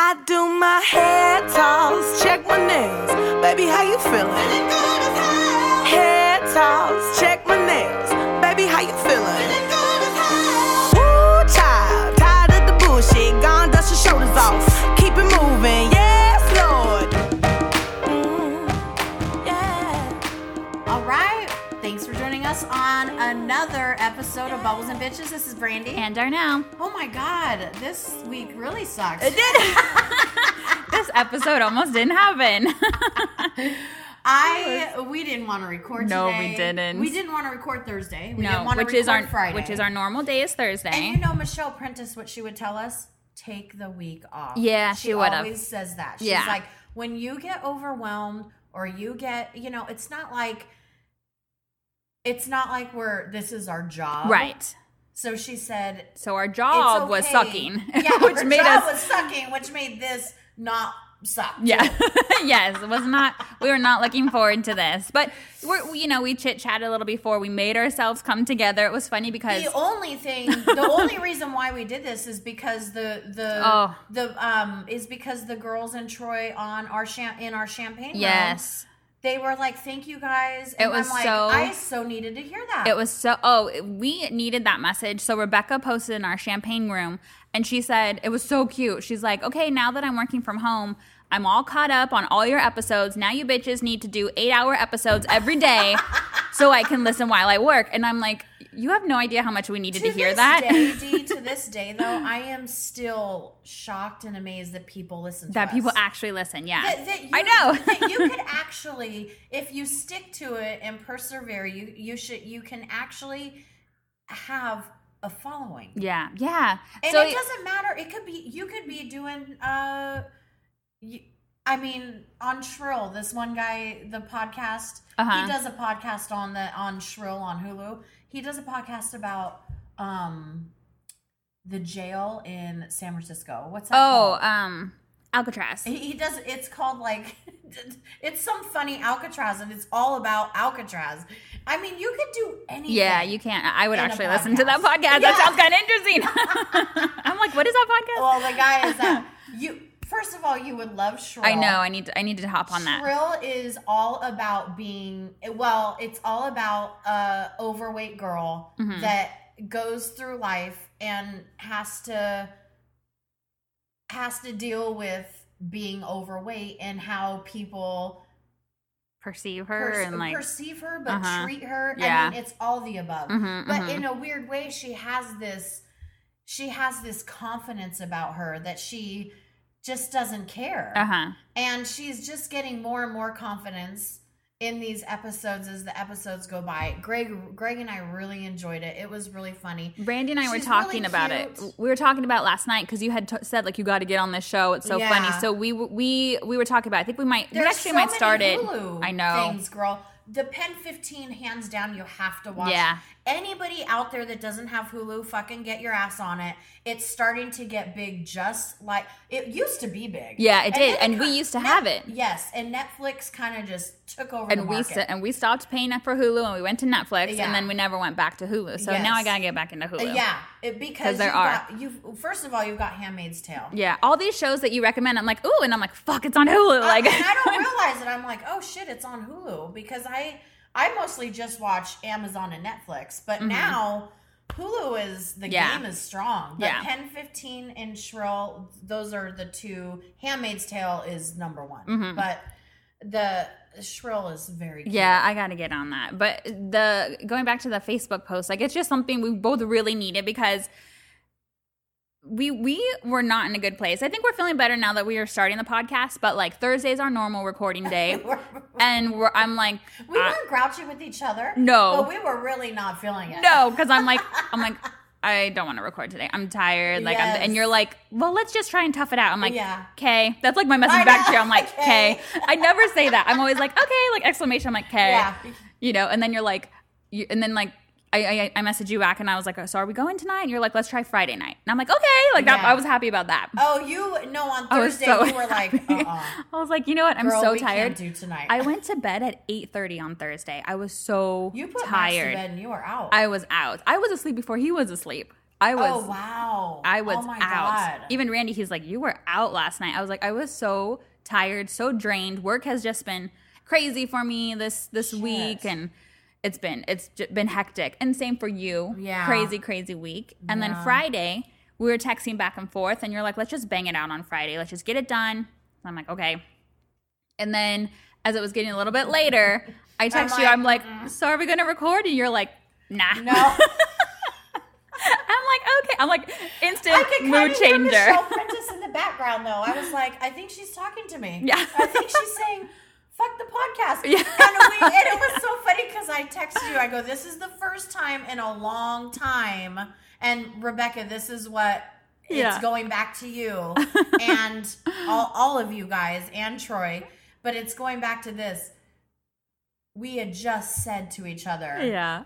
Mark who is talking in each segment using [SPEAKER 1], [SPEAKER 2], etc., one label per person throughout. [SPEAKER 1] I do my hair toss, check my nails. Baby, how you feeling? Hair toss, check my nails. Baby, how you feeling? Woo, child, tired of the bullshit. Gone, dust your shoulders off. Keep it moving, yes, Lord. Mm, yeah.
[SPEAKER 2] All right. Thanks for joining us on another episode of Bubbles and Bitches. This is Brandy.
[SPEAKER 3] And Darnell.
[SPEAKER 2] oh my God, this week really sucks.
[SPEAKER 3] This episode almost didn't happen.
[SPEAKER 2] I we didn't want to record.
[SPEAKER 3] No, we
[SPEAKER 2] today.
[SPEAKER 3] didn't.
[SPEAKER 2] We didn't want to record Thursday. We didn't
[SPEAKER 3] no,
[SPEAKER 2] want to
[SPEAKER 3] which
[SPEAKER 2] record
[SPEAKER 3] is our
[SPEAKER 2] Friday,
[SPEAKER 3] which is our normal day is Thursday.
[SPEAKER 2] And you know Michelle Prentice, what she would tell us: take the week off.
[SPEAKER 3] Yeah, she would've.
[SPEAKER 2] always says that. She's
[SPEAKER 3] Yeah.
[SPEAKER 2] like, when you get overwhelmed or you get, you know, it's not like. It's not like we're this is our job.
[SPEAKER 3] right.
[SPEAKER 2] So she said
[SPEAKER 3] So our
[SPEAKER 2] it's
[SPEAKER 3] job was
[SPEAKER 2] okay.
[SPEAKER 3] sucking,
[SPEAKER 2] Yeah,
[SPEAKER 3] which
[SPEAKER 2] her
[SPEAKER 3] made
[SPEAKER 2] job
[SPEAKER 3] us
[SPEAKER 2] was sucking, which made this not suck.
[SPEAKER 3] yeah yes it was not we were not looking forward to this but we're we- you know we chit chatted a little before we made ourselves come together it was funny because
[SPEAKER 2] The only thing, the only reason why we did this is because the the
[SPEAKER 3] Oh.
[SPEAKER 2] the um is because the girls in Troy on our champ in our champagne. room,
[SPEAKER 3] yes
[SPEAKER 2] they were like, "Thank you guys." And
[SPEAKER 3] It was
[SPEAKER 2] I'm like,
[SPEAKER 3] so-
[SPEAKER 2] I so needed to hear that.
[SPEAKER 3] It was so. Oh, we needed that message. So Rebecca posted in our champagne room, and she said it was so cute. She's like, "Okay, now that I'm working from home, I'm all caught up on all your episodes. Now you bitches need to do eight hour episodes every day, so I can listen while I work." And I'm like, "You have no idea how much we needed to, hear
[SPEAKER 2] this
[SPEAKER 3] that."
[SPEAKER 2] Day, Dee, to this day, though, I am still shocked and amazed that people listen. to
[SPEAKER 3] that
[SPEAKER 2] us.
[SPEAKER 3] people actually listen. Yeah,
[SPEAKER 2] that, that you,
[SPEAKER 3] I know.
[SPEAKER 2] that you could actually, if you stick to it and persevere, you you should you can actually have a following.
[SPEAKER 3] yeah, yeah.
[SPEAKER 2] And
[SPEAKER 3] so
[SPEAKER 2] it doesn't matter. It could be you could be doing. uh you, I mean, on Shrill, this one guy, the podcast,
[SPEAKER 3] Uh-huh.
[SPEAKER 2] he does a podcast on the on Shrill on Hulu. He does a podcast about um the jail in San Francisco. What's that? called?
[SPEAKER 3] oh, um, Alcatraz.
[SPEAKER 2] He, he does. It's called like it's some funny Alcatraz, and it's all about Alcatraz. I mean, you could do anything.
[SPEAKER 3] Yeah, you can't. I would
[SPEAKER 2] In a
[SPEAKER 3] actually listen to that
[SPEAKER 2] podcast.
[SPEAKER 3] podcast. That
[SPEAKER 2] Yeah.
[SPEAKER 3] sounds kind of interesting. I'm like, what is that podcast?
[SPEAKER 2] Well, the guy is that you. First of all, you would love Shrill.
[SPEAKER 3] I know. I need. To, I need to hop on that.
[SPEAKER 2] Shrill is all about being well. It's all about a overweight girl
[SPEAKER 3] Mm-hmm.
[SPEAKER 2] that goes through life and has to has to deal with being overweight and how people
[SPEAKER 3] Perceive her
[SPEAKER 2] pers-
[SPEAKER 3] and like.
[SPEAKER 2] perceive her but
[SPEAKER 3] uh-huh.
[SPEAKER 2] treat her i
[SPEAKER 3] Yeah.
[SPEAKER 2] mean it's all the above
[SPEAKER 3] Mhm,
[SPEAKER 2] but
[SPEAKER 3] mhm.
[SPEAKER 2] in a weird way she has this she has this confidence about her that she just doesn't care
[SPEAKER 3] uh huh.
[SPEAKER 2] and she's just getting more and more confidence in these episodes as the episodes go by greg greg and i really enjoyed it it was really funny
[SPEAKER 3] Brandy and I were
[SPEAKER 2] She's really
[SPEAKER 3] talking about
[SPEAKER 2] cute.
[SPEAKER 3] it. We were talking about it last night because you had t- said like you got to get on this show. It's so
[SPEAKER 2] Yeah.
[SPEAKER 3] funny. So we w- we we were talking about. It. I think we might.
[SPEAKER 2] There's
[SPEAKER 3] we actually
[SPEAKER 2] so
[SPEAKER 3] might
[SPEAKER 2] many
[SPEAKER 3] start it.
[SPEAKER 2] Hulu
[SPEAKER 3] I know.
[SPEAKER 2] Things, girl. The Pen 15, hands down, you have to watch.
[SPEAKER 3] Yeah.
[SPEAKER 2] Anybody out there that doesn't have Hulu, fucking get your ass on it. It's starting to get big, just like it used to be big.
[SPEAKER 3] Yeah, it did,
[SPEAKER 2] then
[SPEAKER 3] and
[SPEAKER 2] it
[SPEAKER 3] we
[SPEAKER 2] kin-
[SPEAKER 3] used to have it.
[SPEAKER 2] Yes, and Netflix kind of just took over. the
[SPEAKER 3] And we
[SPEAKER 2] market.
[SPEAKER 3] s- and we stopped paying for Hulu and we went to Netflix
[SPEAKER 2] Yeah.
[SPEAKER 3] and then we never went back to Hulu. So now I
[SPEAKER 2] Yes.
[SPEAKER 3] gotta get back into Hulu.
[SPEAKER 2] Uh, yeah, it, because
[SPEAKER 3] 'Cause there
[SPEAKER 2] you've
[SPEAKER 3] are.
[SPEAKER 2] Got, you've first of all you've got Handmaid's Tale.
[SPEAKER 3] Yeah, all these shows that you recommend, I'm like, ooh, and I'm like, fuck, it's on Hulu. Oh, Like,
[SPEAKER 2] Uh, I, and I don't realize it. I'm like, oh shit, it's on Hulu because I I mostly just watch Amazon and Netflix, but now Hulu is the
[SPEAKER 3] Mm-hmm. Yeah.
[SPEAKER 2] game is strong. But
[SPEAKER 3] Yeah.
[SPEAKER 2] Pen Fifteen and Shrill, those are the two. Handmaid's Tale is number one,
[SPEAKER 3] Mm-hmm.
[SPEAKER 2] but the Shrill is very cute.
[SPEAKER 3] yeah, I gotta get on that. But the going back to the Facebook post, like, it's just something we both really needed because we we were not in a good place. I think we're feeling better now that we are starting the podcast, but like Thursday's our normal recording day, and we're I'm like,
[SPEAKER 2] we
[SPEAKER 3] I-
[SPEAKER 2] weren't grouchy with each other.
[SPEAKER 3] No.
[SPEAKER 2] but we were really not feeling it.
[SPEAKER 3] no, because I'm like, I'm like. I don't want to record today. I'm tired. Like, I'm,
[SPEAKER 2] Yes.
[SPEAKER 3] and you're like, well, let's just try and tough it out. I'm like,
[SPEAKER 2] Yeah.
[SPEAKER 3] okay. That's like my
[SPEAKER 2] I
[SPEAKER 3] message back to you.
[SPEAKER 2] know.
[SPEAKER 3] I'm like,
[SPEAKER 2] Okay.
[SPEAKER 3] okay. I never say that. I'm always like, okay, like exclamation. I'm like, okay.
[SPEAKER 2] Yeah.
[SPEAKER 3] You know, and then you're like, you, and then like, I, I I messaged you back and I was like, so are we going tonight? And you're like, let's try Friday night. And I'm like, okay. Like that,
[SPEAKER 2] Yeah.
[SPEAKER 3] I was happy about that.
[SPEAKER 2] Oh, you no on
[SPEAKER 3] I was
[SPEAKER 2] Thursday
[SPEAKER 3] so
[SPEAKER 2] you were like,
[SPEAKER 3] happy.
[SPEAKER 2] uh-uh.
[SPEAKER 3] I was like, you know what? I'm
[SPEAKER 2] Girl,
[SPEAKER 3] so
[SPEAKER 2] we
[SPEAKER 3] tired.
[SPEAKER 2] Can't do tonight.
[SPEAKER 3] I went to bed at 8:30 on Thursday. I was so
[SPEAKER 2] You put Max to
[SPEAKER 3] tired.
[SPEAKER 2] bed and you were out.
[SPEAKER 3] I was out. I was asleep before he was asleep. I was
[SPEAKER 2] oh wow.
[SPEAKER 3] I was
[SPEAKER 2] oh my
[SPEAKER 3] out.
[SPEAKER 2] God.
[SPEAKER 3] Even Randy, he's like, You were out last night. I was like, I was so tired, so drained. Work has just been crazy for me this this
[SPEAKER 2] Shit.
[SPEAKER 3] week and it's been it's j- been hectic and same for you
[SPEAKER 2] Yeah.
[SPEAKER 3] crazy crazy week and then
[SPEAKER 2] Yeah.
[SPEAKER 3] friday we were texting back and forth and you're like let's just bang it out on friday let's just get it done and i'm like okay and then as it was getting a little bit later i text you
[SPEAKER 2] like,
[SPEAKER 3] i'm like so are we gonna record and you're like nah
[SPEAKER 2] no.
[SPEAKER 3] I'm like, okay. I'm like, instant
[SPEAKER 2] I could kind
[SPEAKER 3] mood
[SPEAKER 2] of hear
[SPEAKER 3] changer.
[SPEAKER 2] Michelle Prentice in the background though. I was like, I think she's talking to me.
[SPEAKER 3] Yeah.
[SPEAKER 2] I think she's saying, "Fuck the podcast."
[SPEAKER 3] Yeah.
[SPEAKER 2] And, we, and it was so funny because I texted you. I go, "This is the first time in a long time." And Rebecca, this is what
[SPEAKER 3] Yeah.
[SPEAKER 2] it's going back to you and all, all of you guys and Troy, but it's going back to this. We had just said to each other,
[SPEAKER 3] yeah.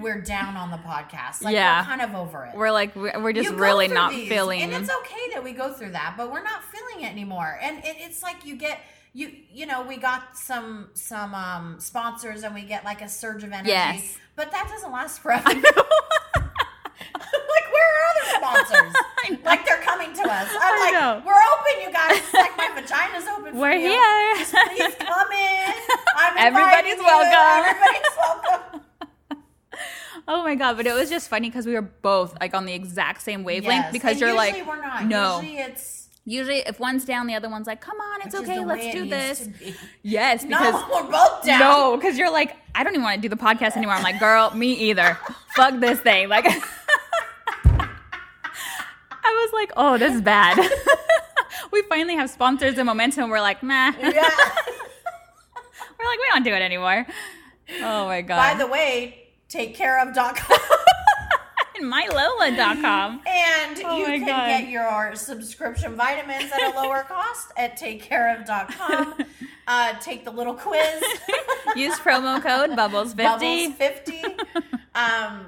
[SPEAKER 2] "We're down on the podcast. Like
[SPEAKER 3] Yeah.
[SPEAKER 2] we're kind of over it."
[SPEAKER 3] we're like, we're, we're just
[SPEAKER 2] You go
[SPEAKER 3] really
[SPEAKER 2] through
[SPEAKER 3] not
[SPEAKER 2] these,
[SPEAKER 3] feeling.
[SPEAKER 2] and it's okay that we go through that but we're not feeling it anymore and it, it's like you get you you know we got some some um sponsors and we get like a surge of energy
[SPEAKER 3] Yes.
[SPEAKER 2] but that doesn't last forever like where are the sponsors
[SPEAKER 3] know.
[SPEAKER 2] like they're coming to us i'm
[SPEAKER 3] I
[SPEAKER 2] like
[SPEAKER 3] know.
[SPEAKER 2] we're open you guys it's like my vagina's open for
[SPEAKER 3] We're
[SPEAKER 2] you.
[SPEAKER 3] here.
[SPEAKER 2] Just please come in I'm
[SPEAKER 3] Everybody's
[SPEAKER 2] inviting you.
[SPEAKER 3] welcome.
[SPEAKER 2] everybody's welcome
[SPEAKER 3] oh my god! But it was just funny because we were both like on the exact same wavelength
[SPEAKER 2] Yes.
[SPEAKER 3] because
[SPEAKER 2] And
[SPEAKER 3] you're
[SPEAKER 2] usually
[SPEAKER 3] like,
[SPEAKER 2] we're not
[SPEAKER 3] no.
[SPEAKER 2] usually it's
[SPEAKER 3] Usually, if one's down, the other one's like, come on, it's
[SPEAKER 2] which is
[SPEAKER 3] okay,
[SPEAKER 2] the
[SPEAKER 3] let's
[SPEAKER 2] way it
[SPEAKER 3] do
[SPEAKER 2] needs
[SPEAKER 3] this.
[SPEAKER 2] to be.
[SPEAKER 3] Yes, because
[SPEAKER 2] No, we're both down.
[SPEAKER 3] No, because you're like, I don't even want to do the podcast anymore. I'm like, girl, me either. Fuck this thing. Like, I was like, oh, this is bad. we finally have sponsors and momentum. We're like, nah. We're like,
[SPEAKER 2] Yeah.
[SPEAKER 3] we don't do it anymore. Oh my God.
[SPEAKER 2] By the way, takecareof.com.
[SPEAKER 3] And mylola.com.
[SPEAKER 2] And
[SPEAKER 3] Oh
[SPEAKER 2] you
[SPEAKER 3] my
[SPEAKER 2] can
[SPEAKER 3] God.
[SPEAKER 2] get your subscription vitamins at a lower cost at takecareof.com. Uh, take the little quiz,
[SPEAKER 3] Use promo code Bubbles50.
[SPEAKER 2] Bubbles 50. Um,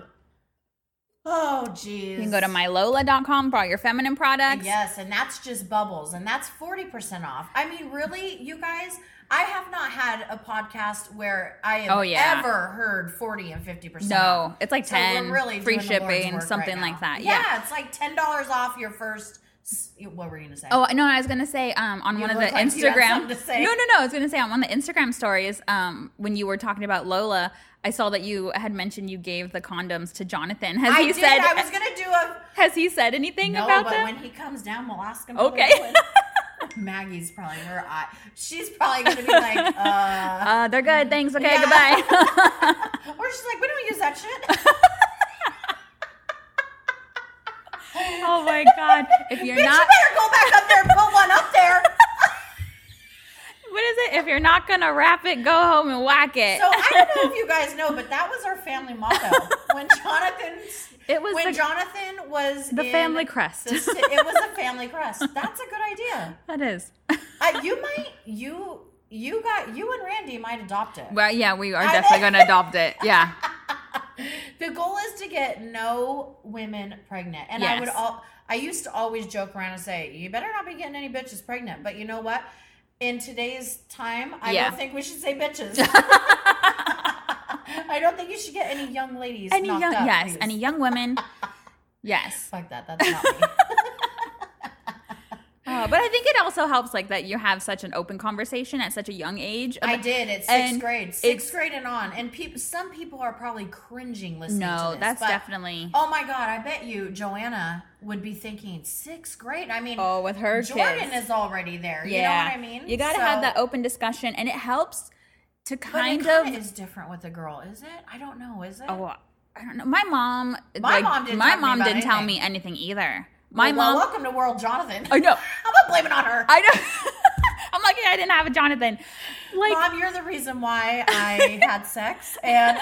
[SPEAKER 2] oh, geez.
[SPEAKER 3] You can go to mylola.com for all your feminine products.
[SPEAKER 2] Yes, and that's just bubbles, and that's 40% off. I mean, really, you guys, I have not had a podcast where I have
[SPEAKER 3] Oh, yeah.
[SPEAKER 2] ever heard 40 and 50% off.
[SPEAKER 3] No, it's like
[SPEAKER 2] So we're
[SPEAKER 3] 10 free
[SPEAKER 2] doing the Lord's
[SPEAKER 3] shipping,
[SPEAKER 2] work
[SPEAKER 3] something
[SPEAKER 2] right
[SPEAKER 3] like
[SPEAKER 2] now.
[SPEAKER 3] that.
[SPEAKER 2] Yeah, it's like ten dollars off your first. s- What were you gonna say?
[SPEAKER 3] Oh no! I was gonna say um, on
[SPEAKER 2] You
[SPEAKER 3] one of
[SPEAKER 2] look
[SPEAKER 3] the
[SPEAKER 2] like you had
[SPEAKER 3] Instagram.
[SPEAKER 2] something to say.
[SPEAKER 3] No, no, no! I was gonna say on one of the Instagram stories um, when you were talking about Lola, I saw that you had mentioned you gave the condoms to Jonathan. Has
[SPEAKER 2] I
[SPEAKER 3] he
[SPEAKER 2] did.
[SPEAKER 3] said?
[SPEAKER 2] I was gonna do a
[SPEAKER 3] has he said anything
[SPEAKER 2] no,
[SPEAKER 3] about
[SPEAKER 2] but
[SPEAKER 3] them?
[SPEAKER 2] when he comes down, we'll ask him.
[SPEAKER 3] Okay.
[SPEAKER 2] For the quiz. Maggie's probably her eye. She's probably gonna be like, uh,
[SPEAKER 3] uh, they're good. Thanks. Okay.
[SPEAKER 2] Yeah.
[SPEAKER 3] Goodbye.
[SPEAKER 2] or she's like, we don't use that shit.
[SPEAKER 3] oh my god! If you're
[SPEAKER 2] Bitch,
[SPEAKER 3] not,
[SPEAKER 2] you better go back up there and put one up there.
[SPEAKER 3] what is it? If you're not gonna wrap it, go home and whack it.
[SPEAKER 2] So I don't know if you guys know, but that was our family motto when Jonathan.
[SPEAKER 3] It was
[SPEAKER 2] when
[SPEAKER 3] the-
[SPEAKER 2] Jonathan was
[SPEAKER 3] the
[SPEAKER 2] in
[SPEAKER 3] family crest.
[SPEAKER 2] the ci- it was a family crest. That's a good idea.
[SPEAKER 3] that is.
[SPEAKER 2] Uh, you might you you got you and Randy might adopt it.
[SPEAKER 3] well, yeah, we are
[SPEAKER 2] I-
[SPEAKER 3] definitely gonna adopt it. Yeah.
[SPEAKER 2] the goal is to get no women pregnant, and I would
[SPEAKER 3] Yes.
[SPEAKER 2] all I used to always joke around and say, "You better not be getting any bitches pregnant." But you know what? In today's time, I
[SPEAKER 3] Yeah.
[SPEAKER 2] don't think we should say bitches. I don't think you should get any young ladies.
[SPEAKER 3] Any young,
[SPEAKER 2] knocked up,
[SPEAKER 3] yes,
[SPEAKER 2] please.
[SPEAKER 3] any young women. Yes.
[SPEAKER 2] Fuck that. That's not me.
[SPEAKER 3] Oh, but I think it also helps like that you have such an open conversation at such a young age.
[SPEAKER 2] I
[SPEAKER 3] about-
[SPEAKER 2] did. It's
[SPEAKER 3] And
[SPEAKER 2] sixth grade,
[SPEAKER 3] it's-
[SPEAKER 2] sixth grade and on. And peop some people are probably cringing listening. to
[SPEAKER 3] No,
[SPEAKER 2] this,
[SPEAKER 3] that's
[SPEAKER 2] but-
[SPEAKER 3] definitely.
[SPEAKER 2] Oh my god! I bet you Joanna would be thinking sixth grade. I mean,
[SPEAKER 3] Oh, with her
[SPEAKER 2] Jordan
[SPEAKER 3] kids.
[SPEAKER 2] is already there.
[SPEAKER 3] yeah.
[SPEAKER 2] You know what I mean?
[SPEAKER 3] You got to have
[SPEAKER 2] So-
[SPEAKER 3] that open discussion, and it helps
[SPEAKER 2] but
[SPEAKER 3] to
[SPEAKER 2] it
[SPEAKER 3] kind
[SPEAKER 2] kinda
[SPEAKER 3] of.
[SPEAKER 2] is different with a girl, is it? I don't know. Is it?
[SPEAKER 3] Oh, I don't know. My mom.
[SPEAKER 2] My mom didn't
[SPEAKER 3] My
[SPEAKER 2] tell me
[SPEAKER 3] mom
[SPEAKER 2] about
[SPEAKER 3] didn't tell
[SPEAKER 2] anything.
[SPEAKER 3] me anything either. My
[SPEAKER 2] Well,
[SPEAKER 3] mom.
[SPEAKER 2] welcome to World Jonathan.
[SPEAKER 3] I know.
[SPEAKER 2] I'm not blaming on her.
[SPEAKER 3] I know. I'm lucky I didn't have a Jonathan. Like
[SPEAKER 2] Mom, you're the reason why I had sex, and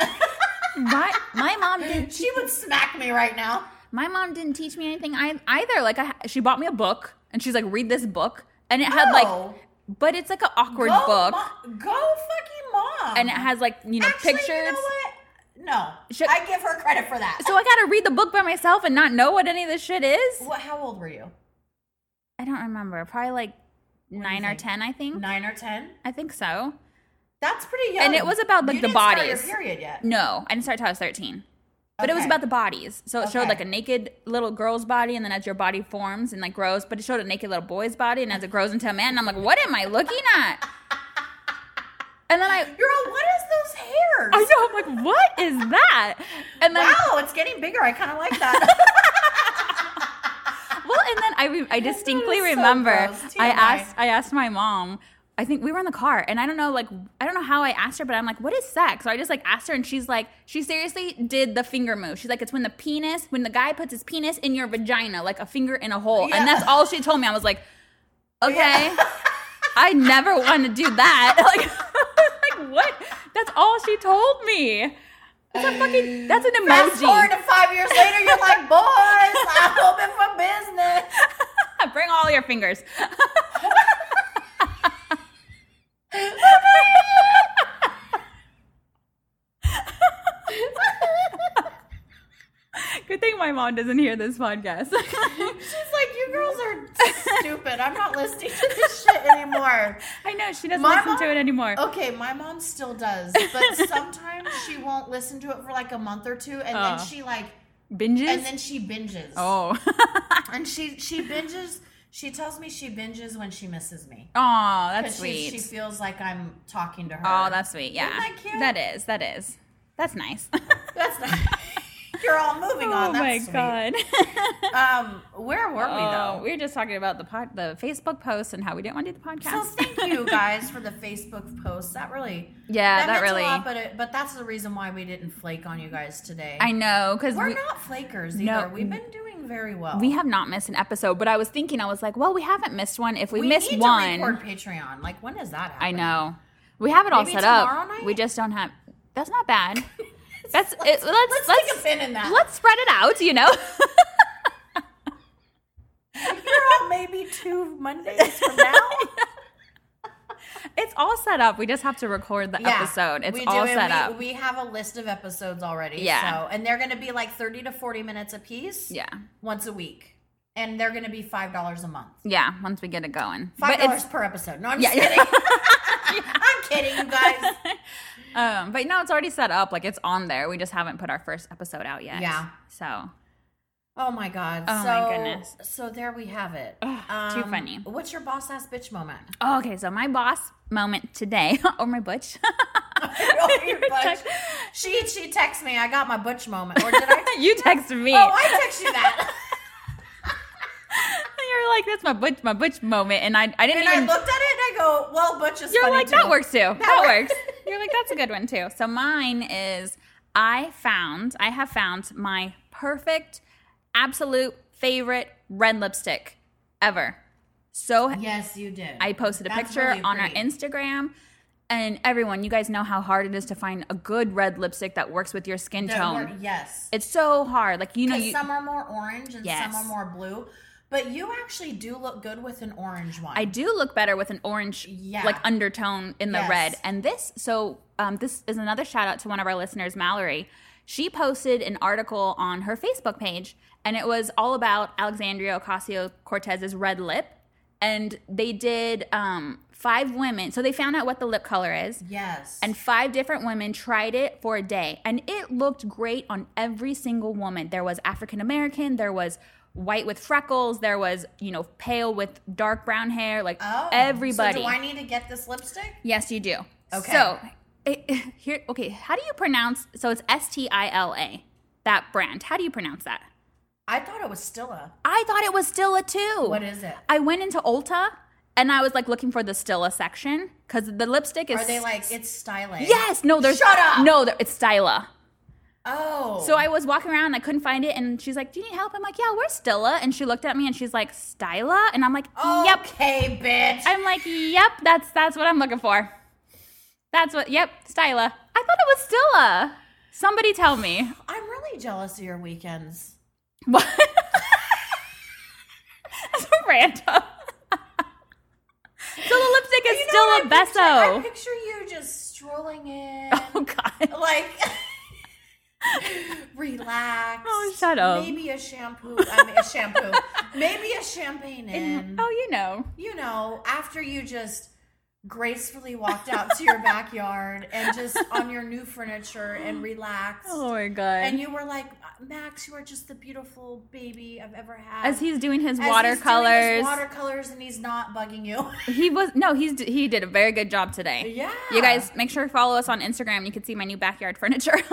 [SPEAKER 3] my my mom did.
[SPEAKER 2] she would smack me right now.
[SPEAKER 3] My mom didn't teach me anything ei- either. Like I, she bought me a book, and she's like, "Read this book," and it had like,
[SPEAKER 2] No.
[SPEAKER 3] but it's like an awkward
[SPEAKER 2] go,
[SPEAKER 3] book.
[SPEAKER 2] mo- go, fucking mom.
[SPEAKER 3] and it has like you know
[SPEAKER 2] Actually,
[SPEAKER 3] pictures.
[SPEAKER 2] You know what? No,
[SPEAKER 3] Should-
[SPEAKER 2] I give her credit for that.
[SPEAKER 3] So I gotta read the book by myself and not know what any of this shit is.
[SPEAKER 2] what, how old were you?
[SPEAKER 3] I don't remember. Probably like nine or
[SPEAKER 2] think?
[SPEAKER 3] ten, I think.
[SPEAKER 2] Nine or ten?
[SPEAKER 3] I think so.
[SPEAKER 2] That's pretty young.
[SPEAKER 3] And it was about, like,
[SPEAKER 2] You
[SPEAKER 3] the
[SPEAKER 2] didn't start your
[SPEAKER 3] bodies.
[SPEAKER 2] period yet?
[SPEAKER 3] No, I didn't start till I was thirteen. But it was
[SPEAKER 2] Okay.
[SPEAKER 3] about the bodies. So it showed
[SPEAKER 2] Okay.
[SPEAKER 3] like a naked little girl's body, and then as your body forms and like grows, but it showed a naked little boy's body, and as it grows into a man, and I'm like, what am I looking at? And then I,
[SPEAKER 2] You're all, what is those hairs?
[SPEAKER 3] I know, I'm like, what is that? And then,
[SPEAKER 2] wow, it's getting bigger. I kind of like that.
[SPEAKER 3] well, and then I, re- I distinctly
[SPEAKER 2] so
[SPEAKER 3] remember
[SPEAKER 2] gross.
[SPEAKER 3] I
[SPEAKER 2] TMI.
[SPEAKER 3] asked, I asked my mom. I think we were in the car, and I don't know, like, I don't know how I asked her, but I'm like, what is sex? So I just like asked her, and she's like, she seriously did the finger move. She's like, it's when the penis, when the guy puts his penis in your vagina, like a finger in a hole,
[SPEAKER 2] Yeah.
[SPEAKER 3] and that's all she told me. I was like, okay, I never want to do that. Like, I was like what? That's all she told me. That's a fucking. That's an emoji.
[SPEAKER 2] Fast forward to five years later, you're like, boys, I'm open for business.
[SPEAKER 3] Bring all your fingers. Good thing my mom doesn't hear this podcast.
[SPEAKER 2] She's like, you girls are stupid. I'm not listening to this shit anymore.
[SPEAKER 3] I know she doesn't
[SPEAKER 2] My
[SPEAKER 3] listen
[SPEAKER 2] mom- Oh,
[SPEAKER 3] to it anymore.
[SPEAKER 2] Okay, my mom still does, but sometimes she won't listen to it for like a month or two, and
[SPEAKER 3] Oh.
[SPEAKER 2] then she like,
[SPEAKER 3] Binges.
[SPEAKER 2] and then she binges.
[SPEAKER 3] oh.
[SPEAKER 2] and she she binges. She tells me she binges when she misses me
[SPEAKER 3] oh, that's
[SPEAKER 2] because she,
[SPEAKER 3] sweet.
[SPEAKER 2] she feels like I'm talking to her.
[SPEAKER 3] oh, that's sweet. Yeah.
[SPEAKER 2] Isn't that cute?
[SPEAKER 3] That is. That is. That's nice.
[SPEAKER 2] that's not, you're all moving on. That's
[SPEAKER 3] oh my
[SPEAKER 2] sweet.
[SPEAKER 3] god.
[SPEAKER 2] Um, where were we
[SPEAKER 3] Oh,
[SPEAKER 2] though?
[SPEAKER 3] we were just talking about the pod, the Facebook post and how we didn't want to do the
[SPEAKER 2] So
[SPEAKER 3] podcast.
[SPEAKER 2] thank you guys for the Facebook posts. That really,
[SPEAKER 3] Yeah, that
[SPEAKER 2] meant a
[SPEAKER 3] really-
[SPEAKER 2] lot, but it, but that's the reason why we didn't flake on you guys today.
[SPEAKER 3] I know because
[SPEAKER 2] We're
[SPEAKER 3] we,
[SPEAKER 2] not flakers
[SPEAKER 3] No.
[SPEAKER 2] either. We've been doing very well.
[SPEAKER 3] we have not missed an episode. But I was thinking, I was like, well, we haven't missed one. If we,
[SPEAKER 2] We
[SPEAKER 3] miss
[SPEAKER 2] need
[SPEAKER 3] one,
[SPEAKER 2] To record Patreon. Like when is that?
[SPEAKER 3] I
[SPEAKER 2] Happening?
[SPEAKER 3] know we have it all
[SPEAKER 2] Maybe
[SPEAKER 3] set up.
[SPEAKER 2] tomorrow night?
[SPEAKER 3] We just don't have. That's not bad. That's it, let's,
[SPEAKER 2] Let's,
[SPEAKER 3] let's
[SPEAKER 2] take a pin in that.
[SPEAKER 3] let's spread it out. You know.
[SPEAKER 2] You're all maybe two Mondays from now.
[SPEAKER 3] It's all set up. We just have to record the episode. It's
[SPEAKER 2] we do,
[SPEAKER 3] all
[SPEAKER 2] and
[SPEAKER 3] set
[SPEAKER 2] we,
[SPEAKER 3] up.
[SPEAKER 2] We have a list of episodes already.
[SPEAKER 3] Yeah.
[SPEAKER 2] So, and they're going to be like thirty to forty minutes a piece.
[SPEAKER 3] yeah.
[SPEAKER 2] Once a week, and they're going to be five dollars a month.
[SPEAKER 3] Yeah. Once we get it going.
[SPEAKER 2] Five
[SPEAKER 3] but
[SPEAKER 2] dollars
[SPEAKER 3] it's
[SPEAKER 2] per episode. No, I'm
[SPEAKER 3] Yeah,
[SPEAKER 2] just
[SPEAKER 3] yeah.
[SPEAKER 2] kidding. I'm kidding, you guys.
[SPEAKER 3] um but no, it's already set up. Like it's on there. We just haven't put our first episode out yet.
[SPEAKER 2] Yeah.
[SPEAKER 3] So
[SPEAKER 2] Oh my god.
[SPEAKER 3] Oh
[SPEAKER 2] so,
[SPEAKER 3] my goodness.
[SPEAKER 2] So there we have it. Um,
[SPEAKER 3] Ugh, too funny.
[SPEAKER 2] What's your boss ass bitch moment?
[SPEAKER 3] Oh, okay, so my boss moment today, or my butch.
[SPEAKER 2] Oh, your butch. she she texts me. I got my butch moment. Or did I?
[SPEAKER 3] you texted me.
[SPEAKER 2] oh, I text you that.
[SPEAKER 3] You're like, that's my butch, my butch moment, and I, I didn't
[SPEAKER 2] And I
[SPEAKER 3] even.
[SPEAKER 2] looked at it and I go, well, butch is.
[SPEAKER 3] you're
[SPEAKER 2] funny
[SPEAKER 3] like,
[SPEAKER 2] too.
[SPEAKER 3] that works too. That, works.
[SPEAKER 2] works.
[SPEAKER 3] You're like, that's a good one too. So mine is, I found, I have found my perfect, absolute favorite red lipstick ever. So
[SPEAKER 2] Yes, you did.
[SPEAKER 3] I posted a
[SPEAKER 2] That's
[SPEAKER 3] picture
[SPEAKER 2] really
[SPEAKER 3] on our
[SPEAKER 2] pretty.
[SPEAKER 3] Instagram. And everyone, you guys know how hard it is to find a good red lipstick that works with your skin
[SPEAKER 2] That
[SPEAKER 3] tone.
[SPEAKER 2] work- yes.
[SPEAKER 3] It's so hard. Like you know,
[SPEAKER 2] 'Cause
[SPEAKER 3] you,
[SPEAKER 2] some are more orange and
[SPEAKER 3] Yes.
[SPEAKER 2] some are more blue, but you actually do look good with an orange one.
[SPEAKER 3] I do look better with an orange,
[SPEAKER 2] Yeah.
[SPEAKER 3] like undertone in the
[SPEAKER 2] Yes.
[SPEAKER 3] red. And this, so um, this is another shout out to one of our listeners, Mallory. She posted an article on her Facebook page, and it was all about Alexandria Ocasio Cortez's red lip. And they did um, five women, so they found out what the lip color is.
[SPEAKER 2] Yes.
[SPEAKER 3] And five different women tried it for a day. And it looked great on every single woman. There was African American, there was white with freckles, there was, you know, pale with dark brown hair, like
[SPEAKER 2] Oh,
[SPEAKER 3] everybody.
[SPEAKER 2] So do I need to get this lipstick?
[SPEAKER 3] yes, you do.
[SPEAKER 2] Okay.
[SPEAKER 3] So it, here, okay, how do you pronounce? So it's S T I L A, that brand. How do you pronounce that?
[SPEAKER 2] I thought it was Stilla.
[SPEAKER 3] I thought it was Stilla too.
[SPEAKER 2] What is it?
[SPEAKER 3] Oh. I went into Ulta and I was like looking for the Stilla section because the lipstick is.
[SPEAKER 2] Are they like it's styling?
[SPEAKER 3] Yes, no, there's
[SPEAKER 2] Shut up!
[SPEAKER 3] No, there, it's Styla.
[SPEAKER 2] Oh.
[SPEAKER 3] So I was walking around, and I couldn't find it, and she's like, "Do you need help?" I'm like, "Yeah, where's Stilla?" And she looked at me, and she's like, "Styla," and I'm like,
[SPEAKER 2] Oh.
[SPEAKER 3] "Yep."
[SPEAKER 2] Okay, bitch.
[SPEAKER 3] I'm like, "Yep, that's that's what I'm looking for." That's what. Yep, Styla. I thought it was Stilla. Somebody tell me.
[SPEAKER 2] I'm really jealous of your weekends.
[SPEAKER 3] What? that's random. so the lipstick is
[SPEAKER 2] You know
[SPEAKER 3] Stilla
[SPEAKER 2] what I picture? I
[SPEAKER 3] Besso.
[SPEAKER 2] picture you just strolling in,
[SPEAKER 3] oh God.
[SPEAKER 2] like relaxed.
[SPEAKER 3] Oh, shut up.
[SPEAKER 2] Maybe a shampoo. I mean, a shampoo. Maybe a champagne in.
[SPEAKER 3] Oh, you know.
[SPEAKER 2] You know, after you just gracefully walked out to your backyard and just on your new furniture and relaxed.
[SPEAKER 3] Oh my god!
[SPEAKER 2] And you were like, Max, you are just the beautiful baby I've ever had.
[SPEAKER 3] as he's doing his
[SPEAKER 2] As he's doing his
[SPEAKER 3] watercolors,
[SPEAKER 2] watercolors, and he's not bugging you.
[SPEAKER 3] he was no, he's he did a very good job today.
[SPEAKER 2] yeah,
[SPEAKER 3] You guys make sure to follow us on Instagram. You can see my new backyard furniture.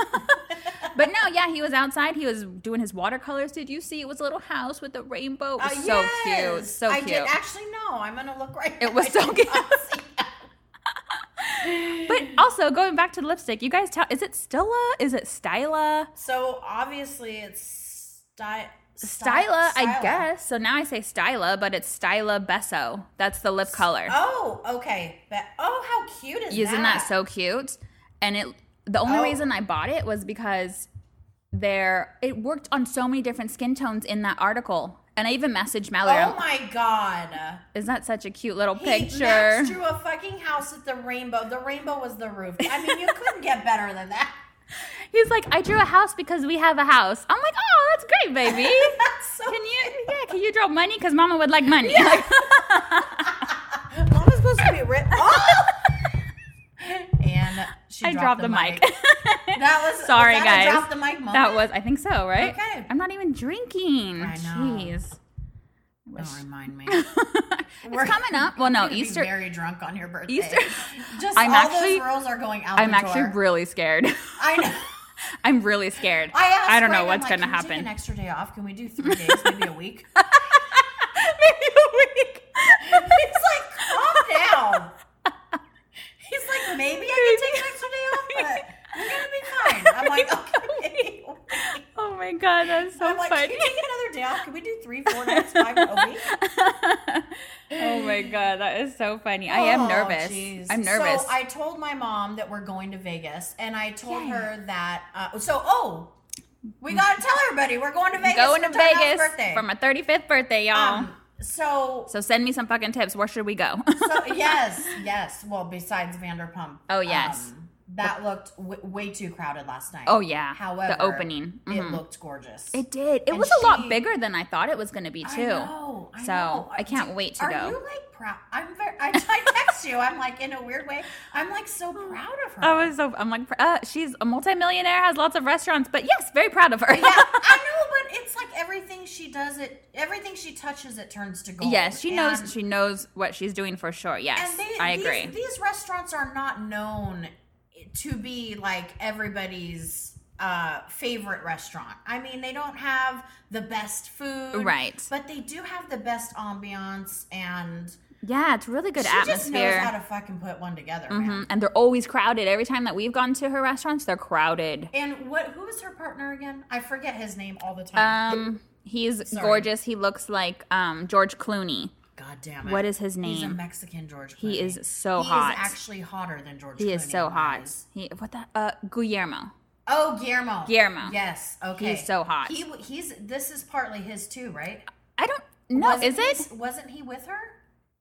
[SPEAKER 3] but no, yeah, he was outside. He was doing his watercolors. Did you see? It was a little house with a rainbow. It
[SPEAKER 2] Uh,
[SPEAKER 3] was so cute.
[SPEAKER 2] yes.
[SPEAKER 3] So
[SPEAKER 2] I
[SPEAKER 3] cute.
[SPEAKER 2] did actually no. I'm gonna look right.
[SPEAKER 3] It
[SPEAKER 2] now.
[SPEAKER 3] was
[SPEAKER 2] I
[SPEAKER 3] so
[SPEAKER 2] did
[SPEAKER 3] cute.
[SPEAKER 2] not see that.
[SPEAKER 3] but also going back to the lipstick, you guys tell is it Stella? Is it Styla?
[SPEAKER 2] So obviously it's sty- sty-
[SPEAKER 3] Styla, I guess. So now I say Styla, but it's Styla Besso. That's the lip color.
[SPEAKER 2] Oh, okay. But oh, how cute is
[SPEAKER 3] Isn't
[SPEAKER 2] that?
[SPEAKER 3] that so cute? And it the only
[SPEAKER 2] Oh.
[SPEAKER 3] reason I bought it was because there it worked on so many different skin tones in that article. And I even messaged Mallory.
[SPEAKER 2] Oh
[SPEAKER 3] I'm-
[SPEAKER 2] my god.
[SPEAKER 3] Isn't that such a cute little
[SPEAKER 2] He-
[SPEAKER 3] picture?
[SPEAKER 2] Max drew a fucking house with the rainbow. The rainbow was the roof. I mean, you couldn't get better than that.
[SPEAKER 3] He's like, I drew a house because we have a house. I'm like, oh, that's great, baby.
[SPEAKER 2] That's so.
[SPEAKER 3] can you? Yeah, can you draw money? Because Mama would like money.
[SPEAKER 2] Mama's supposed to be rich. Oh! and she
[SPEAKER 3] I dropped the, mic.
[SPEAKER 2] That was
[SPEAKER 3] Sorry,
[SPEAKER 2] was that a
[SPEAKER 3] guys.
[SPEAKER 2] Drop the mic moment.
[SPEAKER 3] that was, I think so, right?
[SPEAKER 2] Okay.
[SPEAKER 3] I'm not even drinking.
[SPEAKER 2] I know.
[SPEAKER 3] Jeez.
[SPEAKER 2] Don't remind me. We're-
[SPEAKER 3] it's coming up. Well, no,
[SPEAKER 2] You're gonna be
[SPEAKER 3] Easter.
[SPEAKER 2] very drunk on your birthday.
[SPEAKER 3] Easter.
[SPEAKER 2] Just
[SPEAKER 3] I'm
[SPEAKER 2] all
[SPEAKER 3] actually-
[SPEAKER 2] those rules are going out.
[SPEAKER 3] I'm
[SPEAKER 2] the
[SPEAKER 3] actually
[SPEAKER 2] door.
[SPEAKER 3] really scared.
[SPEAKER 2] I know.
[SPEAKER 3] I'm really scared.
[SPEAKER 2] I asked.
[SPEAKER 3] don't know
[SPEAKER 2] Greg, I'm
[SPEAKER 3] what's
[SPEAKER 2] like,
[SPEAKER 3] gonna
[SPEAKER 2] "Can we take
[SPEAKER 3] happen.
[SPEAKER 2] an extra day off? Can we do three days, maybe a week?
[SPEAKER 3] Maybe a week.
[SPEAKER 2] He's like, calm down. He's like, maybe I can take an extra day off, but we're gonna be fine. I'm like, okay.
[SPEAKER 3] Oh my god, that's so
[SPEAKER 2] I'm like, can
[SPEAKER 3] funny.
[SPEAKER 2] you take another day off? Can we do three, four nights, five a week?
[SPEAKER 3] oh my god, that is so funny. I am
[SPEAKER 2] Oh,
[SPEAKER 3] nervous.
[SPEAKER 2] jeez.
[SPEAKER 3] I'm nervous.
[SPEAKER 2] So I told my mom that we're going to Vegas, and I told her that. Uh, so oh, we gotta tell everybody we're going to Vegas.
[SPEAKER 3] Going to
[SPEAKER 2] for Tyler's
[SPEAKER 3] Vegas
[SPEAKER 2] birthday.
[SPEAKER 3] for my 35th birthday, y'all.
[SPEAKER 2] um, so,
[SPEAKER 3] so send me some fucking tips. Where should we go?
[SPEAKER 2] so yes, yes. Well, besides Vanderpump.
[SPEAKER 3] Oh, yes.
[SPEAKER 2] um, that looked w- way too crowded last night.
[SPEAKER 3] Oh, yeah. The
[SPEAKER 2] However,
[SPEAKER 3] opening.
[SPEAKER 2] it
[SPEAKER 3] Mhm.
[SPEAKER 2] looked gorgeous.
[SPEAKER 3] it did. It
[SPEAKER 2] And
[SPEAKER 3] was a lot
[SPEAKER 2] she-
[SPEAKER 3] bigger than I thought it was going to be, too.
[SPEAKER 2] I know, I
[SPEAKER 3] so
[SPEAKER 2] know.
[SPEAKER 3] I can't wait to
[SPEAKER 2] Are
[SPEAKER 3] go.
[SPEAKER 2] you like proud? I'm very. I, I text you. I'm like in a weird way. I'm like so proud of her.
[SPEAKER 3] Oh. I was so I'm like uh, she's a multimillionaire, has lots of restaurants, but yes, very proud of her.
[SPEAKER 2] yeah, I know, but it's like everything she does, it everything she touches, it turns to gold.
[SPEAKER 3] yes, she
[SPEAKER 2] And-
[SPEAKER 3] knows she knows what she's doing for sure. Yes,
[SPEAKER 2] And they,
[SPEAKER 3] I
[SPEAKER 2] these,
[SPEAKER 3] agree.
[SPEAKER 2] These restaurants are not known to be like everybody's uh, favorite restaurant. I mean, they don't have the best food,
[SPEAKER 3] Right.
[SPEAKER 2] But they do have the best ambiance, and
[SPEAKER 3] yeah, it's really good
[SPEAKER 2] she just knows
[SPEAKER 3] atmosphere.
[SPEAKER 2] how to fucking put one together, man.
[SPEAKER 3] Mhm. And they're always crowded. Every time that we've gone to her restaurants, they're crowded.
[SPEAKER 2] And what? Who is her partner again? I forget his name all the time.
[SPEAKER 3] Um, he's
[SPEAKER 2] Sorry.
[SPEAKER 3] gorgeous. He looks like um George Clooney.
[SPEAKER 2] God damn it!
[SPEAKER 3] what is his
[SPEAKER 2] He's a
[SPEAKER 3] name?
[SPEAKER 2] Mexican George.
[SPEAKER 3] He
[SPEAKER 2] Clooney.
[SPEAKER 3] is so
[SPEAKER 2] he
[SPEAKER 3] hot.
[SPEAKER 2] is actually hotter than George.
[SPEAKER 3] he is
[SPEAKER 2] Clooney
[SPEAKER 3] so
[SPEAKER 2] in my
[SPEAKER 3] hot.
[SPEAKER 2] eyes.
[SPEAKER 3] He what the uh Guillermo.
[SPEAKER 2] Oh, Guillermo.
[SPEAKER 3] Guillermo.
[SPEAKER 2] Yes. Okay.
[SPEAKER 3] He's so hot.
[SPEAKER 2] He w- he's this is partly his too, right?
[SPEAKER 3] I don't know.
[SPEAKER 2] Wasn't
[SPEAKER 3] Is
[SPEAKER 2] he-
[SPEAKER 3] it?
[SPEAKER 2] Wasn't he with her?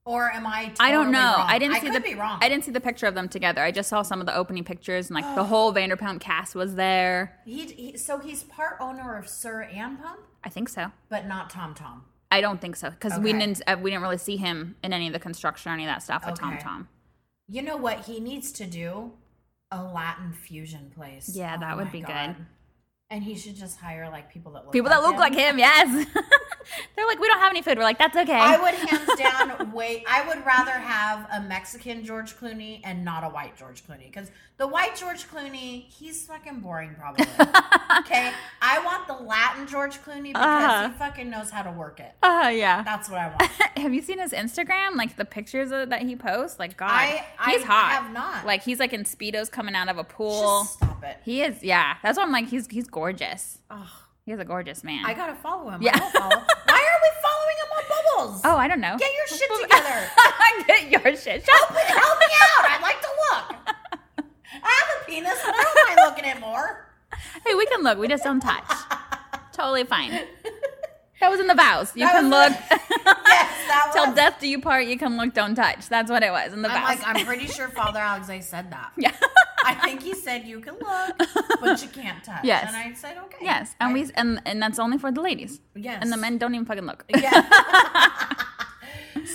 [SPEAKER 2] Or am I?
[SPEAKER 3] I don't
[SPEAKER 2] totally
[SPEAKER 3] know.
[SPEAKER 2] wrong?
[SPEAKER 3] I didn't see
[SPEAKER 2] could
[SPEAKER 3] the
[SPEAKER 2] Be wrong.
[SPEAKER 3] I didn't see the picture of them together. I just saw some of the opening pictures and like the whole Vanderpump cast was there.
[SPEAKER 2] He, he so he's part owner of Sir and Pump,
[SPEAKER 3] I think so.
[SPEAKER 2] but not Tom Tom.
[SPEAKER 3] I don't think so because we
[SPEAKER 2] Okay.
[SPEAKER 3] didn't uh, we didn't really see him in any of the construction or any of that stuff with Tom
[SPEAKER 2] Okay.
[SPEAKER 3] Tom.
[SPEAKER 2] You know what he needs to do? A Latin fusion place. Oh
[SPEAKER 3] Yeah, that would
[SPEAKER 2] my
[SPEAKER 3] be
[SPEAKER 2] God.
[SPEAKER 3] good.
[SPEAKER 2] And he should just hire like people that look
[SPEAKER 3] People
[SPEAKER 2] like
[SPEAKER 3] that look
[SPEAKER 2] him.
[SPEAKER 3] like him, yes. They're like, we don't have any food. We're like, that's okay.
[SPEAKER 2] I would hands down wait. I would rather have a Mexican George Clooney and not a white George Clooney because the white George Clooney, he's fucking boring probably. okay, I want the Latin George Clooney because
[SPEAKER 3] Uh-huh.
[SPEAKER 2] he fucking knows how to work it.
[SPEAKER 3] Uh, yeah.
[SPEAKER 2] That's what I want.
[SPEAKER 3] Have you seen his Instagram? Like the pictures of, that he posts? Like, God,
[SPEAKER 2] I- I
[SPEAKER 3] he's hot.
[SPEAKER 2] have not.
[SPEAKER 3] Like, he's like in speedos coming out of a pool.
[SPEAKER 2] Just stop it.
[SPEAKER 3] he is, yeah. That's why I'm like, he's he's gorgeous.
[SPEAKER 2] Ugh,
[SPEAKER 3] He's a gorgeous man.
[SPEAKER 2] I gotta follow him.
[SPEAKER 3] Yeah.
[SPEAKER 2] I don't follow. Why are we following him on Bubbles?
[SPEAKER 3] oh, I don't know.
[SPEAKER 2] get your shit together.
[SPEAKER 3] Get your shit. Shut up.
[SPEAKER 2] Help me out. I'd like to look. I have a penis, but I don't mind looking at more.
[SPEAKER 3] Hey, we can look. We just don't touch. totally fine. That was in the vows. You
[SPEAKER 2] That
[SPEAKER 3] can
[SPEAKER 2] was-
[SPEAKER 3] look.
[SPEAKER 2] Yes, that
[SPEAKER 3] Till
[SPEAKER 2] was.
[SPEAKER 3] death do you part, you can look, don't touch. That's what it was in the
[SPEAKER 2] I'm
[SPEAKER 3] vows.
[SPEAKER 2] like, I'm pretty sure Father Alexei said that.
[SPEAKER 3] yeah.
[SPEAKER 2] I think he said you can look, but you can't touch.
[SPEAKER 3] Yes.
[SPEAKER 2] And I said, okay.
[SPEAKER 3] Yes, and
[SPEAKER 2] I-
[SPEAKER 3] we and and that's only for the ladies.
[SPEAKER 2] Yes.
[SPEAKER 3] And the men don't even fucking look.
[SPEAKER 2] Yeah.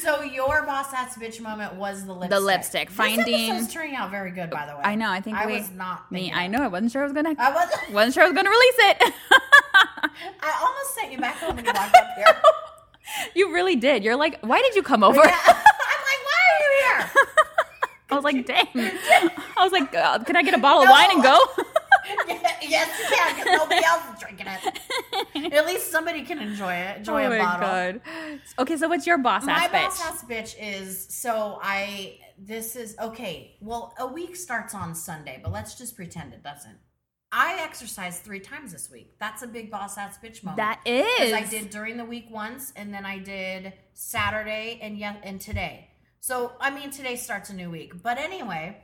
[SPEAKER 2] So your boss ass bitch moment was the lipstick.
[SPEAKER 3] lipstick.
[SPEAKER 2] This
[SPEAKER 3] Finding-
[SPEAKER 2] episode's turning out very good, by the way.
[SPEAKER 3] I know. I think
[SPEAKER 2] I
[SPEAKER 3] we-
[SPEAKER 2] was not
[SPEAKER 3] Me,
[SPEAKER 2] thinking
[SPEAKER 3] I
[SPEAKER 2] it.
[SPEAKER 3] know. I wasn't sure I was gonna.
[SPEAKER 2] I was.
[SPEAKER 3] wasn't sure I was gonna release it.
[SPEAKER 2] I almost sent you back home when you walked up here.
[SPEAKER 3] you really did. You're like, why did you come over?
[SPEAKER 2] Yeah. I'm like, why are you here?
[SPEAKER 3] I was like, dang. I was like, uh, can I get a bottle of
[SPEAKER 2] No.
[SPEAKER 3] wine and go?
[SPEAKER 2] yes, you can. 'cause Nobody else is drinking it. At least somebody can enjoy it. Enjoy a bottle.
[SPEAKER 3] Oh Okay, so what's your boss
[SPEAKER 2] My
[SPEAKER 3] ass
[SPEAKER 2] boss
[SPEAKER 3] bitch?
[SPEAKER 2] ass bitch is so I. This is okay. Well, a week starts on Sunday, but let's just pretend it doesn't. I exercised three times this week. That's a big boss ass bitch moment.
[SPEAKER 3] That
[SPEAKER 2] 'Cause
[SPEAKER 3] is.
[SPEAKER 2] I did during the week once, and then I did Saturday and yet and today. So I mean, today starts a new week. But anyway,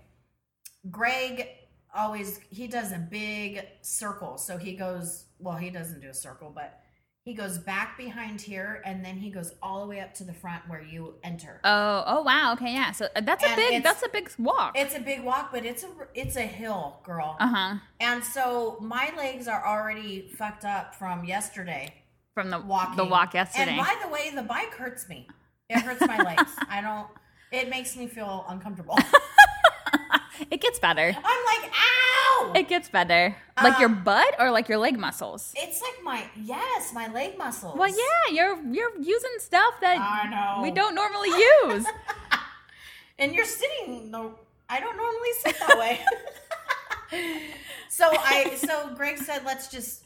[SPEAKER 2] Greg always he does a big circle. So he goes well, he doesn't do a circle, but he goes back behind here, and then he goes all the way up to the front where you enter.
[SPEAKER 3] Oh, oh wow. Okay, yeah. So uh, that's a
[SPEAKER 2] And
[SPEAKER 3] big.
[SPEAKER 2] it's-
[SPEAKER 3] That's a big walk.
[SPEAKER 2] It's a big walk, but it's a it's a hill, girl.
[SPEAKER 3] Uh huh.
[SPEAKER 2] And so my legs are already fucked up from yesterday.
[SPEAKER 3] From the
[SPEAKER 2] walking.
[SPEAKER 3] the walk yesterday.
[SPEAKER 2] And by the way, the bike hurts me. It hurts my legs. I don't. It makes me feel uncomfortable.
[SPEAKER 3] it gets better.
[SPEAKER 2] I'm like, ow!
[SPEAKER 3] It gets better. Like your
[SPEAKER 2] Um,
[SPEAKER 3] butt or like your leg muscles.
[SPEAKER 2] it's like my yes, my leg muscles.
[SPEAKER 3] Well, yeah, you're you're using stuff that
[SPEAKER 2] I know.
[SPEAKER 3] we don't normally use.
[SPEAKER 2] And you're sitting. No, I don't normally sit that way. so I. So Greg said, let's just.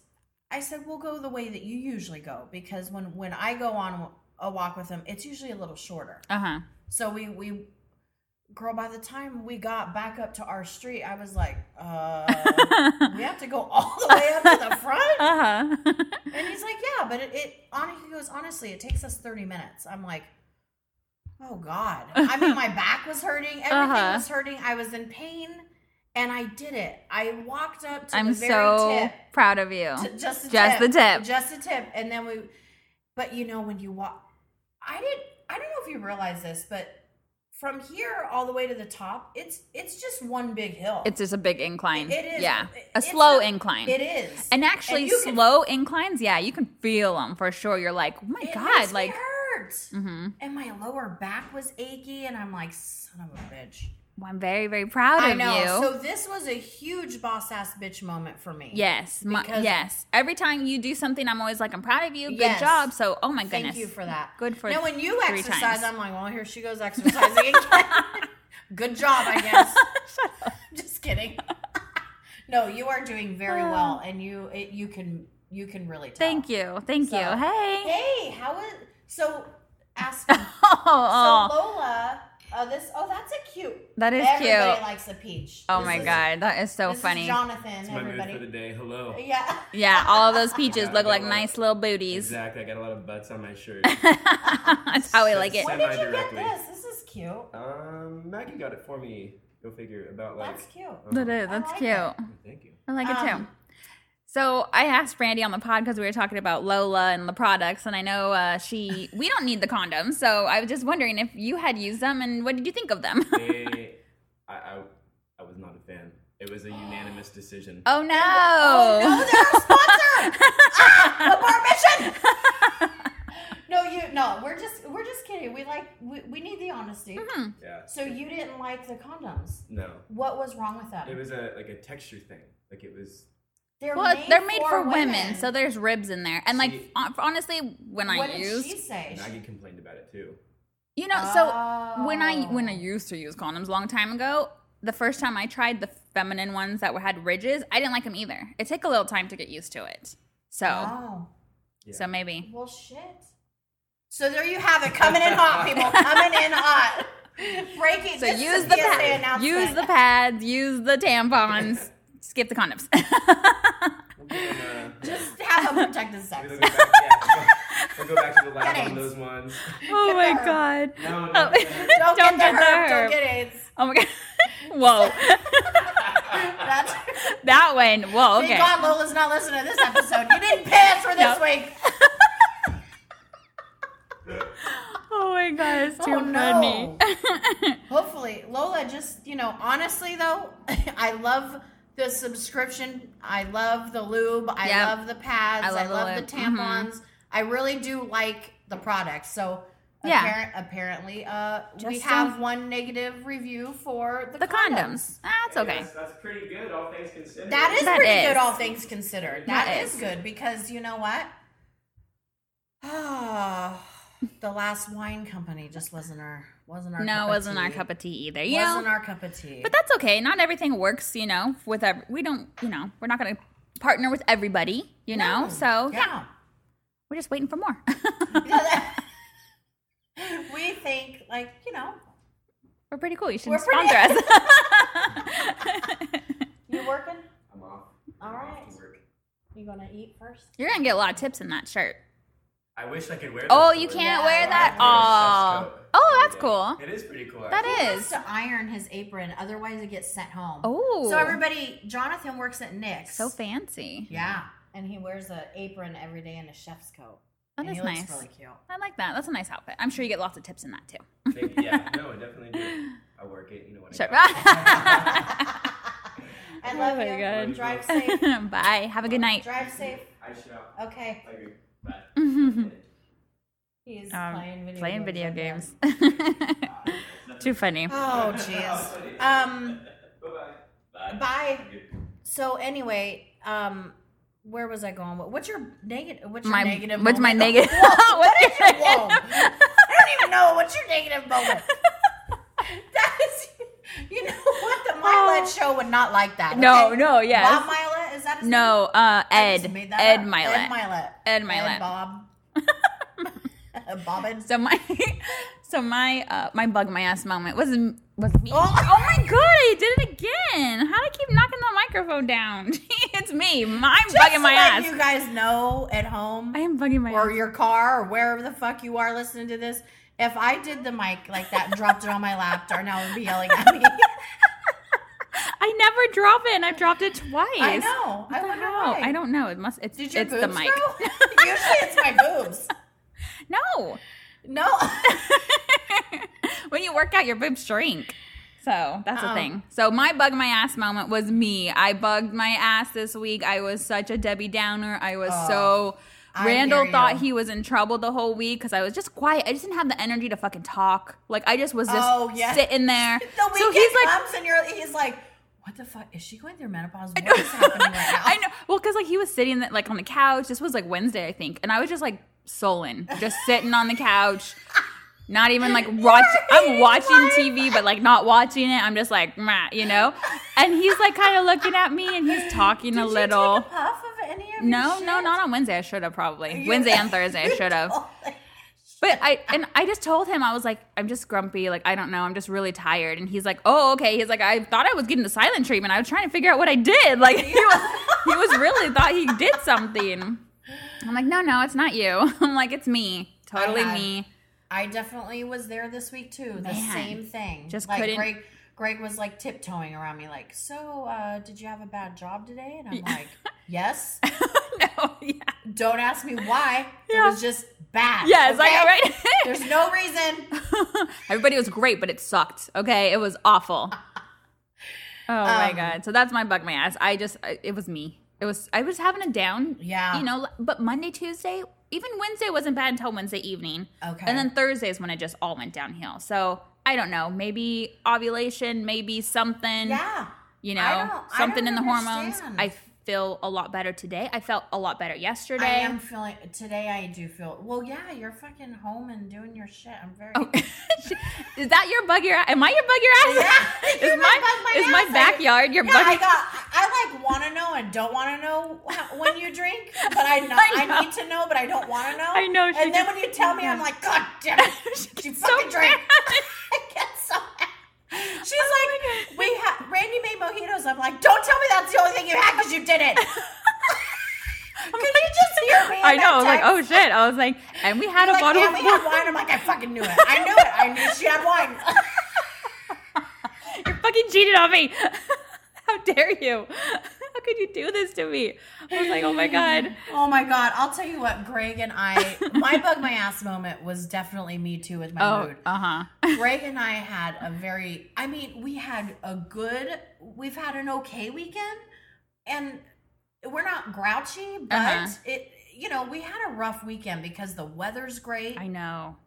[SPEAKER 2] I said we'll go the way that you usually go because when when I go on a walk with him, it's usually a little shorter.
[SPEAKER 3] Uh huh.
[SPEAKER 2] So we we girl by the time we got back up to our street, I was like, uh we have to go all the way up to the front?
[SPEAKER 3] Uh huh.
[SPEAKER 2] And he's like, Yeah, but it, it on he goes, honestly, it takes us thirty minutes. I'm like, Oh God. I mean my back was hurting, everything
[SPEAKER 3] Uh-huh.
[SPEAKER 2] was hurting, I was in pain, and I did it. I walked up to
[SPEAKER 3] I'm
[SPEAKER 2] the very
[SPEAKER 3] so
[SPEAKER 2] tip.
[SPEAKER 3] proud of you.
[SPEAKER 2] T- just a
[SPEAKER 3] Just
[SPEAKER 2] tip.
[SPEAKER 3] the tip.
[SPEAKER 2] Just a tip. And then we, but you know, when you walk, I did. I don't know if you realize this, but from here all the way to the top, it's it's just one big hill.
[SPEAKER 3] It's just a big incline.
[SPEAKER 2] It is.
[SPEAKER 3] Yeah, a
[SPEAKER 2] It's
[SPEAKER 3] slow
[SPEAKER 2] a-
[SPEAKER 3] incline.
[SPEAKER 2] it is.
[SPEAKER 3] And actually,
[SPEAKER 2] And you can-
[SPEAKER 3] slow inclines, yeah, you can feel them for sure. You're like, oh my
[SPEAKER 2] It
[SPEAKER 3] god,
[SPEAKER 2] makes me
[SPEAKER 3] like,
[SPEAKER 2] hurt.
[SPEAKER 3] hmm
[SPEAKER 2] And my lower back was achy, and I'm like, son of a bitch.
[SPEAKER 3] well, I'm very, very proud
[SPEAKER 2] I
[SPEAKER 3] of
[SPEAKER 2] know.
[SPEAKER 3] you.
[SPEAKER 2] So this was a huge boss ass bitch moment for me.
[SPEAKER 3] yes, my,
[SPEAKER 2] Because-
[SPEAKER 3] yes. Every time you do something, I'm always like, I'm proud of you. Good
[SPEAKER 2] Yes.
[SPEAKER 3] job. So, oh my
[SPEAKER 2] Thank
[SPEAKER 3] goodness,
[SPEAKER 2] you for that.
[SPEAKER 3] Good for
[SPEAKER 2] now. When you
[SPEAKER 3] three
[SPEAKER 2] exercise,
[SPEAKER 3] times.
[SPEAKER 2] I'm like, well, here she goes exercising again. Good job, I guess. Just kidding. no, you are doing very well, and you it, you can you can really tell.
[SPEAKER 3] Ah. Thank you, thank
[SPEAKER 2] So-
[SPEAKER 3] you. Hey,
[SPEAKER 2] Hey, how is so? Ask me.
[SPEAKER 3] oh, oh.
[SPEAKER 2] so Lola. Oh, this. Oh, that's a cute.
[SPEAKER 3] that is
[SPEAKER 2] Everybody
[SPEAKER 3] cute.
[SPEAKER 2] likes a peach.
[SPEAKER 3] Oh
[SPEAKER 2] This
[SPEAKER 3] my
[SPEAKER 2] is-
[SPEAKER 3] god, that is so
[SPEAKER 2] this is
[SPEAKER 3] funny.
[SPEAKER 2] Jonathan.
[SPEAKER 4] It's my mood for the
[SPEAKER 2] everybody.
[SPEAKER 4] day. Hello.
[SPEAKER 2] Yeah.
[SPEAKER 3] Yeah, all of those peaches
[SPEAKER 4] Yeah, I
[SPEAKER 3] look
[SPEAKER 4] got
[SPEAKER 3] like
[SPEAKER 4] a lot.
[SPEAKER 3] nice little booties.
[SPEAKER 4] Exactly. I got a lot of butts on my shirt.
[SPEAKER 3] That's how we like it.
[SPEAKER 2] Where did you get
[SPEAKER 4] Semi-directly.
[SPEAKER 2] this? This is cute.
[SPEAKER 4] um, Maggie got it for me. Go figure. About like.
[SPEAKER 2] That's cute.
[SPEAKER 4] Uh-huh.
[SPEAKER 3] That is, that's
[SPEAKER 2] like
[SPEAKER 3] cute.
[SPEAKER 2] it.
[SPEAKER 4] Oh, Thank you.
[SPEAKER 3] I like it too.
[SPEAKER 2] Um,
[SPEAKER 3] So I asked Brandy on the pod because we were talking about Lola and the products, and I know uh, she we don't need the condoms, so I was just wondering if you had used them and what did you think of them?
[SPEAKER 4] They, I, I, I was not a fan. It was a unanimous decision.
[SPEAKER 3] oh no!
[SPEAKER 2] Oh, no, they're a sponsor. ah, abort mission. no, you. No, we're just we're just kidding. We like we, we need the honesty.
[SPEAKER 3] Mm-hmm.
[SPEAKER 4] Yeah.
[SPEAKER 2] So you didn't like the condoms.
[SPEAKER 4] No.
[SPEAKER 2] What was wrong with
[SPEAKER 4] It
[SPEAKER 2] them?
[SPEAKER 4] was a like a texture thing. Like it was.
[SPEAKER 2] They're
[SPEAKER 3] well, they're made for women, so there's ribs in there, and like
[SPEAKER 4] See-
[SPEAKER 3] hon- honestly, when
[SPEAKER 2] what
[SPEAKER 3] I
[SPEAKER 2] did
[SPEAKER 3] used,
[SPEAKER 2] she say?
[SPEAKER 4] Maggie complained about it too.
[SPEAKER 3] you know,
[SPEAKER 2] Ah.
[SPEAKER 3] so when I
[SPEAKER 2] Oh.
[SPEAKER 3] when I used to use condoms a long time ago, the first time I tried the feminine ones that were- had ridges, I didn't like them either. It took a little time to get used to it, so
[SPEAKER 2] Oh.
[SPEAKER 3] so maybe.
[SPEAKER 2] Well, shit. So there you have it, coming in hot, people. Coming in hot. Breaking.
[SPEAKER 3] So
[SPEAKER 2] this is
[SPEAKER 3] use
[SPEAKER 2] a
[SPEAKER 3] the
[SPEAKER 2] PSA
[SPEAKER 3] pads. Use
[SPEAKER 2] announcement.
[SPEAKER 3] the pads. Use the tampons. Skip the condoms.
[SPEAKER 4] We'll go, uh,
[SPEAKER 2] Just have them protective sex.
[SPEAKER 4] we'll go back, yeah, we'll go back to the lab on
[SPEAKER 2] Thanks.
[SPEAKER 4] those ones.
[SPEAKER 3] oh
[SPEAKER 2] Get the
[SPEAKER 3] my god.
[SPEAKER 4] No, no.
[SPEAKER 3] Oh.
[SPEAKER 2] Don't,
[SPEAKER 3] Don't
[SPEAKER 2] get the
[SPEAKER 3] get the
[SPEAKER 2] herb.
[SPEAKER 3] herb.
[SPEAKER 2] Don't get AIDS.
[SPEAKER 3] Oh my god. Whoa.
[SPEAKER 2] That's.
[SPEAKER 3] that one. Whoa. Okay.
[SPEAKER 2] Thank God Lola's not listening to this episode. You didn't pay us for this
[SPEAKER 3] Nope.
[SPEAKER 2] week.
[SPEAKER 3] Oh my god. It's too
[SPEAKER 2] Oh,
[SPEAKER 3] funny.
[SPEAKER 2] no. Hopefully, Lola. Just you know, honestly though, I love the subscription. I love the lube. I
[SPEAKER 3] Yep.
[SPEAKER 2] love the pads.
[SPEAKER 3] I
[SPEAKER 2] I
[SPEAKER 3] love
[SPEAKER 2] love,
[SPEAKER 3] the Mm-hmm.
[SPEAKER 2] the,
[SPEAKER 3] lube. Mhm.
[SPEAKER 2] tampons. I really do like the products. So
[SPEAKER 3] Yeah.
[SPEAKER 2] Apparent, apparently, uh, we
[SPEAKER 3] Just
[SPEAKER 2] have
[SPEAKER 3] don't-
[SPEAKER 2] one negative review for the,
[SPEAKER 3] The condoms. That's okay.
[SPEAKER 4] That's, that's pretty good, all things considered.
[SPEAKER 2] That is
[SPEAKER 3] That
[SPEAKER 2] pretty
[SPEAKER 3] is.
[SPEAKER 2] good, all things considered. that
[SPEAKER 3] That
[SPEAKER 2] is.
[SPEAKER 3] is.
[SPEAKER 2] good because you know what? the last wine company just wasn't our wasn't our
[SPEAKER 3] No,
[SPEAKER 2] cup
[SPEAKER 3] it wasn't
[SPEAKER 2] of
[SPEAKER 3] our
[SPEAKER 2] tea.
[SPEAKER 3] cup of tea either. You know,
[SPEAKER 2] wasn't our cup of tea.
[SPEAKER 3] But that's okay. Not everything works, you know. With every, we don't, you know, we're not going to partner with everybody, you know.
[SPEAKER 2] No.
[SPEAKER 3] So yeah. we're just waiting for more.
[SPEAKER 2] Yeah. we think like you know
[SPEAKER 3] we're pretty cool. You should
[SPEAKER 2] We're pretty-
[SPEAKER 3] sponsor us.
[SPEAKER 2] you working.
[SPEAKER 4] I'm off.
[SPEAKER 2] All
[SPEAKER 4] I'm off
[SPEAKER 2] right.
[SPEAKER 4] to work.
[SPEAKER 2] You gonna eat first?
[SPEAKER 3] You're gonna get a lot of tips in that shirt.
[SPEAKER 4] I wish I could wear.
[SPEAKER 3] Oh,
[SPEAKER 4] this
[SPEAKER 3] you
[SPEAKER 4] to
[SPEAKER 3] can't
[SPEAKER 2] Yeah.
[SPEAKER 3] wear that.
[SPEAKER 4] I wear
[SPEAKER 3] Oh,
[SPEAKER 4] a chef's coat.
[SPEAKER 3] oh, that's
[SPEAKER 4] Yeah.
[SPEAKER 3] cool.
[SPEAKER 4] It is pretty cool.
[SPEAKER 3] That
[SPEAKER 4] actually.
[SPEAKER 2] He
[SPEAKER 3] is.
[SPEAKER 2] has to iron his apron, otherwise it gets sent home.
[SPEAKER 3] Oh,
[SPEAKER 2] So everybody, Jonathan works at Nick's.
[SPEAKER 3] so fancy.
[SPEAKER 2] Yeah, and he wears an apron every day and a chef's coat.
[SPEAKER 3] That
[SPEAKER 2] and
[SPEAKER 3] is
[SPEAKER 2] he
[SPEAKER 3] nice.
[SPEAKER 2] Looks really cute.
[SPEAKER 3] I like that. That's a nice outfit. I'm sure you get lots of tips in that too.
[SPEAKER 4] Thank- yeah, no, I definitely do. I work it. You know what?
[SPEAKER 3] Sure.
[SPEAKER 4] I
[SPEAKER 2] I love
[SPEAKER 3] Oh my
[SPEAKER 2] you.
[SPEAKER 3] God.
[SPEAKER 2] Drive safe.
[SPEAKER 3] Bye. Have a good night.
[SPEAKER 2] Drive safe.
[SPEAKER 4] I should out.
[SPEAKER 2] Okay.
[SPEAKER 4] I agree. Bye.
[SPEAKER 3] Mm.
[SPEAKER 2] He's
[SPEAKER 3] Um,
[SPEAKER 2] playing video
[SPEAKER 3] playing
[SPEAKER 2] games.
[SPEAKER 3] video
[SPEAKER 2] again.
[SPEAKER 3] games. Too funny.
[SPEAKER 2] Oh jeez. Um.
[SPEAKER 4] Bye-bye. Bye.
[SPEAKER 2] Bye.
[SPEAKER 4] I'm good.
[SPEAKER 2] So anyway, um, where was I going? What- What's your negative? What's your
[SPEAKER 3] My-
[SPEAKER 2] negative?
[SPEAKER 3] what's my
[SPEAKER 2] moment?
[SPEAKER 3] negative-
[SPEAKER 2] Whoa, what
[SPEAKER 3] what's
[SPEAKER 2] is
[SPEAKER 3] your
[SPEAKER 2] your whoa? I don't even know. What's your negative moment? that is. You know what? The Milet show would not like that.
[SPEAKER 3] Oh. No,
[SPEAKER 2] okay?
[SPEAKER 3] no, yes.
[SPEAKER 2] Bob Milet is that his name?
[SPEAKER 3] No, uh,
[SPEAKER 2] I just
[SPEAKER 3] Ed.
[SPEAKER 2] made that
[SPEAKER 3] Ed
[SPEAKER 2] up.
[SPEAKER 3] Milet.
[SPEAKER 2] Ed Milet.
[SPEAKER 3] Ed Milet.
[SPEAKER 2] Bob. Bobbin.
[SPEAKER 3] So my, so my, uh, my bug my ass moment was was me.
[SPEAKER 2] Oh.
[SPEAKER 3] Oh, my god! I did it again. How do I keep knocking the microphone down? it's me. My am
[SPEAKER 2] Just
[SPEAKER 3] bugging my
[SPEAKER 2] to let
[SPEAKER 3] ass.
[SPEAKER 2] you guys know at home
[SPEAKER 3] I am bugging my
[SPEAKER 2] or
[SPEAKER 3] ass.
[SPEAKER 2] your car or wherever the fuck you are listening to this. If I did the mic like that and dropped it on my lap, Darnell would be yelling at me.
[SPEAKER 3] I never drop it, and I've dropped it twice.
[SPEAKER 2] I know. I
[SPEAKER 3] I don't
[SPEAKER 2] wonder
[SPEAKER 3] know.
[SPEAKER 2] why.
[SPEAKER 3] I don't know. It must. It's
[SPEAKER 2] Did your
[SPEAKER 3] it's
[SPEAKER 2] boobs
[SPEAKER 3] the mic.
[SPEAKER 2] grow? Usually it's my boobs.
[SPEAKER 3] No.
[SPEAKER 2] No.
[SPEAKER 3] when you work out, your boobs shrink. So that's
[SPEAKER 2] Oh.
[SPEAKER 3] a thing. So my bug my ass moment was me. I bugged my ass this week. I was such a Debbie Downer. I was
[SPEAKER 2] Oh, I
[SPEAKER 3] so.
[SPEAKER 2] hear
[SPEAKER 3] Randall thought
[SPEAKER 2] you.
[SPEAKER 3] he was in trouble the whole week because I was just quiet. I just didn't have the energy to fucking talk. Like I just was just
[SPEAKER 2] Oh, yeah.
[SPEAKER 3] sitting there.
[SPEAKER 2] the weekend
[SPEAKER 3] so he's like,
[SPEAKER 2] comes and you're, he's like, what the fuck? Is she going through menopause? What is happening right now?
[SPEAKER 3] I know. Well, because like he was sitting like on the couch. This was like Wednesday, I think, and I was just like sullen, just sitting on the couch, not even like watch. I'm watching TV, but like not watching it. I'm just like, Meh, you know. And he's like kind of looking at me, and he's talking
[SPEAKER 2] Did
[SPEAKER 3] a
[SPEAKER 2] you
[SPEAKER 3] little.
[SPEAKER 2] take a puff of any of your
[SPEAKER 3] no,
[SPEAKER 2] shit?
[SPEAKER 3] no, not on Wednesday. I should have probably
[SPEAKER 2] You-
[SPEAKER 3] Wednesday and Thursday. I should have. But I and I just told him I was like I'm just grumpy like I don't know I'm just really tired and he's like oh okay he's like I thought I was getting the silent treatment I was trying to figure out what I did like he was he was really thought he did something I'm like no no it's not you I'm like it's me totally
[SPEAKER 2] I had-
[SPEAKER 3] me
[SPEAKER 2] I definitely was there this week too. The
[SPEAKER 3] Man.
[SPEAKER 2] same thing.
[SPEAKER 3] Just
[SPEAKER 2] like
[SPEAKER 3] couldn't-
[SPEAKER 2] Greg Greg was like tiptoeing around me like, "So, uh, did you have a bad job today?" And I'm like, "Yes."
[SPEAKER 3] no yeah
[SPEAKER 2] Don't ask me why. It
[SPEAKER 3] Yeah.
[SPEAKER 2] was just bad.
[SPEAKER 3] yes I
[SPEAKER 2] okay?
[SPEAKER 3] know right
[SPEAKER 2] There's no reason.
[SPEAKER 3] everybody was great but it sucked okay it was awful oh my
[SPEAKER 2] Um,
[SPEAKER 3] god so that's my bug my ass I just I- it was me it was I was having a down
[SPEAKER 2] Yeah.
[SPEAKER 3] you know but monday tuesday even wednesday wasn't bad until wednesday evening
[SPEAKER 2] Okay.
[SPEAKER 3] and then thursday is when it just all went downhill so i don't know maybe ovulation maybe something
[SPEAKER 2] yeah.
[SPEAKER 3] you
[SPEAKER 2] I
[SPEAKER 3] know
[SPEAKER 2] don't- I
[SPEAKER 3] something
[SPEAKER 2] don't
[SPEAKER 3] in the
[SPEAKER 2] understand.
[SPEAKER 3] hormones i feel a lot better today i felt a lot better yesterday
[SPEAKER 2] I am feeling today I do feel. Well, yeah, you're fucking home and doing your shit. I'm very
[SPEAKER 3] Oh, is that your bug your ass am i your bug your ass
[SPEAKER 2] Yeah, you
[SPEAKER 3] is
[SPEAKER 2] might
[SPEAKER 3] my,
[SPEAKER 2] bug my
[SPEAKER 3] is my
[SPEAKER 2] ass. I-
[SPEAKER 3] backyard your
[SPEAKER 2] Yeah,
[SPEAKER 3] bug
[SPEAKER 2] I got. I like want to know and don't want to know wh- when you drink, but I know I,
[SPEAKER 3] I know.
[SPEAKER 2] need to know, but I don't want to know.
[SPEAKER 3] I know, she
[SPEAKER 2] And then
[SPEAKER 3] gets-
[SPEAKER 2] when you tell me, I'm like, God damn it!
[SPEAKER 3] She
[SPEAKER 2] she
[SPEAKER 3] gets
[SPEAKER 2] fucking
[SPEAKER 3] so
[SPEAKER 2] drink.
[SPEAKER 3] mad. Oh
[SPEAKER 2] I get so. mad. She's like, we ha Randy made mojitos. I'm like, don't tell me that's the only thing you had because you did it. Could you just hear me? in
[SPEAKER 3] I know. I
[SPEAKER 2] that
[SPEAKER 3] was like, oh
[SPEAKER 2] text?
[SPEAKER 3] shit. I was like, and we had a
[SPEAKER 2] Like,
[SPEAKER 3] bottle
[SPEAKER 2] and
[SPEAKER 3] of
[SPEAKER 2] we
[SPEAKER 3] wine.
[SPEAKER 2] had wine. I'm like, I fucking knew it. I knew it. I knew she had wine.
[SPEAKER 3] You fucking cheated on me. How dare you? How could you do this to me? I was like, oh my god.
[SPEAKER 2] Oh my god! I'll tell you what, Greg and I, my bug my ass moment was definitely me too with my
[SPEAKER 3] Oh,
[SPEAKER 2] mood.
[SPEAKER 3] uh huh.
[SPEAKER 2] Greg and I had a very, I mean, we had a good, we've had an okay weekend, and we're not grouchy, but
[SPEAKER 3] Uh-huh.
[SPEAKER 2] it, you know, we had a rough weekend because the weather's great.
[SPEAKER 3] I know.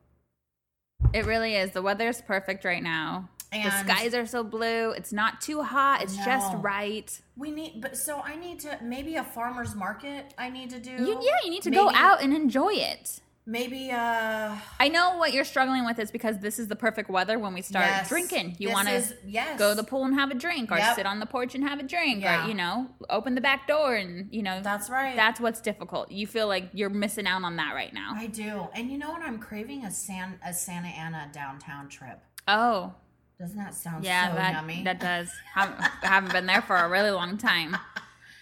[SPEAKER 3] It really is. The weather is perfect right now. the
[SPEAKER 2] And-
[SPEAKER 3] skies are so blue. It's not too hot. It's just
[SPEAKER 2] No.
[SPEAKER 3] right.
[SPEAKER 2] We need, but so I need to maybe a farmer's market. I need to do.
[SPEAKER 3] You, yeah, you need to go
[SPEAKER 2] Maybe-
[SPEAKER 3] out and enjoy it.
[SPEAKER 2] Maybe uh,
[SPEAKER 3] I know what you're struggling with is because this is the perfect weather when we start
[SPEAKER 2] yes.
[SPEAKER 3] drinking. You
[SPEAKER 2] This
[SPEAKER 3] want
[SPEAKER 2] is-
[SPEAKER 3] to
[SPEAKER 2] yes.
[SPEAKER 3] go to the pool and have a drink, or
[SPEAKER 2] Yep.
[SPEAKER 3] sit on the porch and have a drink,
[SPEAKER 2] Yeah.
[SPEAKER 3] or you know, open the back door and you know.
[SPEAKER 2] That's right.
[SPEAKER 3] That's what's difficult. You feel like you're missing out on that right now.
[SPEAKER 2] I do, and you know what? I'm craving a San a Santa Ana downtown trip.
[SPEAKER 3] Oh,
[SPEAKER 2] Doesn't that sound
[SPEAKER 3] yeah,
[SPEAKER 2] so
[SPEAKER 3] that
[SPEAKER 2] yummy?
[SPEAKER 3] that does. haven't, haven't been there for a really long time.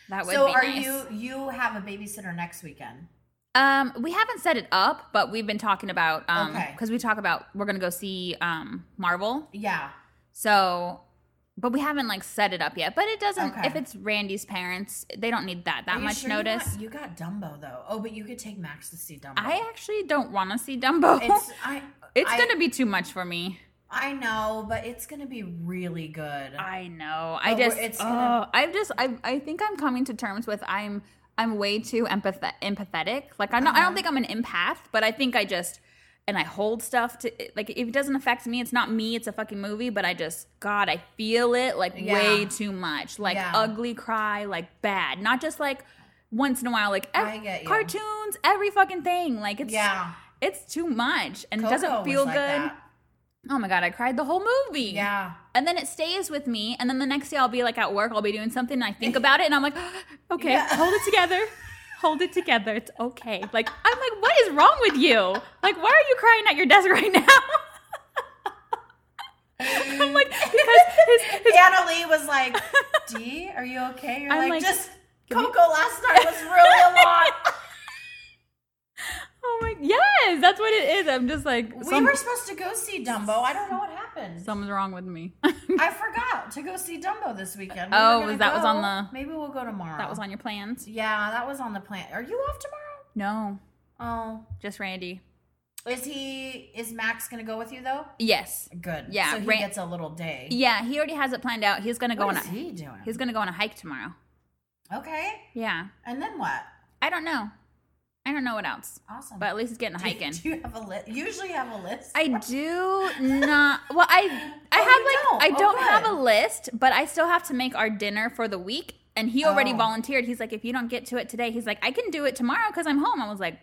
[SPEAKER 3] That would
[SPEAKER 2] so
[SPEAKER 3] be
[SPEAKER 2] are
[SPEAKER 3] nice.
[SPEAKER 2] you? You have a babysitter next weekend.
[SPEAKER 3] Um, we haven't set it up, but we've been talking about um
[SPEAKER 2] Okay.
[SPEAKER 3] because we talk about we're gonna go see um Marvel.
[SPEAKER 2] Yeah,
[SPEAKER 3] So, but we haven't like set it up yet. But it doesn't.
[SPEAKER 2] Okay.
[SPEAKER 3] If it's Randy's parents, they don't need that
[SPEAKER 2] Are
[SPEAKER 3] that
[SPEAKER 2] you
[SPEAKER 3] much
[SPEAKER 2] sure you
[SPEAKER 3] notice.
[SPEAKER 2] got- You got, Dumbo though. Oh, but you could take Max to see Dumbo.
[SPEAKER 3] I actually don't want to see Dumbo. It's,
[SPEAKER 2] It's I. I-
[SPEAKER 3] gonna be too much for me.
[SPEAKER 2] I know, but it's gonna be really good.
[SPEAKER 3] I know. I
[SPEAKER 2] But we're-
[SPEAKER 3] just.
[SPEAKER 2] it's
[SPEAKER 3] oh,
[SPEAKER 2] gonna-
[SPEAKER 3] I've just. I. I think I'm coming to terms with. I'm. I'm way too empathet- empathetic. Like I'm not,
[SPEAKER 2] Uh-huh.
[SPEAKER 3] I don't think I'm an empath, but I think I just and I hold stuff to like if it doesn't affect me, it's not me. It's a fucking movie, but I just God, I feel it like
[SPEAKER 2] Yeah.
[SPEAKER 3] way too much. Like
[SPEAKER 2] Yeah.
[SPEAKER 3] ugly cry, like bad, not just like once in a while. Like
[SPEAKER 2] I
[SPEAKER 3] ev-
[SPEAKER 2] get you.
[SPEAKER 3] cartoons, every fucking thing. Like it's
[SPEAKER 2] yeah,
[SPEAKER 3] it's too much and it
[SPEAKER 2] Coco
[SPEAKER 3] doesn't
[SPEAKER 2] was
[SPEAKER 3] feel
[SPEAKER 2] like
[SPEAKER 3] good.
[SPEAKER 2] that.
[SPEAKER 3] Oh my god, I cried the whole movie.
[SPEAKER 2] Yeah,
[SPEAKER 3] And then it stays with me. And then the next day I'll be like at work, I'll be doing something and I think about it and I'm like, okay,
[SPEAKER 2] Yeah.
[SPEAKER 3] hold it together. Hold it together. It's okay. Like, I'm like, what is wrong with you? Like, why are you crying at your desk right now? I'm like, because his, his
[SPEAKER 2] Anna Lee was like, "D, are you okay?" You're
[SPEAKER 3] I'm
[SPEAKER 2] like,
[SPEAKER 3] like,
[SPEAKER 2] "Just
[SPEAKER 3] give me-
[SPEAKER 2] Coco last night was really a lot."
[SPEAKER 3] oh my, yes, that's what it is. I'm just like,
[SPEAKER 2] we
[SPEAKER 3] some-
[SPEAKER 2] were supposed to go see Dumbo. I don't know what happened.
[SPEAKER 3] something's wrong with me.
[SPEAKER 2] I forgot to go see Dumbo this weekend. We
[SPEAKER 3] Oh,
[SPEAKER 2] were gonna
[SPEAKER 3] that was
[SPEAKER 2] go.
[SPEAKER 3] on the-
[SPEAKER 2] Maybe we'll go tomorrow.
[SPEAKER 3] that was on your plans?
[SPEAKER 2] Yeah, that was on the plan. Are you off tomorrow?
[SPEAKER 3] No,
[SPEAKER 2] Oh,
[SPEAKER 3] just Randy.
[SPEAKER 2] is he? Is Max gonna go with you though?
[SPEAKER 3] Yes.
[SPEAKER 2] Good.
[SPEAKER 3] Yeah,
[SPEAKER 2] So he
[SPEAKER 3] Ran-
[SPEAKER 2] gets a little day.
[SPEAKER 3] Yeah, he already has it planned out. He's gonna go
[SPEAKER 2] What
[SPEAKER 3] on
[SPEAKER 2] is
[SPEAKER 3] a
[SPEAKER 2] he doing?
[SPEAKER 3] he's gonna go on a hike tomorrow.
[SPEAKER 2] okay.
[SPEAKER 3] Yeah.
[SPEAKER 2] And then what?
[SPEAKER 3] I don't know. I don't know what else.
[SPEAKER 2] Awesome.
[SPEAKER 3] But at least he's getting a
[SPEAKER 2] do,
[SPEAKER 3] hike in.
[SPEAKER 2] do you have a list? Usually have a list.
[SPEAKER 3] I do not well I I
[SPEAKER 2] Oh, you
[SPEAKER 3] have like
[SPEAKER 2] don't.
[SPEAKER 3] I
[SPEAKER 2] Oh,
[SPEAKER 3] don't
[SPEAKER 2] good.
[SPEAKER 3] have a list, but I still have to make our dinner for the week. And he already
[SPEAKER 2] Oh.
[SPEAKER 3] volunteered. He's like, if you don't get to it today, he's like, I can do it tomorrow because I'm home. I was like,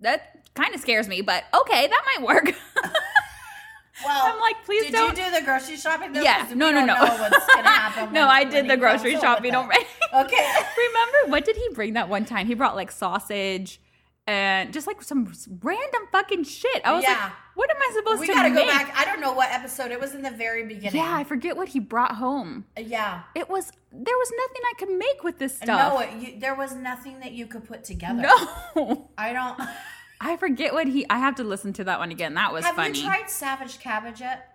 [SPEAKER 3] that kind of scares me, but okay, that might work.
[SPEAKER 2] well,
[SPEAKER 3] I'm like, please
[SPEAKER 2] did
[SPEAKER 3] don't.
[SPEAKER 2] you do the grocery shopping? though?
[SPEAKER 3] yeah,
[SPEAKER 2] 'Cause
[SPEAKER 3] no,
[SPEAKER 2] we
[SPEAKER 3] no,
[SPEAKER 2] don't
[SPEAKER 3] no.
[SPEAKER 2] Know what's gonna happen
[SPEAKER 3] no,
[SPEAKER 2] when-
[SPEAKER 3] I
[SPEAKER 2] when he
[SPEAKER 3] did the
[SPEAKER 2] comes
[SPEAKER 3] grocery
[SPEAKER 2] up
[SPEAKER 3] shopping.
[SPEAKER 2] with
[SPEAKER 3] Don't
[SPEAKER 2] it. Okay.
[SPEAKER 3] Remember what did he bring that one time? He brought like sausage and just like some random fucking shit. I was
[SPEAKER 2] Yeah.
[SPEAKER 3] like, what am I supposed
[SPEAKER 2] We
[SPEAKER 3] to
[SPEAKER 2] gotta go
[SPEAKER 3] make?
[SPEAKER 2] back. I don't know what episode it was in the very beginning.
[SPEAKER 3] Yeah, I forget what he brought home.
[SPEAKER 2] yeah.
[SPEAKER 3] It was there was nothing I could make with this
[SPEAKER 2] No,
[SPEAKER 3] stuff.
[SPEAKER 2] it, you, there was nothing that you could put together.
[SPEAKER 3] no.
[SPEAKER 2] I don't.
[SPEAKER 3] I forget what he I have to listen to that one again. That was
[SPEAKER 2] Have
[SPEAKER 3] funny.
[SPEAKER 2] you tried Savage Cabbage yet?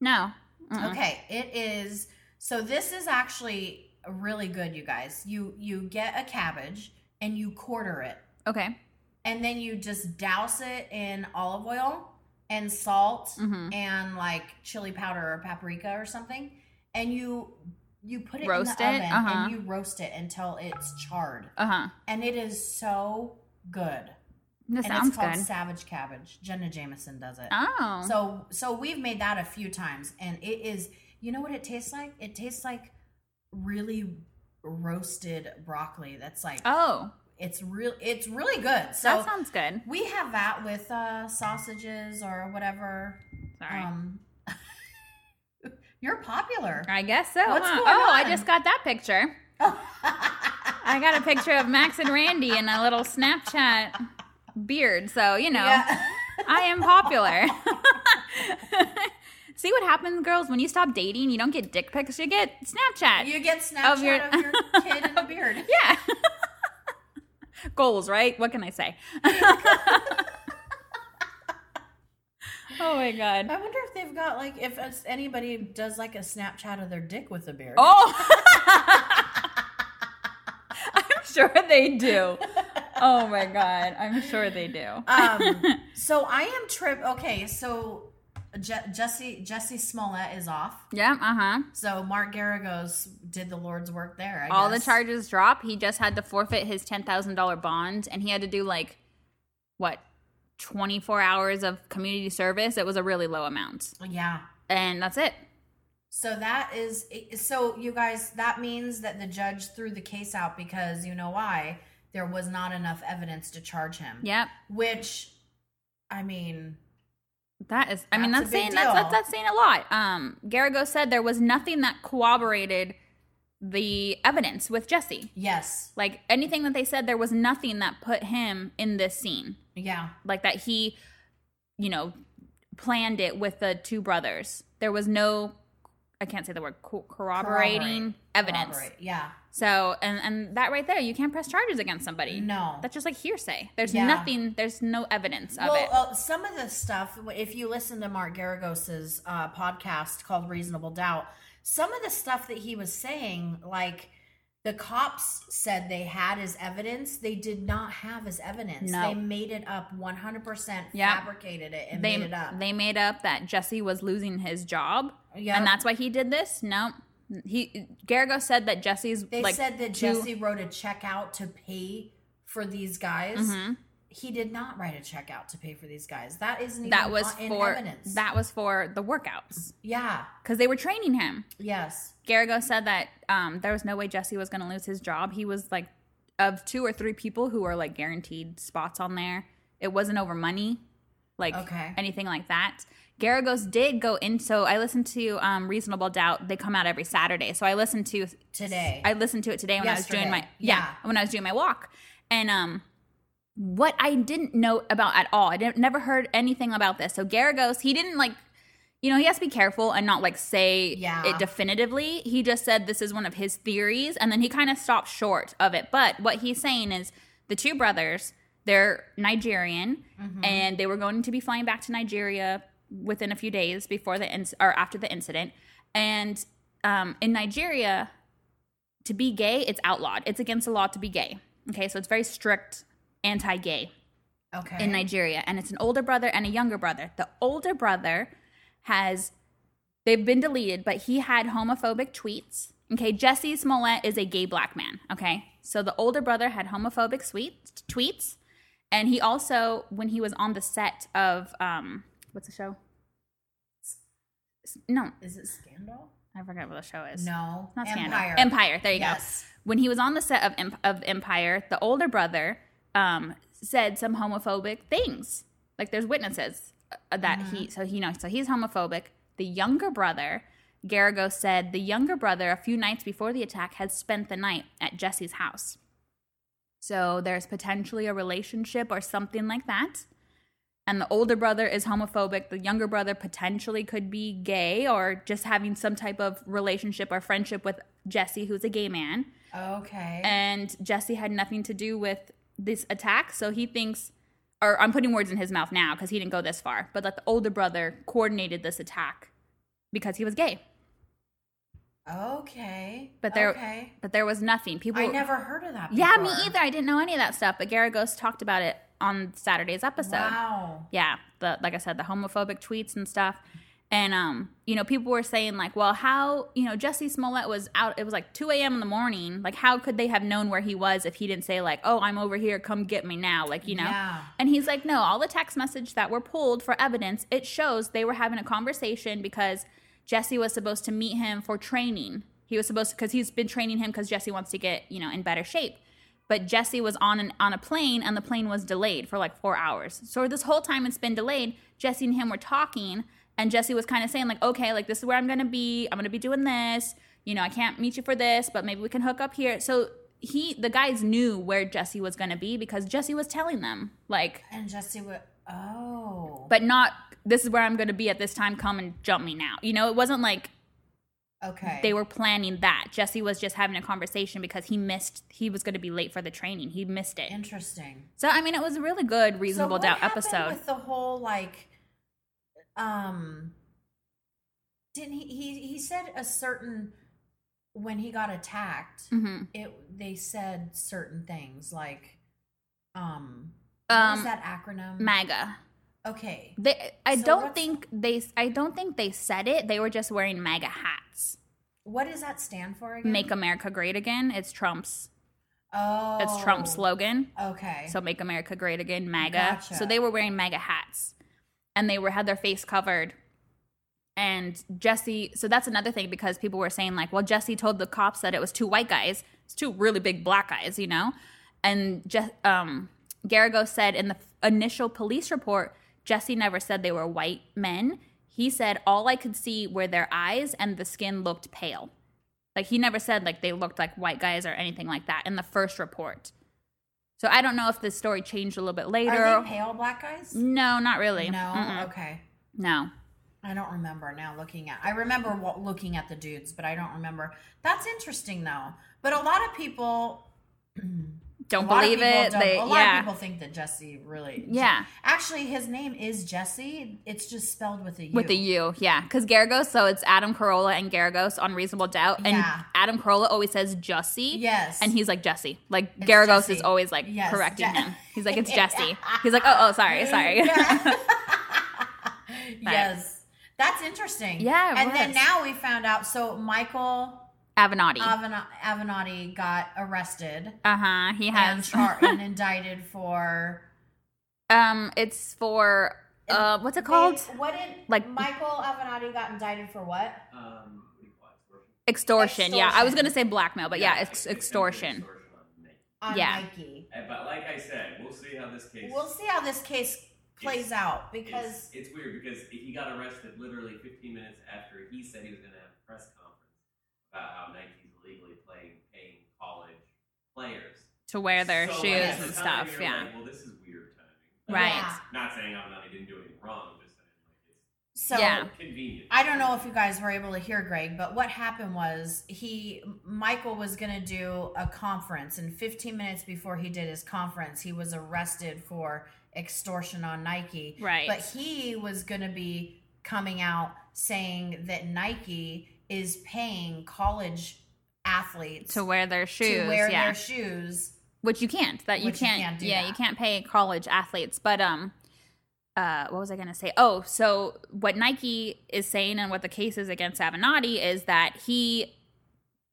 [SPEAKER 3] no. Uh-uh. Mm-mm.
[SPEAKER 2] Okay, it is. So this is actually really good, you guys. You you get a cabbage and you quarter it,
[SPEAKER 3] Okay.
[SPEAKER 2] and then you just douse it in olive oil and salt
[SPEAKER 3] Mhm.
[SPEAKER 2] and like chili powder or paprika or something, and you you put it
[SPEAKER 3] Roast it?
[SPEAKER 2] in the oven
[SPEAKER 3] Uh-huh.
[SPEAKER 2] and you roast it until it's charred,
[SPEAKER 3] Uh-huh.
[SPEAKER 2] and it is so good.
[SPEAKER 3] This
[SPEAKER 2] and
[SPEAKER 3] sounds
[SPEAKER 2] it's called
[SPEAKER 3] good.
[SPEAKER 2] Savage Cabbage. Jenna Jameson does it.
[SPEAKER 3] oh.
[SPEAKER 2] So so we've made that a few times and it is you know what it tastes like? It tastes like really roasted broccoli. That's like
[SPEAKER 3] oh.
[SPEAKER 2] it's real it's really good. So
[SPEAKER 3] That sounds good.
[SPEAKER 2] we have that with uh sausages or whatever.
[SPEAKER 3] Sorry.
[SPEAKER 2] Um You're popular.
[SPEAKER 3] I guess so.
[SPEAKER 2] what's
[SPEAKER 3] huh?
[SPEAKER 2] going
[SPEAKER 3] oh, I
[SPEAKER 2] on?
[SPEAKER 3] just got that picture. I got a picture of Max and Randy in a little Snapchat beard, so you know
[SPEAKER 2] Yeah.
[SPEAKER 3] I am popular. See what happens, girls, when you stop dating, you don't get dick pics, you get Snapchat.
[SPEAKER 2] You get
[SPEAKER 3] Of your-
[SPEAKER 2] Snapchat of your kid in a beard.
[SPEAKER 3] yeah. Goals, right? What can I say? oh my god.
[SPEAKER 2] I wonder if they've got like if it's- anybody does like a Snapchat of their dick with a beard.
[SPEAKER 3] Oh. I'm sure they do. Oh my god, I'm sure they do.
[SPEAKER 2] um, so I am trip. Okay, so Je- Jesse Jesse Smollett is off.
[SPEAKER 3] Yeah, uh-huh.
[SPEAKER 2] So Mark Garagos did the Lord's work there. I
[SPEAKER 3] all
[SPEAKER 2] guess.
[SPEAKER 3] the charges drop. He just had to forfeit his ten thousand dollar bond, and he had to do like what 24 hours of community service, it was a really low amount.
[SPEAKER 2] Yeah.
[SPEAKER 3] And that's it.
[SPEAKER 2] So that is so you guys that means that the judge threw the case out because you know why there was not enough evidence to charge him.
[SPEAKER 3] Yep.
[SPEAKER 2] Which I mean,
[SPEAKER 3] That is, I mean,
[SPEAKER 2] That's
[SPEAKER 3] that's
[SPEAKER 2] a big
[SPEAKER 3] saying that's, that's
[SPEAKER 2] deal.
[SPEAKER 3] that's saying a lot. Um, Garrigo said there was nothing that corroborated the evidence with Jesse.
[SPEAKER 2] yes.
[SPEAKER 3] Like anything that they said, there was nothing that put him in this scene.
[SPEAKER 2] Yeah.
[SPEAKER 3] Like that he, you know, planned it with the two brothers. There was no, I can't say the word co- corroborating
[SPEAKER 2] Corroborate.
[SPEAKER 3] evidence.
[SPEAKER 2] Corroborate. Yeah.
[SPEAKER 3] So, and and that right there, you can't press charges against somebody.
[SPEAKER 2] No.
[SPEAKER 3] that's just like hearsay. There's
[SPEAKER 2] Yeah.
[SPEAKER 3] nothing. There's no evidence of
[SPEAKER 2] well,
[SPEAKER 3] it.
[SPEAKER 2] uh, some of the stuff, if you listen to Mark Garagos's uh, podcast called Reasonable Doubt, some of the stuff that he was saying, like the cops said they had as evidence, they did not have as evidence.
[SPEAKER 3] No.
[SPEAKER 2] They made it up 100%,
[SPEAKER 3] Yeah.
[SPEAKER 2] fabricated it, and
[SPEAKER 3] they
[SPEAKER 2] made it up.
[SPEAKER 3] they made up that Jesse was losing his job,
[SPEAKER 2] Yep.
[SPEAKER 3] and that's why he did this. No, he Garrigo said that Jesse's
[SPEAKER 2] they
[SPEAKER 3] like
[SPEAKER 2] said that
[SPEAKER 3] two-
[SPEAKER 2] Jesse wrote a check out to pay for these guys.
[SPEAKER 3] Mm-hmm.
[SPEAKER 2] He did not write a check out to pay for these guys. That isn't even
[SPEAKER 3] that was
[SPEAKER 2] on- in
[SPEAKER 3] for
[SPEAKER 2] evidence.
[SPEAKER 3] that was for the workouts
[SPEAKER 2] yeah.
[SPEAKER 3] because they were training him.
[SPEAKER 2] Yes.
[SPEAKER 3] Garrigo said that um, there was no way Jesse was going to lose his job. He was like of two or three people who are like guaranteed spots on there. It wasn't over money, like
[SPEAKER 2] Okay.
[SPEAKER 3] anything like that. Garrigos did go in. So I listened to um, Reasonable Doubt. They come out every Saturday. So I listened to
[SPEAKER 2] Today.
[SPEAKER 3] I listened to it today when I was doing
[SPEAKER 2] Yesterday.
[SPEAKER 3] my yeah,
[SPEAKER 2] Yeah.
[SPEAKER 3] when I was doing my walk. And um what I didn't know about at all. I didn't, never heard anything about this. So Garagos, he didn't like you know, he has to be careful and not like say
[SPEAKER 2] Yeah.
[SPEAKER 3] it definitively. He just said this is one of his theories and then he kind of stopped short of it. But what he's saying is the two brothers, they're Nigerian and they were going to be flying back to Nigeria within a few days before the inc- or after the incident. And um, in Nigeria, to be gay, it's outlawed. It's against the law to be gay. Okay, so it's very strict anti gay
[SPEAKER 2] okay.
[SPEAKER 3] in Nigeria. And it's an older brother and a younger brother. The older brother has, they've been deleted, but he had homophobic tweets. Okay, Jesse Smollett is a gay black man. Okay, so the older brother had homophobic sweet, tweets. And he also, when he was on the set of, um, what's the show? S- s- No,
[SPEAKER 2] Is it Scandal?
[SPEAKER 3] I forgot what the show is.
[SPEAKER 2] No.
[SPEAKER 3] Not Scandal.
[SPEAKER 2] Empire.
[SPEAKER 3] Empire. There you
[SPEAKER 2] Yes.
[SPEAKER 3] go. When he was on the set of Emp- of Empire, the older brother um, said some homophobic things. Like there's witnesses uh, that
[SPEAKER 2] Mm-hmm.
[SPEAKER 3] he so he knows so he's homophobic. The younger brother, Garrigo said the younger brother a few nights before the attack had spent the night at Jesse's house. So there's potentially a relationship or something like that. And the older brother is homophobic. The younger brother potentially could be gay or just having some type of relationship or friendship with Jesse, who's a gay man.
[SPEAKER 2] Okay.
[SPEAKER 3] And Jesse had nothing to do with this attack. So he thinks, or I'm putting words in his mouth now because he didn't go this far, but that the older brother coordinated this attack because he was gay.
[SPEAKER 2] okay.
[SPEAKER 3] But there,
[SPEAKER 2] Okay.
[SPEAKER 3] but there was nothing. People,
[SPEAKER 2] I never heard of that.
[SPEAKER 3] yeah, me
[SPEAKER 2] before.
[SPEAKER 3] either. I didn't know any of that stuff. But Garagos talked about it on Saturday's episode.
[SPEAKER 2] Wow.
[SPEAKER 3] yeah the like i said the homophobic tweets and stuff and um you know people were saying like well how you know jesse smollett was out it was like 2 a.m in the morning like how could they have known where he was if he didn't say like oh i'm over here come get me now like you know
[SPEAKER 2] Yeah.
[SPEAKER 3] and he's like no all the text message that were pulled for evidence it shows they were having a conversation because jesse was supposed to meet him for training he was supposed to because he's been training him because jesse wants to get you know in better shape but Jesse was on an, on a plane and the plane was delayed for like four hours. So this whole time it's been delayed. Jesse and him were talking, and Jesse was kind of saying like, "Okay, like this is where I'm gonna be. I'm gonna be doing this. You know, I can't meet you for this, but maybe we can hook up here." So he, the guys knew where Jesse was gonna be because Jesse was telling them like,
[SPEAKER 2] And Jesse would. Oh.
[SPEAKER 3] but not this is where I'm gonna be at this time. Come and jump me now. You know, it wasn't like
[SPEAKER 2] okay.
[SPEAKER 3] they were planning that. Jesse was just having a conversation because he missed. He was gonna be late for the training. He missed it.
[SPEAKER 2] interesting.
[SPEAKER 3] So I mean, it was a really good
[SPEAKER 2] so
[SPEAKER 3] reasonable
[SPEAKER 2] what
[SPEAKER 3] doubt
[SPEAKER 2] happened
[SPEAKER 3] episode.
[SPEAKER 2] with the whole like, um, didn't he, he? He said a certain when he got attacked.
[SPEAKER 3] hmm
[SPEAKER 2] It they said certain things like, um, what is
[SPEAKER 3] Um,
[SPEAKER 2] that acronym?
[SPEAKER 3] MAGA.
[SPEAKER 2] okay.
[SPEAKER 3] They, I
[SPEAKER 2] So
[SPEAKER 3] don't
[SPEAKER 2] what's-
[SPEAKER 3] think they. I don't think they said it. They were just wearing MAGA hats.
[SPEAKER 2] What does that stand for again?
[SPEAKER 3] Make America Great Again. It's Trump's
[SPEAKER 2] Oh,
[SPEAKER 3] That's Trump's slogan.
[SPEAKER 2] Okay.
[SPEAKER 3] So make America great again, MAGA.
[SPEAKER 2] Gotcha.
[SPEAKER 3] So they were wearing MAGA hats and they were had their face covered. And Jesse, so that's another thing because people were saying like, well, Jesse told the cops that it was two white guys. It's two really big black guys, you know? And Je- um Garrigo said in the f- initial police report, Jesse never said they were white men. He said all I could see were their eyes and the skin looked pale. Like he never said like they looked like white guys or anything like that in the first report. So I don't know if the story changed a little bit later.
[SPEAKER 2] are they pale black guys?
[SPEAKER 3] no, not really.
[SPEAKER 2] No.
[SPEAKER 3] Mm-mm.
[SPEAKER 2] Okay.
[SPEAKER 3] No.
[SPEAKER 2] I don't remember now looking at. I remember wa- looking at the dudes, but I don't remember. That's interesting though. But a lot of people
[SPEAKER 3] Don't
[SPEAKER 2] a lot of
[SPEAKER 3] believe
[SPEAKER 2] people
[SPEAKER 3] it.
[SPEAKER 2] don't-
[SPEAKER 3] They
[SPEAKER 2] a lot
[SPEAKER 3] yeah.
[SPEAKER 2] of people think that Jesse really.
[SPEAKER 3] Yeah.
[SPEAKER 2] Actually, his name is Jesse. It's just spelled with a U.
[SPEAKER 3] with a U, yeah, because Garagos, so it's Adam Carolla and Garagos on Reasonable Doubt, and
[SPEAKER 2] Yeah.
[SPEAKER 3] Adam Carolla always says Jussie,
[SPEAKER 2] Yes.
[SPEAKER 3] and he's like Jesse, like
[SPEAKER 2] It's
[SPEAKER 3] Garagos
[SPEAKER 2] Jesse.
[SPEAKER 3] is always like
[SPEAKER 2] Yes,
[SPEAKER 3] correcting
[SPEAKER 2] Je-
[SPEAKER 3] him. He's like it's Jesse. He's like oh oh sorry sorry.
[SPEAKER 2] Mm-hmm. Yeah. yes. That's interesting.
[SPEAKER 3] Yeah, it
[SPEAKER 2] And then
[SPEAKER 3] was.
[SPEAKER 2] now we found out. So Michael
[SPEAKER 3] Avenatti.
[SPEAKER 2] Aven- Avenatti got arrested
[SPEAKER 3] uh huh. He
[SPEAKER 2] and,
[SPEAKER 3] has
[SPEAKER 2] char- and indicted for.
[SPEAKER 3] um. It's for uh. What's it called?
[SPEAKER 2] They- what did
[SPEAKER 3] Like-
[SPEAKER 2] Michael Avenatti got indicted for what?
[SPEAKER 4] Um, what do you call it? Extortion?
[SPEAKER 3] Extortion. Yeah, I was
[SPEAKER 2] Extortion.
[SPEAKER 3] gonna say blackmail, but yeah, ex-
[SPEAKER 4] it's
[SPEAKER 3] extortion.
[SPEAKER 4] extortion on me.
[SPEAKER 2] On
[SPEAKER 3] Yeah.
[SPEAKER 2] Nike.
[SPEAKER 4] And- But like I said, we'll see how this case.
[SPEAKER 2] We'll see how this case plays
[SPEAKER 4] It's-
[SPEAKER 2] out
[SPEAKER 4] is.
[SPEAKER 2] because
[SPEAKER 4] it's weird because he got arrested literally 15 minutes after he said he was going to have a press conference about how Nike's illegally playing paying college players
[SPEAKER 3] to wear their
[SPEAKER 4] So, like,
[SPEAKER 3] shoes
[SPEAKER 4] at the
[SPEAKER 3] and
[SPEAKER 4] time,
[SPEAKER 3] stuff.
[SPEAKER 4] you're
[SPEAKER 3] Yeah.
[SPEAKER 4] like, well, this is weird timing.
[SPEAKER 3] Right.
[SPEAKER 2] Yeah.
[SPEAKER 4] Not saying I'm not. He didn't do anything wrong. I'm just saying
[SPEAKER 2] so
[SPEAKER 3] Yeah.
[SPEAKER 4] like it's convenient.
[SPEAKER 2] I don't know if you guys were able to hear Greg, but what happened was he Michael was going to do a conference and 15 minutes before he did his conference, he was arrested for extortion on Nike.
[SPEAKER 3] Right.
[SPEAKER 2] But he was going to be coming out saying that Nike is paying college athletes
[SPEAKER 3] to wear their shoes.
[SPEAKER 2] to wear
[SPEAKER 3] yeah.
[SPEAKER 2] their shoes.
[SPEAKER 3] Which you can't. That you
[SPEAKER 2] Which you
[SPEAKER 3] can't.
[SPEAKER 2] can't do
[SPEAKER 3] yeah,
[SPEAKER 2] that.
[SPEAKER 3] you can't pay college athletes. But um, uh, what was I gonna say? Oh, so what Nike is saying and what the case is against Avenatti is that he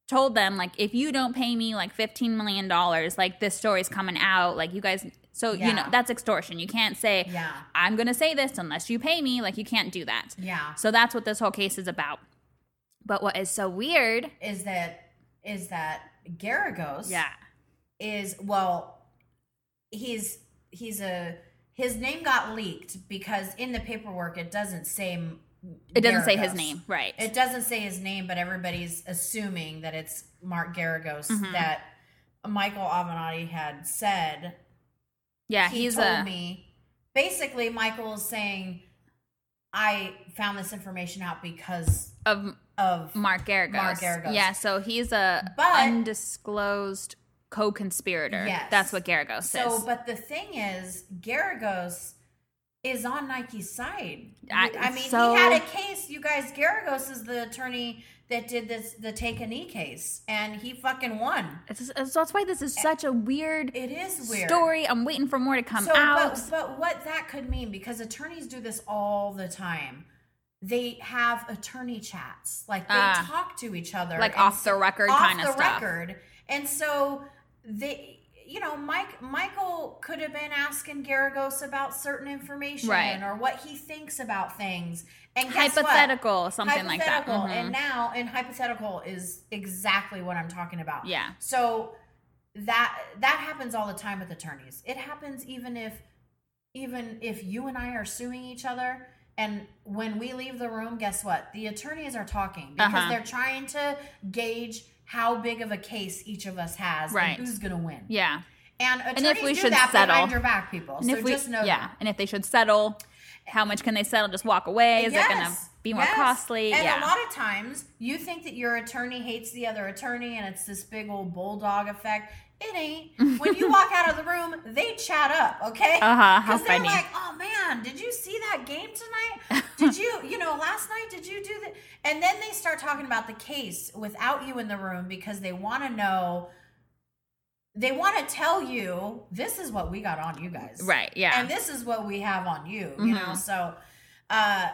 [SPEAKER 3] told them like, if you don't pay me like fifteen million dollars, like this story's coming out. Like you guys. So you know
[SPEAKER 2] Yeah.
[SPEAKER 3] that's extortion. You can't say
[SPEAKER 2] Yeah.
[SPEAKER 3] I'm gonna say this unless you pay me. Like you can't do that.
[SPEAKER 2] Yeah.
[SPEAKER 3] So that's what this whole case is about. But what is so weird?
[SPEAKER 2] Is that is that Garagos?
[SPEAKER 3] Yeah.
[SPEAKER 2] is well he's he's a his name got leaked because in the paperwork it doesn't say m-
[SPEAKER 3] It doesn't say
[SPEAKER 2] Garagos.
[SPEAKER 3] his name, right?
[SPEAKER 2] it doesn't say his name but everybody's assuming that it's mark garagos
[SPEAKER 3] Mm-hmm.
[SPEAKER 2] that michael avenatti had said
[SPEAKER 3] yeah,
[SPEAKER 2] he
[SPEAKER 3] he's
[SPEAKER 2] told
[SPEAKER 3] a
[SPEAKER 2] me basically michael is saying i found this information out because
[SPEAKER 3] of
[SPEAKER 2] of
[SPEAKER 3] Mark Garagos.
[SPEAKER 2] Mark Geragos.
[SPEAKER 3] Yeah, so he's a
[SPEAKER 2] But-
[SPEAKER 3] undisclosed co-conspirator.
[SPEAKER 2] Yes.
[SPEAKER 3] That's what Garagos
[SPEAKER 2] So,
[SPEAKER 3] is.
[SPEAKER 2] but the thing is, Garagos is on Nike's side.
[SPEAKER 3] I-
[SPEAKER 2] I, mean,
[SPEAKER 3] so-
[SPEAKER 2] he had a case. You guys, Garagos is the attorney that did this, the take a knee case, and he fucking won.
[SPEAKER 3] It's- it's- that's why this is such a weird,
[SPEAKER 2] It is weird.
[SPEAKER 3] story. I'm waiting for more to come
[SPEAKER 2] so,
[SPEAKER 3] out.
[SPEAKER 2] But, but what that could mean, because attorneys do this all the time. They have attorney chats, like they
[SPEAKER 3] Ah.
[SPEAKER 2] talk to each other,
[SPEAKER 3] Like
[SPEAKER 2] and
[SPEAKER 3] off
[SPEAKER 2] s-
[SPEAKER 3] the record
[SPEAKER 2] off
[SPEAKER 3] kinda
[SPEAKER 2] the
[SPEAKER 3] stuff.
[SPEAKER 2] record. And so they, you know, Mike Michael could have been asking Garagos about certain information
[SPEAKER 3] Right.
[SPEAKER 2] or what he thinks about things, and guess what?
[SPEAKER 3] hypothetical, something like that.
[SPEAKER 2] Hypothetical,
[SPEAKER 3] Mhm.
[SPEAKER 2] and now and hypothetical is exactly what I'm talking about.
[SPEAKER 3] Yeah.
[SPEAKER 2] So that that happens all the time with attorneys. It happens even if even if you and I are suing each other and when we leave the room, guess what? The attorneys are talking because
[SPEAKER 3] Uh-huh.
[SPEAKER 2] they're trying to gauge how big of a case each of us has
[SPEAKER 3] Right.
[SPEAKER 2] and who's going to win.
[SPEAKER 3] yeah.
[SPEAKER 2] And attorneys
[SPEAKER 3] we
[SPEAKER 2] do
[SPEAKER 3] should
[SPEAKER 2] that
[SPEAKER 3] settle.
[SPEAKER 2] behind your back, people.
[SPEAKER 3] And
[SPEAKER 2] so
[SPEAKER 3] if we
[SPEAKER 2] just know
[SPEAKER 3] yeah,
[SPEAKER 2] that.
[SPEAKER 3] and if they should settle, how much can they settle? Just walk away? Is it going to
[SPEAKER 2] Yes,
[SPEAKER 3] be more
[SPEAKER 2] yes.
[SPEAKER 3] costly?
[SPEAKER 2] And
[SPEAKER 3] yeah.
[SPEAKER 2] a lot of times you think that your attorney hates the other attorney and it's this big old bulldog effect. It ain't. When you walk out of the room, they chat up, okay?
[SPEAKER 3] Uh-huh, how
[SPEAKER 2] Because they're
[SPEAKER 3] funny.
[SPEAKER 2] like, oh man, did you see that game tonight? Did you, you know, last night, did you do that? And then they start talking about the case without you in the room because they want to know, they want to tell you, this is what we got on you guys.
[SPEAKER 3] right. Yeah. Mm-hmm.
[SPEAKER 2] And this is what we have on you, you know?
[SPEAKER 3] Mhm.
[SPEAKER 2] So, uh,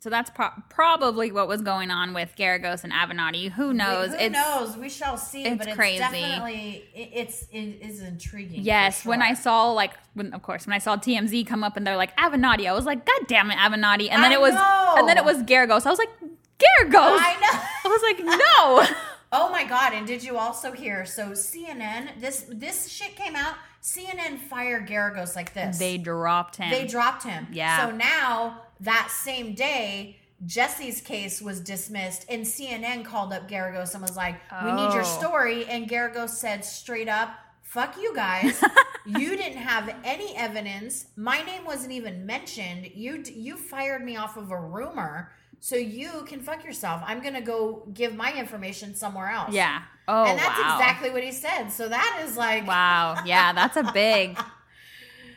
[SPEAKER 3] So that's pro- probably what was going on with Garagos and Avenatti. Who knows?
[SPEAKER 2] Who
[SPEAKER 3] it's,
[SPEAKER 2] knows? We shall see.
[SPEAKER 3] it's
[SPEAKER 2] but it's
[SPEAKER 3] crazy.
[SPEAKER 2] definitely it- it's it is intriguing. for
[SPEAKER 3] Yes, when
[SPEAKER 2] sure.
[SPEAKER 3] I saw like, when, of course, when I saw TMZ come up and they're like Avenatti, I was like, God damn it, Avenatti! And then
[SPEAKER 2] I
[SPEAKER 3] it was,
[SPEAKER 2] know.
[SPEAKER 3] and then it was Garagos. I was like, Garagos!
[SPEAKER 2] I know.
[SPEAKER 3] I was like, no.
[SPEAKER 2] Oh my god! And did you also hear? So CNN, this this shit came out. CNN fired Garagos like this.
[SPEAKER 3] They dropped him.
[SPEAKER 2] they dropped him.
[SPEAKER 3] Yeah.
[SPEAKER 2] So now that same day, Jesse's case was dismissed, and CNN called up Garagos and was like, "We need your
[SPEAKER 3] Oh.
[SPEAKER 2] story." And Garagos said straight up, "Fuck you guys." You didn't have any evidence. My name wasn't even mentioned. You d- you fired me off of a rumor, so you can fuck yourself. I'm gonna go give my information somewhere else.
[SPEAKER 3] yeah. Oh
[SPEAKER 2] and that's
[SPEAKER 3] wow.
[SPEAKER 2] exactly what he said. So that is like,
[SPEAKER 3] Wow. Yeah, that's a big.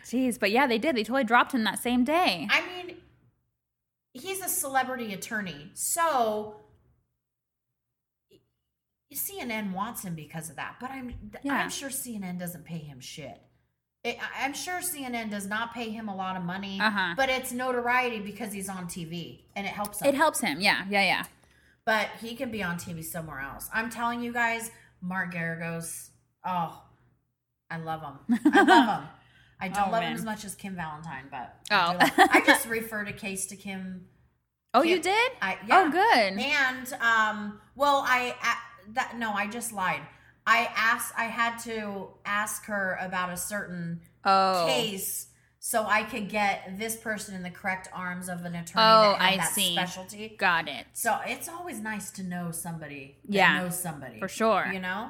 [SPEAKER 3] Jeez, but yeah, they did. They totally dropped him that same day.
[SPEAKER 2] I mean, he's a celebrity attorney, so CNN wants him because of that. But I'm
[SPEAKER 3] Yeah.
[SPEAKER 2] I'm sure CNN doesn't pay him shit. It, I- I'm sure CNN does not pay him a lot of money,
[SPEAKER 3] Uh-huh.
[SPEAKER 2] but it's notoriety because he's on TV and it helps him.
[SPEAKER 3] It helps him. Yeah, yeah, yeah.
[SPEAKER 2] but he can be on TV somewhere else. I'm telling you guys, Mark Garagos. Oh, I love him. I love him. I don't
[SPEAKER 3] Oh,
[SPEAKER 2] love
[SPEAKER 3] man.
[SPEAKER 2] him as much as Kim Valentine, but
[SPEAKER 3] Oh.
[SPEAKER 2] I, do love- I just referred a case to Kim.
[SPEAKER 3] Oh,
[SPEAKER 2] Yeah.
[SPEAKER 3] you did?
[SPEAKER 2] I yeah.
[SPEAKER 3] Oh, good.
[SPEAKER 2] And um, well, I a- that no, I just lied. I asked. I had to ask her about a certain
[SPEAKER 3] Oh.
[SPEAKER 2] case so I could get this person in the correct arms of an attorney.
[SPEAKER 3] Oh,
[SPEAKER 2] that had
[SPEAKER 3] I
[SPEAKER 2] that
[SPEAKER 3] see.
[SPEAKER 2] Specialty.
[SPEAKER 3] Got it.
[SPEAKER 2] So it's always nice to know somebody. That
[SPEAKER 3] Yeah,
[SPEAKER 2] knows somebody
[SPEAKER 3] for sure.
[SPEAKER 2] You know,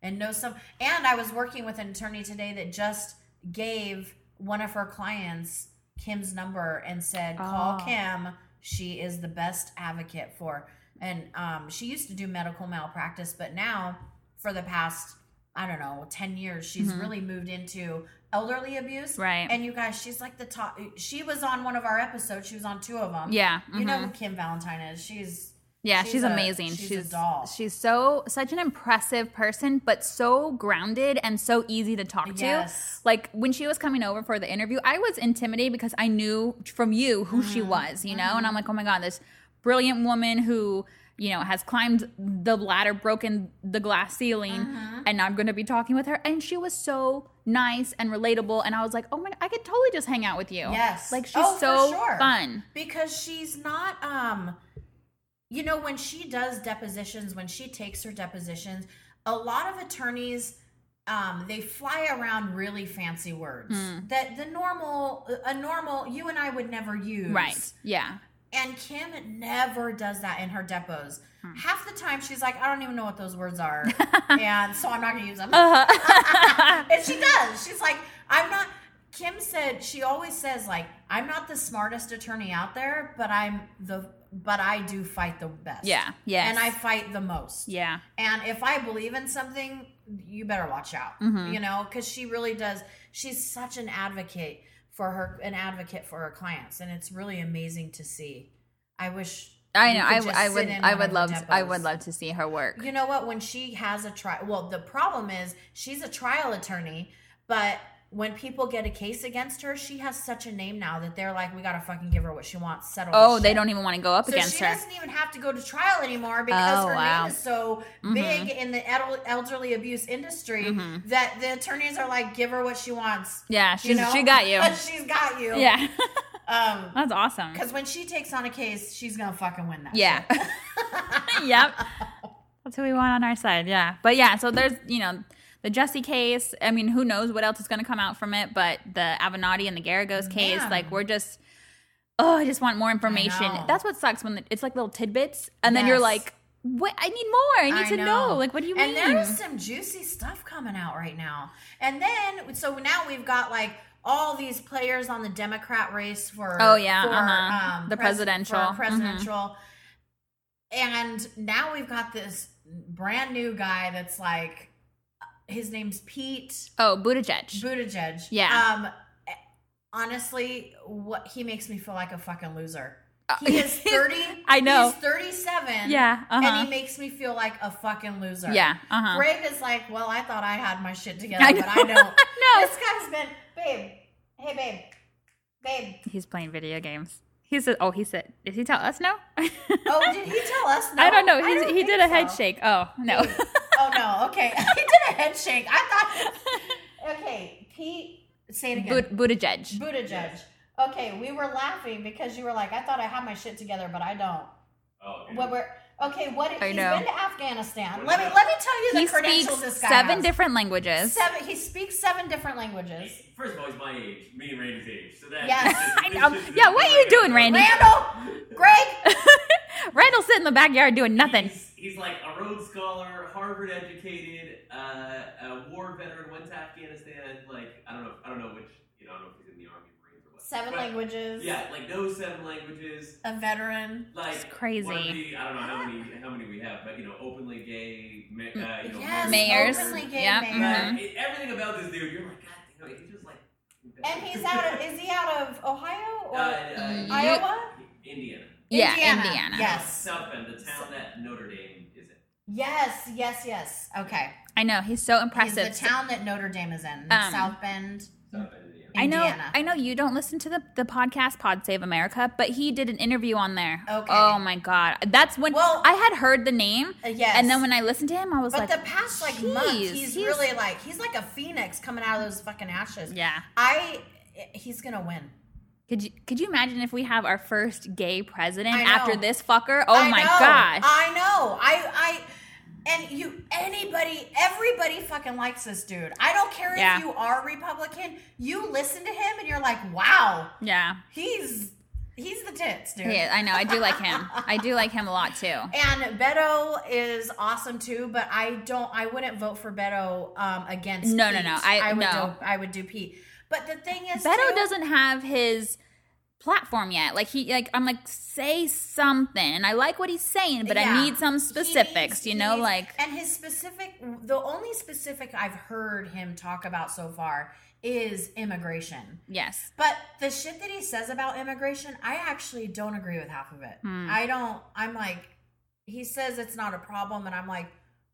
[SPEAKER 2] and know some. And I was working with an attorney today that just gave one of her clients Kim's number and said, "Call
[SPEAKER 3] Oh.
[SPEAKER 2] Kim. She is the best advocate for." And um, she used to do medical malpractice, but now for the past I don't know ten years, she's
[SPEAKER 3] Mhm.
[SPEAKER 2] really moved into elderly abuse.
[SPEAKER 3] Right.
[SPEAKER 2] And you guys, she's like the top. She was on one of our episodes. She was on two of them.
[SPEAKER 3] yeah.
[SPEAKER 2] You know
[SPEAKER 3] mhm.
[SPEAKER 2] who Kim Valentine is? She's
[SPEAKER 3] Yeah,
[SPEAKER 2] She's
[SPEAKER 3] she's,
[SPEAKER 2] a-
[SPEAKER 3] amazing.
[SPEAKER 2] she's a
[SPEAKER 3] She's
[SPEAKER 2] doll.
[SPEAKER 3] she's so such an impressive person, but so grounded and so easy to talk to.
[SPEAKER 2] Yes.
[SPEAKER 3] Like when she was coming over for the interview, I was intimidated because I knew from you who she
[SPEAKER 2] Mm-hmm.
[SPEAKER 3] was, you know, and I'm like, oh my god, this brilliant woman who you know has climbed the ladder, broken the glass ceiling,
[SPEAKER 2] Mm-hmm.
[SPEAKER 3] and I'm going to be talking with her. And she was so nice and relatable, and I was like, oh my, I could totally just hang out with you.
[SPEAKER 2] Yes.
[SPEAKER 3] like she's
[SPEAKER 2] Oh, for
[SPEAKER 3] so
[SPEAKER 2] sure.
[SPEAKER 3] fun.
[SPEAKER 2] because she's not um you know when she does depositions, when she takes her depositions, a lot of attorneys um they fly around really fancy words
[SPEAKER 3] Hmm.
[SPEAKER 2] that the normal a normal you and I would never use.
[SPEAKER 3] Right? Yeah.
[SPEAKER 2] And Kim never does that in her depots.
[SPEAKER 3] Hmm.
[SPEAKER 2] Half the time she's like, I don't even know what those words are. and so I'm not gonna use them.
[SPEAKER 3] Uh-huh.
[SPEAKER 2] and she does. She's like, I'm not. Kim said she always says like, I'm not the smartest attorney out there, but I'm the but I do fight the best.
[SPEAKER 3] Yeah, yes.
[SPEAKER 2] And I fight the most.
[SPEAKER 3] yeah.
[SPEAKER 2] And if I believe in something, you better watch out.
[SPEAKER 3] Mhm.
[SPEAKER 2] You know, because she really does. She's such an advocate for her, an advocate for her clients, and it's really amazing to see. I wish.
[SPEAKER 3] I
[SPEAKER 2] you
[SPEAKER 3] know.
[SPEAKER 2] could
[SPEAKER 3] I, w-
[SPEAKER 2] just
[SPEAKER 3] I
[SPEAKER 2] sit
[SPEAKER 3] would.
[SPEAKER 2] in
[SPEAKER 3] I
[SPEAKER 2] one
[SPEAKER 3] would
[SPEAKER 2] of her
[SPEAKER 3] love. To, I would
[SPEAKER 2] depots.
[SPEAKER 3] love to see her work.
[SPEAKER 2] You know what? When she has a trial, well, the problem is she's a trial attorney, but when people get a case against her, she has such a name now that they're like, we gotta fucking give her what she wants. Settle. this
[SPEAKER 3] oh, they
[SPEAKER 2] shit."
[SPEAKER 3] don't even want to go up
[SPEAKER 2] So
[SPEAKER 3] against
[SPEAKER 2] she
[SPEAKER 3] her.
[SPEAKER 2] doesn't even have to go to trial anymore because
[SPEAKER 3] Oh,
[SPEAKER 2] her
[SPEAKER 3] wow. Mm-hmm.
[SPEAKER 2] name is so big in the edel- elderly abuse industry that the attorneys are like, give her what she wants.
[SPEAKER 3] Yeah,
[SPEAKER 2] You
[SPEAKER 3] she's,
[SPEAKER 2] know?
[SPEAKER 3] she got you.
[SPEAKER 2] she's got you.
[SPEAKER 3] yeah,
[SPEAKER 2] Um,
[SPEAKER 3] that's awesome.
[SPEAKER 2] because when she takes on a case, she's gonna fucking win that.
[SPEAKER 3] Yeah.
[SPEAKER 2] shit.
[SPEAKER 3] yep. That's who we want on our side. Yeah. But yeah, so there's you know the Jesse case. I mean, who knows what else is going to come out from it? But the Avenatti and the Garagos case,
[SPEAKER 2] Man.
[SPEAKER 3] like we're just. Oh, I just want more information.
[SPEAKER 2] know.
[SPEAKER 3] That's what sucks when the, it's like little tidbits, and then you're
[SPEAKER 2] Yes.
[SPEAKER 3] like, "What? I need more. I need
[SPEAKER 2] I
[SPEAKER 3] to know. Like, what do you
[SPEAKER 2] and
[SPEAKER 3] mean?"
[SPEAKER 2] there's some juicy stuff coming out right now. And then, so now we've got like all these players on the Democrat race for
[SPEAKER 3] Oh, yeah,
[SPEAKER 2] for, um,
[SPEAKER 3] uh-huh. The
[SPEAKER 2] pres-
[SPEAKER 3] presidential.
[SPEAKER 2] for presidential. And now we've got this brand new guy that's like, his name's Pete
[SPEAKER 3] oh, Buttigieg.
[SPEAKER 2] Buttigieg.
[SPEAKER 3] Yeah.
[SPEAKER 2] Um, honestly, what he makes me feel like a fucking loser. He is thirty.
[SPEAKER 3] Uh, I know.
[SPEAKER 2] He's thirty-seven.
[SPEAKER 3] Yeah,
[SPEAKER 2] And
[SPEAKER 3] uh-huh.
[SPEAKER 2] he makes me feel like a fucking loser.
[SPEAKER 3] yeah. Uh huh.
[SPEAKER 2] Greg is like, well, I thought I had my shit together,
[SPEAKER 3] I
[SPEAKER 2] but I
[SPEAKER 3] know.
[SPEAKER 2] don't.
[SPEAKER 3] I know.
[SPEAKER 2] This guy's been, babe, hey, babe, babe.
[SPEAKER 3] He's playing video games. He said, "Oh, he said, did he tell us no?"
[SPEAKER 2] Oh, did he tell us? No?
[SPEAKER 3] I don't know. He
[SPEAKER 2] don't
[SPEAKER 3] he
[SPEAKER 2] think
[SPEAKER 3] did a head
[SPEAKER 2] so.
[SPEAKER 3] shake. Oh no.
[SPEAKER 2] Oh no. Okay, he did a head shake. I thought. Okay, Pete, say it again.
[SPEAKER 3] Bud- Buttigieg.
[SPEAKER 2] Buddha judge. Okay, we were laughing because you were like, I thought I had my shit together, but I don't.
[SPEAKER 4] Oh, dude.
[SPEAKER 2] What we're okay? What
[SPEAKER 3] I
[SPEAKER 2] he's
[SPEAKER 3] know.
[SPEAKER 2] been to Afghanistan? Let me let me tell you the
[SPEAKER 3] He
[SPEAKER 2] credentials
[SPEAKER 3] speaks
[SPEAKER 2] this guy
[SPEAKER 3] seven
[SPEAKER 2] has.
[SPEAKER 3] different languages.
[SPEAKER 2] Seven. He speaks seven different languages.
[SPEAKER 4] First of all, he's my age, me and Randy's age. So that
[SPEAKER 2] Yes.
[SPEAKER 3] I know. Yeah, what are you doing, Randy?
[SPEAKER 2] Randall, Greg,
[SPEAKER 3] Randall sit in the backyard doing nothing.
[SPEAKER 4] He's, he's like a Rhodes scholar, Harvard educated, uh, a war veteran, went to Afghanistan. Like I don't know, I don't know which, you know, I don't know if he's in the army, marines, or what.
[SPEAKER 2] seven
[SPEAKER 4] But,
[SPEAKER 2] languages.
[SPEAKER 4] Yeah, like those seven languages.
[SPEAKER 2] a veteran.
[SPEAKER 4] Like
[SPEAKER 3] It's crazy.
[SPEAKER 4] one of the- I don't know how many how many we have, but you know, openly gay, ma- uh, you know,
[SPEAKER 2] Mm. Yes,
[SPEAKER 3] Mayors.
[SPEAKER 2] openly gay
[SPEAKER 3] Yeah,
[SPEAKER 2] mayor.
[SPEAKER 3] mhm.
[SPEAKER 4] Like, it- everything about this dude, you're like, God damn it, he's just like.
[SPEAKER 2] And he's out of is he out of Ohio
[SPEAKER 4] uh,
[SPEAKER 2] or
[SPEAKER 4] uh,
[SPEAKER 3] you-
[SPEAKER 2] Iowa?
[SPEAKER 4] Indiana.
[SPEAKER 3] Yeah,
[SPEAKER 2] Indiana.
[SPEAKER 3] Indiana.
[SPEAKER 2] Yes.
[SPEAKER 4] South Bend, the town that Notre Dame is in.
[SPEAKER 2] Yes, yes, yes. Okay.
[SPEAKER 3] I know. He's so
[SPEAKER 2] He's
[SPEAKER 3] impressive.
[SPEAKER 2] the town that Notre Dame is in,
[SPEAKER 3] Um,
[SPEAKER 2] South Bend.
[SPEAKER 4] South Bend, Indiana.
[SPEAKER 3] I know.
[SPEAKER 2] Indiana.
[SPEAKER 3] I know you don't listen to the, the podcast Pod Save America, but he did an interview on there.
[SPEAKER 2] Okay.
[SPEAKER 3] Oh my god, that's when
[SPEAKER 2] Well-
[SPEAKER 3] I had heard the name,
[SPEAKER 2] Uh, yes.
[SPEAKER 3] and then when I listened to him, I was
[SPEAKER 2] But
[SPEAKER 3] like,
[SPEAKER 2] the past like month,
[SPEAKER 3] "Jeez,
[SPEAKER 2] he's, really like he's like a phoenix coming out of those fucking ashes.
[SPEAKER 3] yeah."
[SPEAKER 2] I he's gonna win.
[SPEAKER 3] Could you could you imagine if we have our first gay president
[SPEAKER 2] I know.
[SPEAKER 3] after this fucker? Oh
[SPEAKER 2] I
[SPEAKER 3] my
[SPEAKER 2] know,
[SPEAKER 3] gosh.
[SPEAKER 2] I know. I I and you anybody everybody fucking likes this dude. I don't care
[SPEAKER 3] Yeah.
[SPEAKER 2] if you are Republican. You listen to him and you're like, wow,
[SPEAKER 3] yeah.
[SPEAKER 2] he's he's the tits, dude.
[SPEAKER 3] Yeah, I know. I do like him. I do like him a lot too.
[SPEAKER 2] And Beto is awesome too, but I don't. I wouldn't vote for Beto um, against.
[SPEAKER 3] No, no,
[SPEAKER 2] Pete.
[SPEAKER 3] no, I-
[SPEAKER 2] would
[SPEAKER 3] no.
[SPEAKER 2] Do, I would do Pete. But the thing is,
[SPEAKER 3] Beto
[SPEAKER 2] too,
[SPEAKER 3] doesn't have his platform yet. Like he like I'm like say something. And I like what he's saying, but
[SPEAKER 2] Yeah.
[SPEAKER 3] I need some specifics,
[SPEAKER 2] He needs-
[SPEAKER 3] you
[SPEAKER 2] he
[SPEAKER 3] know,
[SPEAKER 2] needs-
[SPEAKER 3] like
[SPEAKER 2] and his specific the only specific I've heard him talk about so far is immigration.
[SPEAKER 3] yes.
[SPEAKER 2] But the shit that he says about immigration, I actually don't agree with half of it.
[SPEAKER 3] Hmm.
[SPEAKER 2] I don't I'm like he says it's not a problem and I'm like,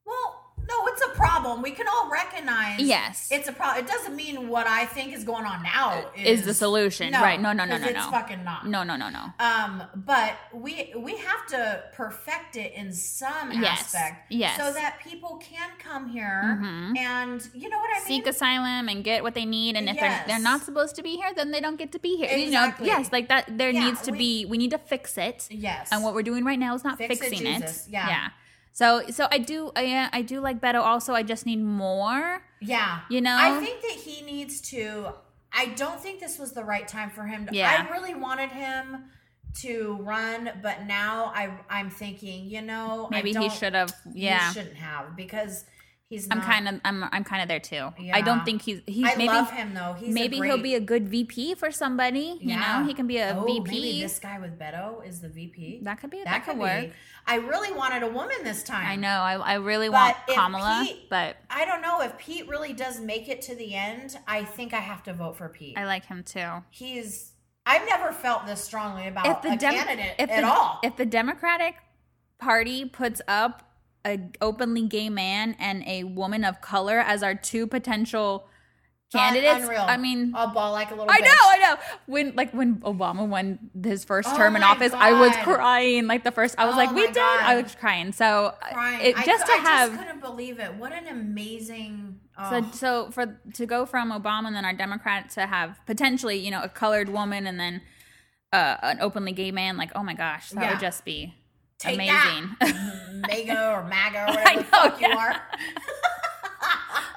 [SPEAKER 2] "Well, no, it's a problem. We can all recognize
[SPEAKER 3] Yes.
[SPEAKER 2] It's a problem. It doesn't mean what I think is going on now is,
[SPEAKER 3] Is the solution. Right. No, no, no,
[SPEAKER 2] 'cause
[SPEAKER 3] no,
[SPEAKER 2] It's
[SPEAKER 3] no.
[SPEAKER 2] fucking not.
[SPEAKER 3] No, no, no, no.
[SPEAKER 2] Um, but we we have to perfect it in some
[SPEAKER 3] Yes.
[SPEAKER 2] aspect,
[SPEAKER 3] Yes.
[SPEAKER 2] so that people can come here
[SPEAKER 3] Mhm.
[SPEAKER 2] and you know what I
[SPEAKER 3] Seek
[SPEAKER 2] mean.
[SPEAKER 3] asylum and get what they need, and if
[SPEAKER 2] Yes.
[SPEAKER 3] they're, they're not supposed to be here, then they don't get to be here.
[SPEAKER 2] Exactly.
[SPEAKER 3] You know, yes, like that. There
[SPEAKER 2] Yeah,
[SPEAKER 3] needs to
[SPEAKER 2] we-
[SPEAKER 3] be. We need to fix it.
[SPEAKER 2] yes,
[SPEAKER 3] and what we're doing right now is not
[SPEAKER 2] Fix it,
[SPEAKER 3] fixing it.
[SPEAKER 2] Jesus. Yeah.
[SPEAKER 3] So so I do I, I do like Beto. Also, I just need more.
[SPEAKER 2] yeah,
[SPEAKER 3] You know.
[SPEAKER 2] I think that he needs to. I don't think this was the right time for him. To,
[SPEAKER 3] Yeah.
[SPEAKER 2] I really wanted him to run, but now I I'm thinking, you know, I
[SPEAKER 3] maybe he
[SPEAKER 2] don't-
[SPEAKER 3] should have.
[SPEAKER 2] he
[SPEAKER 3] Yeah.
[SPEAKER 2] shouldn't have because he's.
[SPEAKER 3] I'm
[SPEAKER 2] not-
[SPEAKER 3] kind of I'm I'm kind of there too. I
[SPEAKER 2] Yeah.
[SPEAKER 3] don't think he's he's
[SPEAKER 2] I
[SPEAKER 3] maybe
[SPEAKER 2] love him though. He's a
[SPEAKER 3] maybe he'll
[SPEAKER 2] great-
[SPEAKER 3] be a good VP for somebody.
[SPEAKER 2] Yeah.
[SPEAKER 3] You know, he can be a
[SPEAKER 2] oh,
[SPEAKER 3] VP.
[SPEAKER 2] Maybe this guy with Beto is the VP.
[SPEAKER 3] that could be that,
[SPEAKER 2] That
[SPEAKER 3] could
[SPEAKER 2] could
[SPEAKER 3] work.
[SPEAKER 2] Be. I really wanted a woman this time.
[SPEAKER 3] I know. I I really
[SPEAKER 2] But
[SPEAKER 3] want
[SPEAKER 2] if
[SPEAKER 3] Kamala,
[SPEAKER 2] he-
[SPEAKER 3] but
[SPEAKER 2] I don't know if Pete really does make it to the end. I think I have to vote for Pete.
[SPEAKER 3] I like him too.
[SPEAKER 2] He's. I've never felt this strongly about
[SPEAKER 3] If the
[SPEAKER 2] a
[SPEAKER 3] Dem-
[SPEAKER 2] candidate
[SPEAKER 3] if
[SPEAKER 2] at
[SPEAKER 3] the,
[SPEAKER 2] all.
[SPEAKER 3] If the Democratic Party puts up a openly gay man and a woman of color as our two potential
[SPEAKER 2] Un-
[SPEAKER 3] candidates,
[SPEAKER 2] unreal. Oh,
[SPEAKER 3] I mean,
[SPEAKER 2] I'll ball like a little.
[SPEAKER 3] I know,
[SPEAKER 2] bitch.
[SPEAKER 3] I know. When like when Obama won his first
[SPEAKER 2] Oh
[SPEAKER 3] term in
[SPEAKER 2] my
[SPEAKER 3] office, I was
[SPEAKER 2] God.
[SPEAKER 3] crying. Like the first, I was
[SPEAKER 2] Oh
[SPEAKER 3] like, we
[SPEAKER 2] my
[SPEAKER 3] did. I
[SPEAKER 2] God.
[SPEAKER 3] was crying. So uh,
[SPEAKER 2] Crying.
[SPEAKER 3] it,
[SPEAKER 2] I
[SPEAKER 3] just
[SPEAKER 2] cou-
[SPEAKER 3] to
[SPEAKER 2] I
[SPEAKER 3] have.
[SPEAKER 2] just couldn't believe it. What an amazing.
[SPEAKER 3] So,
[SPEAKER 2] Oh.
[SPEAKER 3] so for to go from Obama and then our Democrat to have potentially, you know, a colored woman and then uh, an openly gay man, like, oh my gosh, that
[SPEAKER 2] Yeah.
[SPEAKER 3] would just be
[SPEAKER 2] Take
[SPEAKER 3] amazing.
[SPEAKER 2] Mago or Mago or whatever the
[SPEAKER 3] know,
[SPEAKER 2] fuck you
[SPEAKER 3] yeah.
[SPEAKER 2] are.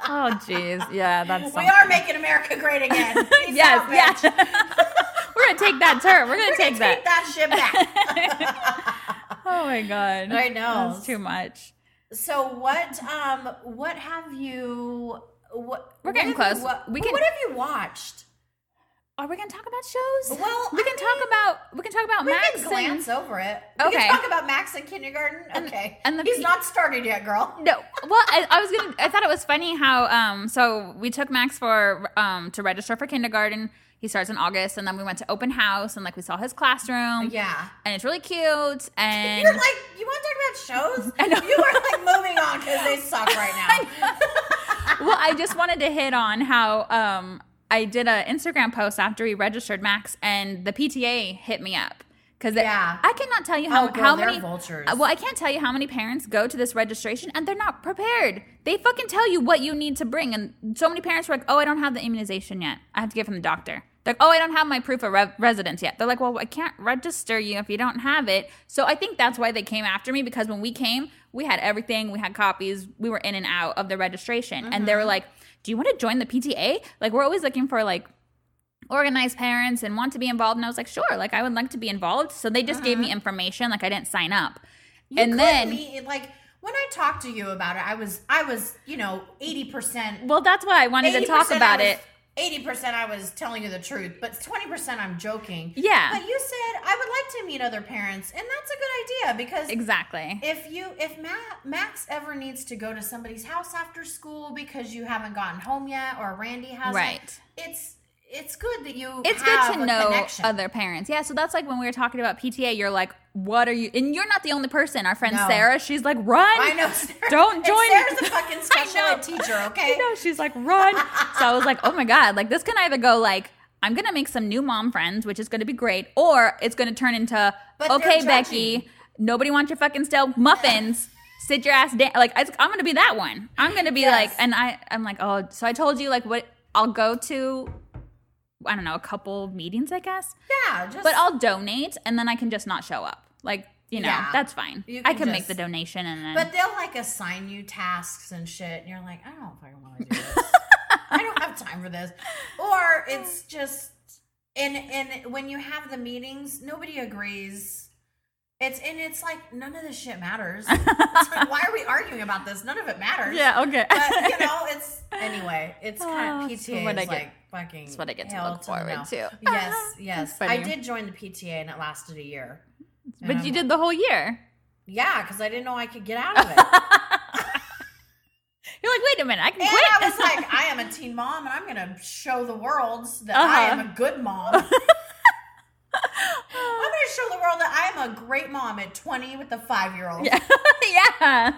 [SPEAKER 3] Oh jeez, yeah, that's
[SPEAKER 2] We
[SPEAKER 3] something.
[SPEAKER 2] are making America great again. Peace
[SPEAKER 3] yes,
[SPEAKER 2] out, bitch.
[SPEAKER 3] yeah. We're gonna take that turn. We're gonna
[SPEAKER 2] We're
[SPEAKER 3] take
[SPEAKER 2] gonna
[SPEAKER 3] that.
[SPEAKER 2] take that shit back.
[SPEAKER 3] Oh my god,
[SPEAKER 2] I know.
[SPEAKER 3] that's too much.
[SPEAKER 2] So what um what have you what
[SPEAKER 3] We're getting
[SPEAKER 2] what have you
[SPEAKER 3] close.
[SPEAKER 2] wa-
[SPEAKER 3] We can-
[SPEAKER 2] what have you watched?
[SPEAKER 3] Are we gonna talk about shows?
[SPEAKER 2] Well,
[SPEAKER 3] we can
[SPEAKER 2] I
[SPEAKER 3] talk about we can talk about
[SPEAKER 2] We
[SPEAKER 3] Max
[SPEAKER 2] can glance
[SPEAKER 3] and
[SPEAKER 2] over it. We
[SPEAKER 3] Okay.
[SPEAKER 2] can talk about Max in kindergarten. Okay.
[SPEAKER 3] and the
[SPEAKER 2] He's
[SPEAKER 3] pe-
[SPEAKER 2] not started yet, girl.
[SPEAKER 3] no. Well, I, I was gonna. I thought it was funny how um. So we took Max for um to register for kindergarten. He starts in August, and then we went to open house, and like we saw his classroom,
[SPEAKER 2] Yeah.
[SPEAKER 3] and it's really cute. And
[SPEAKER 2] You're like, you want to talk about shows?
[SPEAKER 3] I know.
[SPEAKER 2] You are like moving on because they suck right now.
[SPEAKER 3] well, I just wanted to hit on how um, I did an Instagram post after he registered Max, and the PTA hit me up Because
[SPEAKER 2] Yeah.
[SPEAKER 3] I cannot tell you how,
[SPEAKER 2] oh, girl,
[SPEAKER 3] how
[SPEAKER 2] they're
[SPEAKER 3] many.
[SPEAKER 2] vultures?
[SPEAKER 3] Uh, Well, I can't tell you how many parents go to this registration and they're not prepared. They fucking tell you what you need to bring. And so many parents were like, oh, I don't have the immunization yet. I have to get from the doctor. They're like, oh, I don't have my proof of re- residence yet. They're like, well, I can't register you if you don't have it. So I think that's why they came after me because when we came, we had everything. We had copies. We were in and out of the registration. And they were like, do you want to join the PTA? Like, we're always looking for like, organized parents and want to be involved and i was like sure like i would like to be involved so they just gave me information like i didn't sign up
[SPEAKER 2] Mm-hmm. You
[SPEAKER 3] and
[SPEAKER 2] could
[SPEAKER 3] then-
[SPEAKER 2] be- like when I talked to you about it, I was I was you know eighty percent.
[SPEAKER 3] Well, that's why I wanted to talk about it.
[SPEAKER 2] Eighty percent, I was telling you the truth, but twenty percent, I'm joking.
[SPEAKER 3] Yeah.
[SPEAKER 2] But you said I would like to meet other parents, and that's a good idea because
[SPEAKER 3] Exactly.
[SPEAKER 2] if you if Ma- Max ever needs to go to somebody's house after school because you haven't gotten home yet, or Randy hasn't,
[SPEAKER 3] Right.
[SPEAKER 2] It's it's good that you.
[SPEAKER 3] It's
[SPEAKER 2] have
[SPEAKER 3] good to
[SPEAKER 2] a
[SPEAKER 3] know
[SPEAKER 2] connection.
[SPEAKER 3] other parents. Yeah, so that's like when we were talking about PTA, you're like, what are you? And you're not the only person. Our friend
[SPEAKER 2] No.
[SPEAKER 3] Sarah, she's like, run.
[SPEAKER 2] I know. Sarah,
[SPEAKER 3] Don't
[SPEAKER 2] and
[SPEAKER 3] join-
[SPEAKER 2] Sarah's a fucking special
[SPEAKER 3] I know.
[SPEAKER 2] ed teacher. Okay.
[SPEAKER 3] I know. She's like, run. so I was like, oh my God, like this can either go like, I'm going to make some new mom friends, which is going to be great, or it's going to turn into,
[SPEAKER 2] But they're
[SPEAKER 3] okay,
[SPEAKER 2] judgy.
[SPEAKER 3] Becky, nobody wants your fucking stale muffins. Sit your ass down. Like, it's, I'm going to be that one. I'm going to be
[SPEAKER 2] Yes.
[SPEAKER 3] like, and I, I'm like, oh, so I told you, like, what, I'll go to, I don't know, a couple meetings, I guess,
[SPEAKER 2] Yeah. Just
[SPEAKER 3] but I'll donate and then I can just not show up. Like, you know,
[SPEAKER 2] Yeah.
[SPEAKER 3] that's fine.
[SPEAKER 2] You
[SPEAKER 3] I
[SPEAKER 2] can
[SPEAKER 3] can make
[SPEAKER 2] just-
[SPEAKER 3] the donation and then.
[SPEAKER 2] But they'll like assign you tasks and shit, and you're like, I don't fucking want to do this. I don't have time for this. Or it's just, and and when you have the meetings, nobody agrees. It's and it's like none of this shit matters. it's like, why are we arguing about this? None of it matters.
[SPEAKER 3] yeah, okay.
[SPEAKER 2] But you know, it's anyway. It's kind
[SPEAKER 3] Oh,
[SPEAKER 2] of
[SPEAKER 3] that's
[SPEAKER 2] PTA
[SPEAKER 3] what I
[SPEAKER 2] is
[SPEAKER 3] get-
[SPEAKER 2] like fucking.
[SPEAKER 3] that's what I get to
[SPEAKER 2] hell
[SPEAKER 3] look
[SPEAKER 2] the
[SPEAKER 3] forward
[SPEAKER 2] no.
[SPEAKER 3] to.
[SPEAKER 2] Yes, yes.
[SPEAKER 3] That's
[SPEAKER 2] I
[SPEAKER 3] funny.
[SPEAKER 2] did join the PTA and it lasted a year. And
[SPEAKER 3] but
[SPEAKER 2] I'm
[SPEAKER 3] you did the whole year.
[SPEAKER 2] Yeah, because I didn't know I could get out of it.
[SPEAKER 3] You're like, wait a minute, I can
[SPEAKER 2] And
[SPEAKER 3] quit.
[SPEAKER 2] I was like, I am a teen mom, and I'm gonna show the world that I am
[SPEAKER 3] Uh-huh.
[SPEAKER 2] a good mom. I'm gonna show the world that I am a great mom at 20 with a five year old.
[SPEAKER 3] yeah. yeah.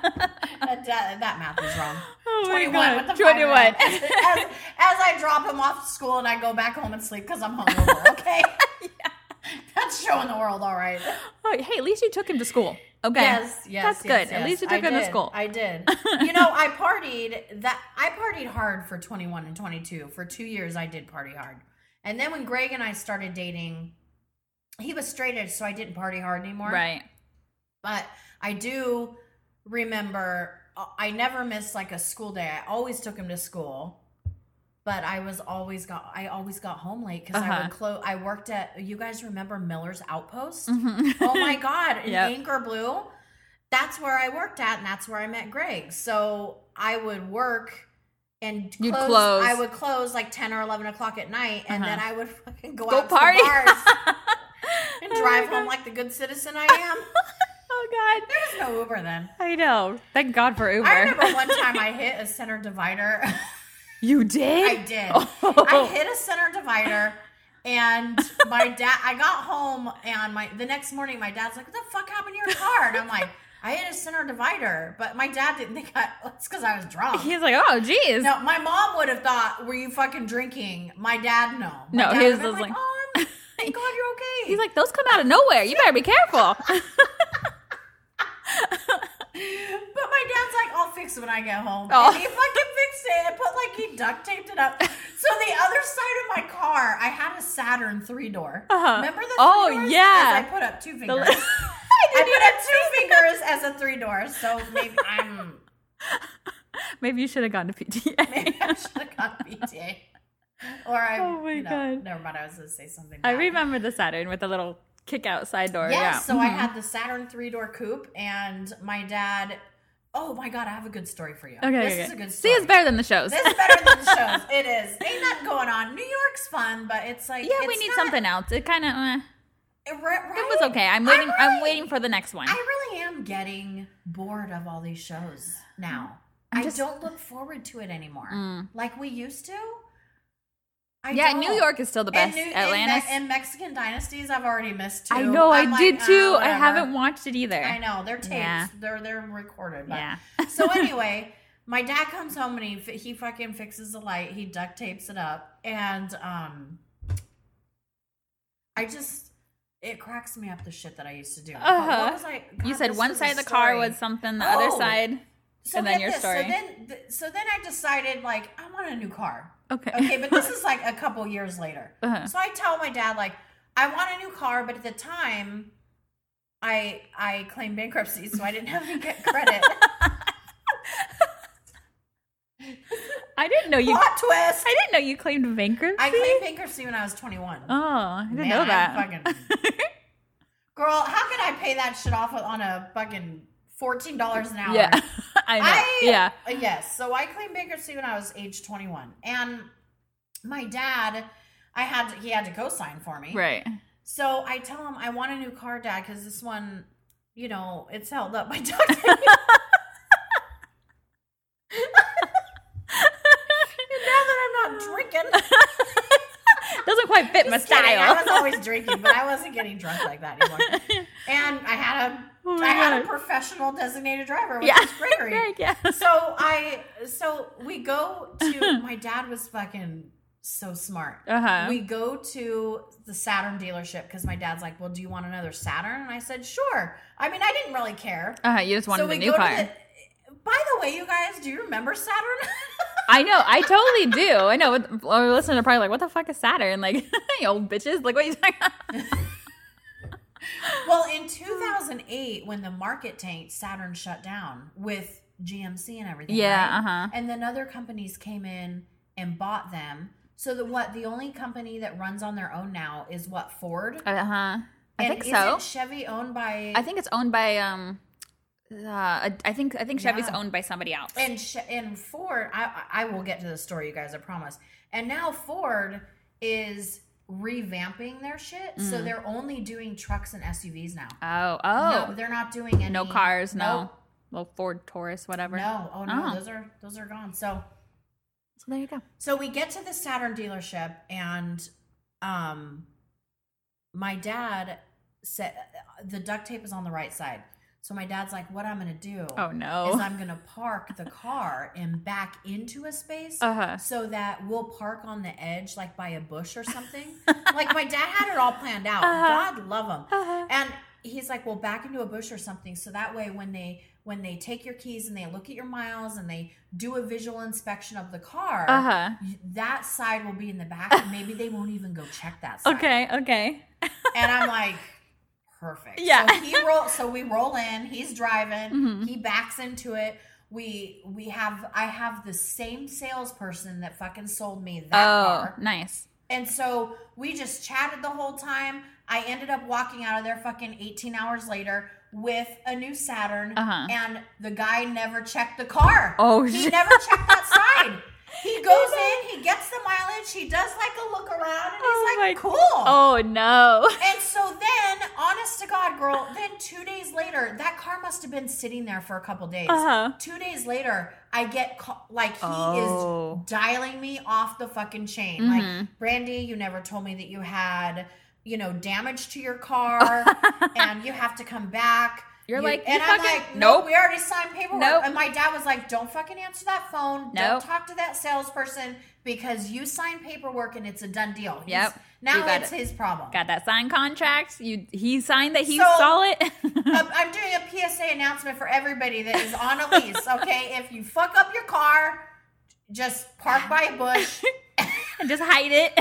[SPEAKER 2] That, that that math is wrong.
[SPEAKER 3] Oh my
[SPEAKER 2] 21
[SPEAKER 3] God,
[SPEAKER 2] with the
[SPEAKER 3] 21.
[SPEAKER 2] five-year-old. As, as I drop him off to school and I go back home and sleep because I'm hungover. Okay. That's showing the world, all right.
[SPEAKER 3] Oh, hey, at least you took him to school. Okay.
[SPEAKER 2] Yes, yes.
[SPEAKER 3] That's
[SPEAKER 2] yes,
[SPEAKER 3] good.
[SPEAKER 2] yes.
[SPEAKER 3] At least you
[SPEAKER 2] I
[SPEAKER 3] took him to
[SPEAKER 2] did.
[SPEAKER 3] school.
[SPEAKER 2] I did. you know, I partied that I partied hard for 21 and 22. For 2 years I did party hard. And then when Greg and I started dating, he was straight edge, so I didn't party hard anymore.
[SPEAKER 3] right.
[SPEAKER 2] But I do remember uh, I never missed like a school day. I always took him to school. But I was always got I always got home late because I
[SPEAKER 3] Uh-huh.
[SPEAKER 2] would close. I worked at you guys remember Miller's Outpost?
[SPEAKER 3] Mhm.
[SPEAKER 2] oh my god in
[SPEAKER 3] Yep.
[SPEAKER 2] anchor blue that's where i worked at and that's where i met greg so i would work and
[SPEAKER 3] You'd
[SPEAKER 2] close,
[SPEAKER 3] close.
[SPEAKER 2] i would close like 10 or 11 o'clock at night and
[SPEAKER 3] Uh-huh.
[SPEAKER 2] then i would fucking go,
[SPEAKER 3] Go
[SPEAKER 2] out
[SPEAKER 3] party.
[SPEAKER 2] to the bars and
[SPEAKER 3] Oh
[SPEAKER 2] drive
[SPEAKER 3] my
[SPEAKER 2] home
[SPEAKER 3] God.
[SPEAKER 2] like the good citizen i am
[SPEAKER 3] oh God.
[SPEAKER 2] there was no uber then
[SPEAKER 3] I know. Thank God for Uber.
[SPEAKER 2] i remember one time i hit a center divider
[SPEAKER 3] you did?
[SPEAKER 2] I did.
[SPEAKER 3] Oh.
[SPEAKER 2] I hit a center divider, and my dad. I got home, and my the next morning, my dad's like, "What the fuck happened to your car?" And I'm like, "I hit a center divider," but my dad didn't think I. It's because I was drunk.
[SPEAKER 3] He's like, oh, geez.
[SPEAKER 2] no, my mom would have thought, "Were you fucking drinking?" My dad, no. My
[SPEAKER 3] No,
[SPEAKER 2] dad
[SPEAKER 3] his
[SPEAKER 2] would've been
[SPEAKER 3] was like-
[SPEAKER 2] "Oh, I'm- thank God you're okay."
[SPEAKER 3] He's like, those come out of nowhere. You better be careful.
[SPEAKER 2] But my dad's like, I'll fix it when I get home.
[SPEAKER 3] Oh.
[SPEAKER 2] And he fucking fixed it and put like he duct taped it up. So the other side of my car, I had a Saturn three door.
[SPEAKER 3] Uh-huh.
[SPEAKER 2] Remember the
[SPEAKER 3] Oh,
[SPEAKER 2] three doors?
[SPEAKER 3] yeah.
[SPEAKER 2] Because I put up two
[SPEAKER 3] The-
[SPEAKER 2] fingers. I put up two fingers as a three door. So maybe I'm
[SPEAKER 3] Maybe you should have gone to PTA.
[SPEAKER 2] maybe I should have got PTA. Or I
[SPEAKER 3] Oh my
[SPEAKER 2] you know,
[SPEAKER 3] God.
[SPEAKER 2] never mind, I was gonna say something.
[SPEAKER 3] I
[SPEAKER 2] bad.
[SPEAKER 3] remember the Saturn with the little kick out side door.
[SPEAKER 2] Yeah,
[SPEAKER 3] Yeah. Mm-hmm.
[SPEAKER 2] so I had the Saturn three door coupe and my dad Oh my god, I have a good story for you.
[SPEAKER 3] Mm-hmm. Okay.
[SPEAKER 2] This
[SPEAKER 3] okay,
[SPEAKER 2] is a
[SPEAKER 3] okay.
[SPEAKER 2] good
[SPEAKER 3] See,
[SPEAKER 2] story.
[SPEAKER 3] it's better than the shows.
[SPEAKER 2] This is better than the shows. It is. Ain't nothing going on. New York's fun, but it's like
[SPEAKER 3] yeah, we
[SPEAKER 2] it's
[SPEAKER 3] need
[SPEAKER 2] not-
[SPEAKER 3] something else. It kind of uh,
[SPEAKER 2] It, ri- right?
[SPEAKER 3] it was okay. I'm waiting.
[SPEAKER 2] I
[SPEAKER 3] I'm
[SPEAKER 2] really-
[SPEAKER 3] waiting for the next one.
[SPEAKER 2] I really am getting bored of all these shows now.
[SPEAKER 3] I'm
[SPEAKER 2] I
[SPEAKER 3] just-
[SPEAKER 2] don't look forward to it anymore
[SPEAKER 3] Mm.
[SPEAKER 2] like we used to. I
[SPEAKER 3] yeah,
[SPEAKER 2] don't.
[SPEAKER 3] New York is still the best.
[SPEAKER 2] And New- and,
[SPEAKER 3] Atlantis.
[SPEAKER 2] Me- and Mexican dynasties. I've already missed. Two.
[SPEAKER 3] I know. i
[SPEAKER 2] I'm like,
[SPEAKER 3] did
[SPEAKER 2] ah,
[SPEAKER 3] too. I
[SPEAKER 2] whatever.
[SPEAKER 3] haven't watched it either.
[SPEAKER 2] I know they're taped.
[SPEAKER 3] Yeah.
[SPEAKER 2] They're they're recorded. But
[SPEAKER 3] Yeah.
[SPEAKER 2] so anyway, my dad comes home and he fi- he fucking fixes the light. He duct tapes it up, and um, I just It cracks me up the shit that I used to do. But
[SPEAKER 3] Uh-huh.
[SPEAKER 2] What was I?
[SPEAKER 3] You
[SPEAKER 2] God,
[SPEAKER 3] said
[SPEAKER 2] this
[SPEAKER 3] one
[SPEAKER 2] is a
[SPEAKER 3] side of the car
[SPEAKER 2] story.
[SPEAKER 3] was something, the
[SPEAKER 2] Oh.
[SPEAKER 3] other side. and then
[SPEAKER 2] get
[SPEAKER 3] your
[SPEAKER 2] this.
[SPEAKER 3] story.
[SPEAKER 2] So then, th- so then I decided like I want a new car.
[SPEAKER 3] Okay.
[SPEAKER 2] Okay, but this is like a couple years later.
[SPEAKER 3] Uh-huh.
[SPEAKER 2] So I tell my dad like I want a new car, but at the time, I I claimed bankruptcy, so I didn't have any get credit.
[SPEAKER 3] I didn't know you.
[SPEAKER 2] Plot twist.
[SPEAKER 3] I didn't know you claimed bankruptcy.
[SPEAKER 2] I claimed bankruptcy when I was 21.
[SPEAKER 3] Oh, I didn't
[SPEAKER 2] Man,
[SPEAKER 3] know
[SPEAKER 2] I'm
[SPEAKER 3] that.
[SPEAKER 2] fucking- Girl, how could I pay that shit off on a fucking fourteen dollars an hour?
[SPEAKER 3] yeah, I know.
[SPEAKER 2] I-
[SPEAKER 3] yeah.
[SPEAKER 2] Uh, Yes. So I claimed bankruptcy when I was age 21. And my dad, I had to, he had to co-sign for me.
[SPEAKER 3] Right.
[SPEAKER 2] So I tell him I want a new car, dad, cuz this one, you know, it's held up by doctor. now that I'm not drinking.
[SPEAKER 3] Doesn't quite fit my
[SPEAKER 2] Just kidding, I was
[SPEAKER 3] style.
[SPEAKER 2] always drinking, but I wasn't getting drunk like that anymore. And I had a
[SPEAKER 3] Oh my
[SPEAKER 2] I had a
[SPEAKER 3] God.
[SPEAKER 2] professional designated driver, which
[SPEAKER 3] Yeah.
[SPEAKER 2] is Gregory.
[SPEAKER 3] Greg, yeah.
[SPEAKER 2] so I so we go to my dad was fucking so smart.
[SPEAKER 3] Uh-huh.
[SPEAKER 2] We go to the Saturn dealership because my dad's like, "Well, do you want another Saturn?" And I said, "Sure." I mean, I didn't really care.
[SPEAKER 3] Uh, you just wanted a new car.
[SPEAKER 2] the. By the way, you guys, do you remember Saturn?
[SPEAKER 3] I know. I totally do. I know. what- Our listeners are probably like, "What the fuck is Saturn?" Like, you old bitches. Like, what are you talking about?
[SPEAKER 2] well, in 2008, when the market tanked, Saturn shut down with GMC and everything. right?
[SPEAKER 3] Yeah. Uh huh.
[SPEAKER 2] and then other companies came in and bought them so that what the only company that runs on their own now is what ford
[SPEAKER 3] Uh huh. I
[SPEAKER 2] and
[SPEAKER 3] think so.
[SPEAKER 2] isn't chevy owned by
[SPEAKER 3] I think it's owned by um. Uh, I think I think Chevy's
[SPEAKER 2] Yeah.
[SPEAKER 3] owned by somebody else.
[SPEAKER 2] and Che- and ford i i I will get to the story you guys i promise and now ford is revamping their shit so
[SPEAKER 3] Mm.
[SPEAKER 2] they're only doing trucks and suvs now
[SPEAKER 3] oh,
[SPEAKER 2] no,
[SPEAKER 3] oh,
[SPEAKER 2] they're not doing any
[SPEAKER 3] no cars, no
[SPEAKER 2] Nope.
[SPEAKER 3] little Ford Taurus, whatever.
[SPEAKER 2] no oh no
[SPEAKER 3] Oh.
[SPEAKER 2] those are those are gone so
[SPEAKER 3] So there you go.
[SPEAKER 2] So we get to the Saturn dealership, and um, my dad said the duct tape is on the right side. So my dad's like, "What I'm gonna do
[SPEAKER 3] Oh no.
[SPEAKER 2] is I'm gonna park the car and back into a space."
[SPEAKER 3] Uh huh.
[SPEAKER 2] so that we'll park on the edge, like by a bush or something. like my dad had it all planned out.
[SPEAKER 3] Uh-huh.
[SPEAKER 2] God love him.
[SPEAKER 3] Uh-huh.
[SPEAKER 2] And he's like, well, back into a bush or something, so that way when they when they take your keys and they look at your miles and they do a visual inspection of the car,
[SPEAKER 3] Uh huh.
[SPEAKER 2] y- that side will be in the back, and maybe they won't even go check that side.
[SPEAKER 3] Okay. Okay.
[SPEAKER 2] And I'm like. Perfect.
[SPEAKER 3] Yeah.
[SPEAKER 2] So he roll. So we roll in. He's driving.
[SPEAKER 3] Mhm.
[SPEAKER 2] He backs into it. We we have. I have the same salesperson that fucking sold me that
[SPEAKER 3] Oh,
[SPEAKER 2] car.
[SPEAKER 3] nice.
[SPEAKER 2] And so we just chatted the whole time. I ended up walking out of there fucking 18 hours later with a new Saturn.
[SPEAKER 3] Uh-huh.
[SPEAKER 2] And the guy never checked the car.
[SPEAKER 3] Oh,
[SPEAKER 2] He
[SPEAKER 3] shit.
[SPEAKER 2] never checked that side. He goes in, he gets the mileage, he does like a look around, and he's
[SPEAKER 3] Oh
[SPEAKER 2] like,
[SPEAKER 3] my-
[SPEAKER 2] cool.
[SPEAKER 3] Oh no.
[SPEAKER 2] And so then, honest to God, girl, then two days later, that car must have been sitting there for a couple days.
[SPEAKER 3] Uh-huh.
[SPEAKER 2] Two days later, I get call- like he
[SPEAKER 3] Oh.
[SPEAKER 2] is dialing me off the fucking chain.
[SPEAKER 3] Mhm.
[SPEAKER 2] Like, Brandy, you never told me that you had, you know, damage to your car, and you have to come back.
[SPEAKER 3] You're
[SPEAKER 2] You-
[SPEAKER 3] like,
[SPEAKER 2] and
[SPEAKER 3] you
[SPEAKER 2] I'm
[SPEAKER 3] fucking-
[SPEAKER 2] like, nope,
[SPEAKER 3] nope.
[SPEAKER 2] we already signed paperwork.
[SPEAKER 3] Nope.
[SPEAKER 2] And my dad was like, don't fucking answer that phone.
[SPEAKER 3] Nope.
[SPEAKER 2] Don't talk to that salesperson because you signed paperwork and it's a done deal. He's-
[SPEAKER 3] Yep. You
[SPEAKER 2] Now
[SPEAKER 3] got
[SPEAKER 2] it's
[SPEAKER 3] it.
[SPEAKER 2] his problem.
[SPEAKER 3] Got that signed contract. You he signed that he
[SPEAKER 2] So-
[SPEAKER 3] saw it.
[SPEAKER 2] I'm I'm doing a PSA announcement for everybody that is on a lease, okay? If you fuck up your car, just park by a bush.
[SPEAKER 3] and just hide it.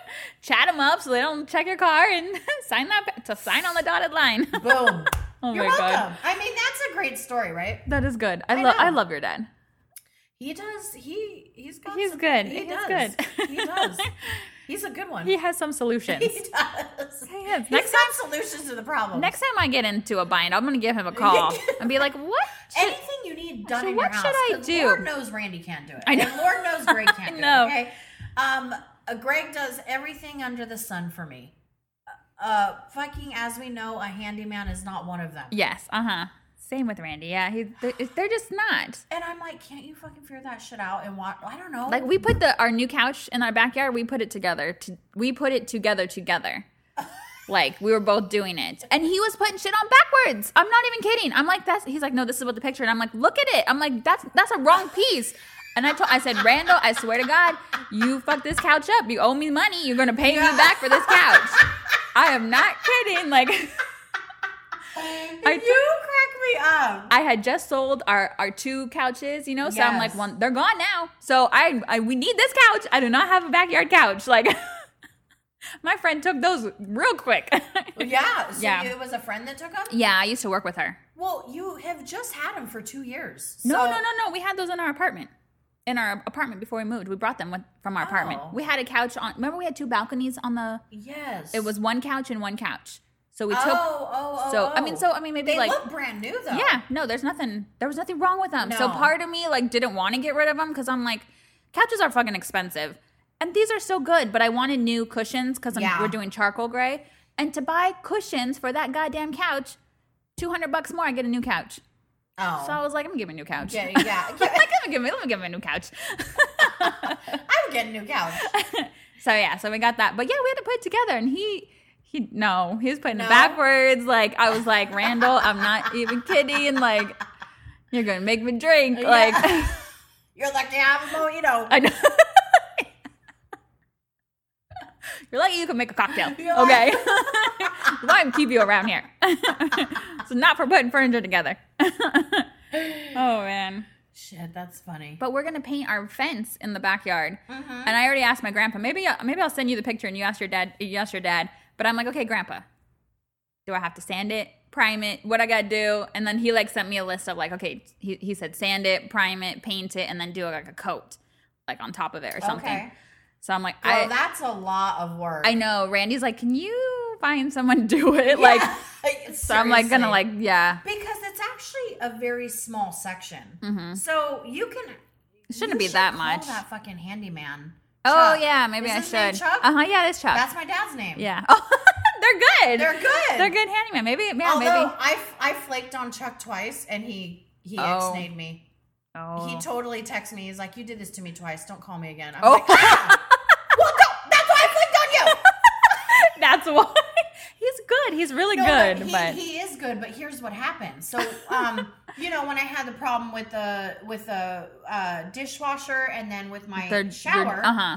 [SPEAKER 3] Chat them up so they don't check your car and sign that pa- to sign on the dotted line.
[SPEAKER 2] Boom.
[SPEAKER 3] oh
[SPEAKER 2] You're
[SPEAKER 3] my
[SPEAKER 2] welcome.
[SPEAKER 3] god.
[SPEAKER 2] I mean, that's a great story, right?
[SPEAKER 3] That is good. I,
[SPEAKER 2] I
[SPEAKER 3] love
[SPEAKER 2] know.
[SPEAKER 3] I love your dad.
[SPEAKER 2] He does. He he's got
[SPEAKER 3] He's
[SPEAKER 2] some-
[SPEAKER 3] good.
[SPEAKER 2] He
[SPEAKER 3] He's
[SPEAKER 2] does.
[SPEAKER 3] good.
[SPEAKER 2] He does. He's a good one.
[SPEAKER 3] He has some solutions.
[SPEAKER 2] He does.
[SPEAKER 3] He has.
[SPEAKER 2] He's
[SPEAKER 3] Next
[SPEAKER 2] got solutions to the problem.
[SPEAKER 3] Next time I get into a bind, I'm gonna give him a call and be like, "What? should-
[SPEAKER 2] Anything you need done
[SPEAKER 3] So
[SPEAKER 2] in
[SPEAKER 3] what
[SPEAKER 2] your house.
[SPEAKER 3] should I
[SPEAKER 2] 'cause
[SPEAKER 3] do?
[SPEAKER 2] Lord knows Randy can't do it.
[SPEAKER 3] I know.
[SPEAKER 2] And Lord knows Greg can't do
[SPEAKER 3] know.
[SPEAKER 2] it. Okay. Um, uh, Greg does everything under the sun for me. Uh, fucking as we know, a handyman is not one of them.
[SPEAKER 3] Yes. Uh huh. Same with Randy. Yeah. He, they're, they're just not.
[SPEAKER 2] And I'm like, can't you fucking figure that shit out and watch? I don't know.
[SPEAKER 3] Like we put the our new couch in our backyard. We put it together. To, we put it together together. Like we were both doing it, and he was putting shit on backwards. I'm not even kidding. I'm like, that's. He's like, no, this is what the picture. And I'm like, look at it. I'm like, that's that's a wrong piece. And I told, I said, Randall, I swear to God, you fucked this couch up. You owe me money. You're gonna pay me back for this couch. I am not kidding. Like I
[SPEAKER 2] you crack me up.
[SPEAKER 3] I had just sold our our two couches, you know. So I'm like,
[SPEAKER 2] Yes.
[SPEAKER 3] one, they're gone now. So I, I we need this couch. I do not have a backyard couch. Like, my friend took those real quick.
[SPEAKER 2] yeah. So
[SPEAKER 3] Yeah.
[SPEAKER 2] it was a friend that took them.
[SPEAKER 3] yeah, I used to work with her.
[SPEAKER 2] Well, you have just had them for two years.
[SPEAKER 3] No,
[SPEAKER 2] so-
[SPEAKER 3] no, no, no. We had those in our apartment. In our apartment before we moved, we brought them with, from our apartment.
[SPEAKER 2] Oh.
[SPEAKER 3] We had a couch on. Remember, we had two balconies on the.
[SPEAKER 2] Yes.
[SPEAKER 3] It was one couch and one couch. So we
[SPEAKER 2] oh,
[SPEAKER 3] took.
[SPEAKER 2] oh, oh.
[SPEAKER 3] so I mean,
[SPEAKER 2] oh.
[SPEAKER 3] so I mean, maybe
[SPEAKER 2] they
[SPEAKER 3] like
[SPEAKER 2] look brand new though.
[SPEAKER 3] Yeah, no, there's nothing. There was nothing wrong with them. So
[SPEAKER 2] No.
[SPEAKER 3] part of me like didn't want to get rid of them because I'm like, couches are fucking expensive, and these are so good, but I wanted new cushions because
[SPEAKER 2] Yeah.
[SPEAKER 3] we're doing charcoal gray, and to buy cushions for that goddamn couch, two hundred bucks more, I get a new couch.
[SPEAKER 2] Oh.
[SPEAKER 3] So I was like, I'm gonna give him a new couch.
[SPEAKER 2] yeah, yeah.
[SPEAKER 3] I'm like, let me give me, let me give him a new couch.
[SPEAKER 2] I would get a new couch.
[SPEAKER 3] so yeah, so we got that, but yeah, we had to put it together, and he. He no, he was putting it
[SPEAKER 2] No?
[SPEAKER 3] backwards. Like I was like, Randall, I'm not even kidding. Like you're gonna make me drink.
[SPEAKER 2] Yeah.
[SPEAKER 3] Like
[SPEAKER 2] You're lucky I have a mojito.
[SPEAKER 3] I know. You're lucky you can make a cocktail.
[SPEAKER 2] You're
[SPEAKER 3] okay. Why would keep you around here? so not for putting furniture together. oh man.
[SPEAKER 2] Shit, that's funny.
[SPEAKER 3] But we're gonna paint our fence in the backyard.
[SPEAKER 2] Mhm.
[SPEAKER 3] And I already asked my grandpa. Maybe I- maybe I'll send you the picture and you ask your dad. You ask your dad. But I'm like, okay, grandpa, do I have to sand it, prime it? What I gotta do? And then he like sent me a list of like, okay, he he said sand it, prime it, paint it, and then do like a coat, like on top of it or something.
[SPEAKER 2] Okay.
[SPEAKER 3] So I'm like,
[SPEAKER 2] Well,
[SPEAKER 3] I
[SPEAKER 2] that's a lot of work.
[SPEAKER 3] I know. Randy's like, can you find someone to do it? Like,
[SPEAKER 2] Yeah.
[SPEAKER 3] so I'm like gonna
[SPEAKER 2] Seriously.
[SPEAKER 3] like, yeah,
[SPEAKER 2] because it's actually a very small section.
[SPEAKER 3] Mhm.
[SPEAKER 2] So you can
[SPEAKER 3] shouldn't
[SPEAKER 2] you
[SPEAKER 3] be
[SPEAKER 2] should
[SPEAKER 3] that
[SPEAKER 2] call
[SPEAKER 3] much.
[SPEAKER 2] That fucking handyman.
[SPEAKER 3] Oh
[SPEAKER 2] Chuck.
[SPEAKER 3] yeah, maybe
[SPEAKER 2] Is
[SPEAKER 3] I
[SPEAKER 2] his name
[SPEAKER 3] should.
[SPEAKER 2] Chuck?
[SPEAKER 3] Uh huh. Yeah, it's Chuck.
[SPEAKER 2] That's my dad's name.
[SPEAKER 3] yeah. Oh, they're good.
[SPEAKER 2] they're good.
[SPEAKER 3] They're good handyman. Maybe, yeah,
[SPEAKER 2] Although
[SPEAKER 3] maybe.
[SPEAKER 2] I f- I flaked on Chuck twice and he he
[SPEAKER 3] Oh.
[SPEAKER 2] ex-nayed me.
[SPEAKER 3] Oh.
[SPEAKER 2] He totally texted me. He's like, "You did this to me twice. Don't call me again." I'm
[SPEAKER 3] Oh.
[SPEAKER 2] like, ah! "Well, no, that's why I flicked on
[SPEAKER 3] That's why he's good. He's really
[SPEAKER 2] you." No,
[SPEAKER 3] good,
[SPEAKER 2] he,
[SPEAKER 3] but
[SPEAKER 2] he is good. But here's what happened. So, um, you know, when I had the problem with the with the uh, dishwasher and then with my shower,
[SPEAKER 3] Uh huh.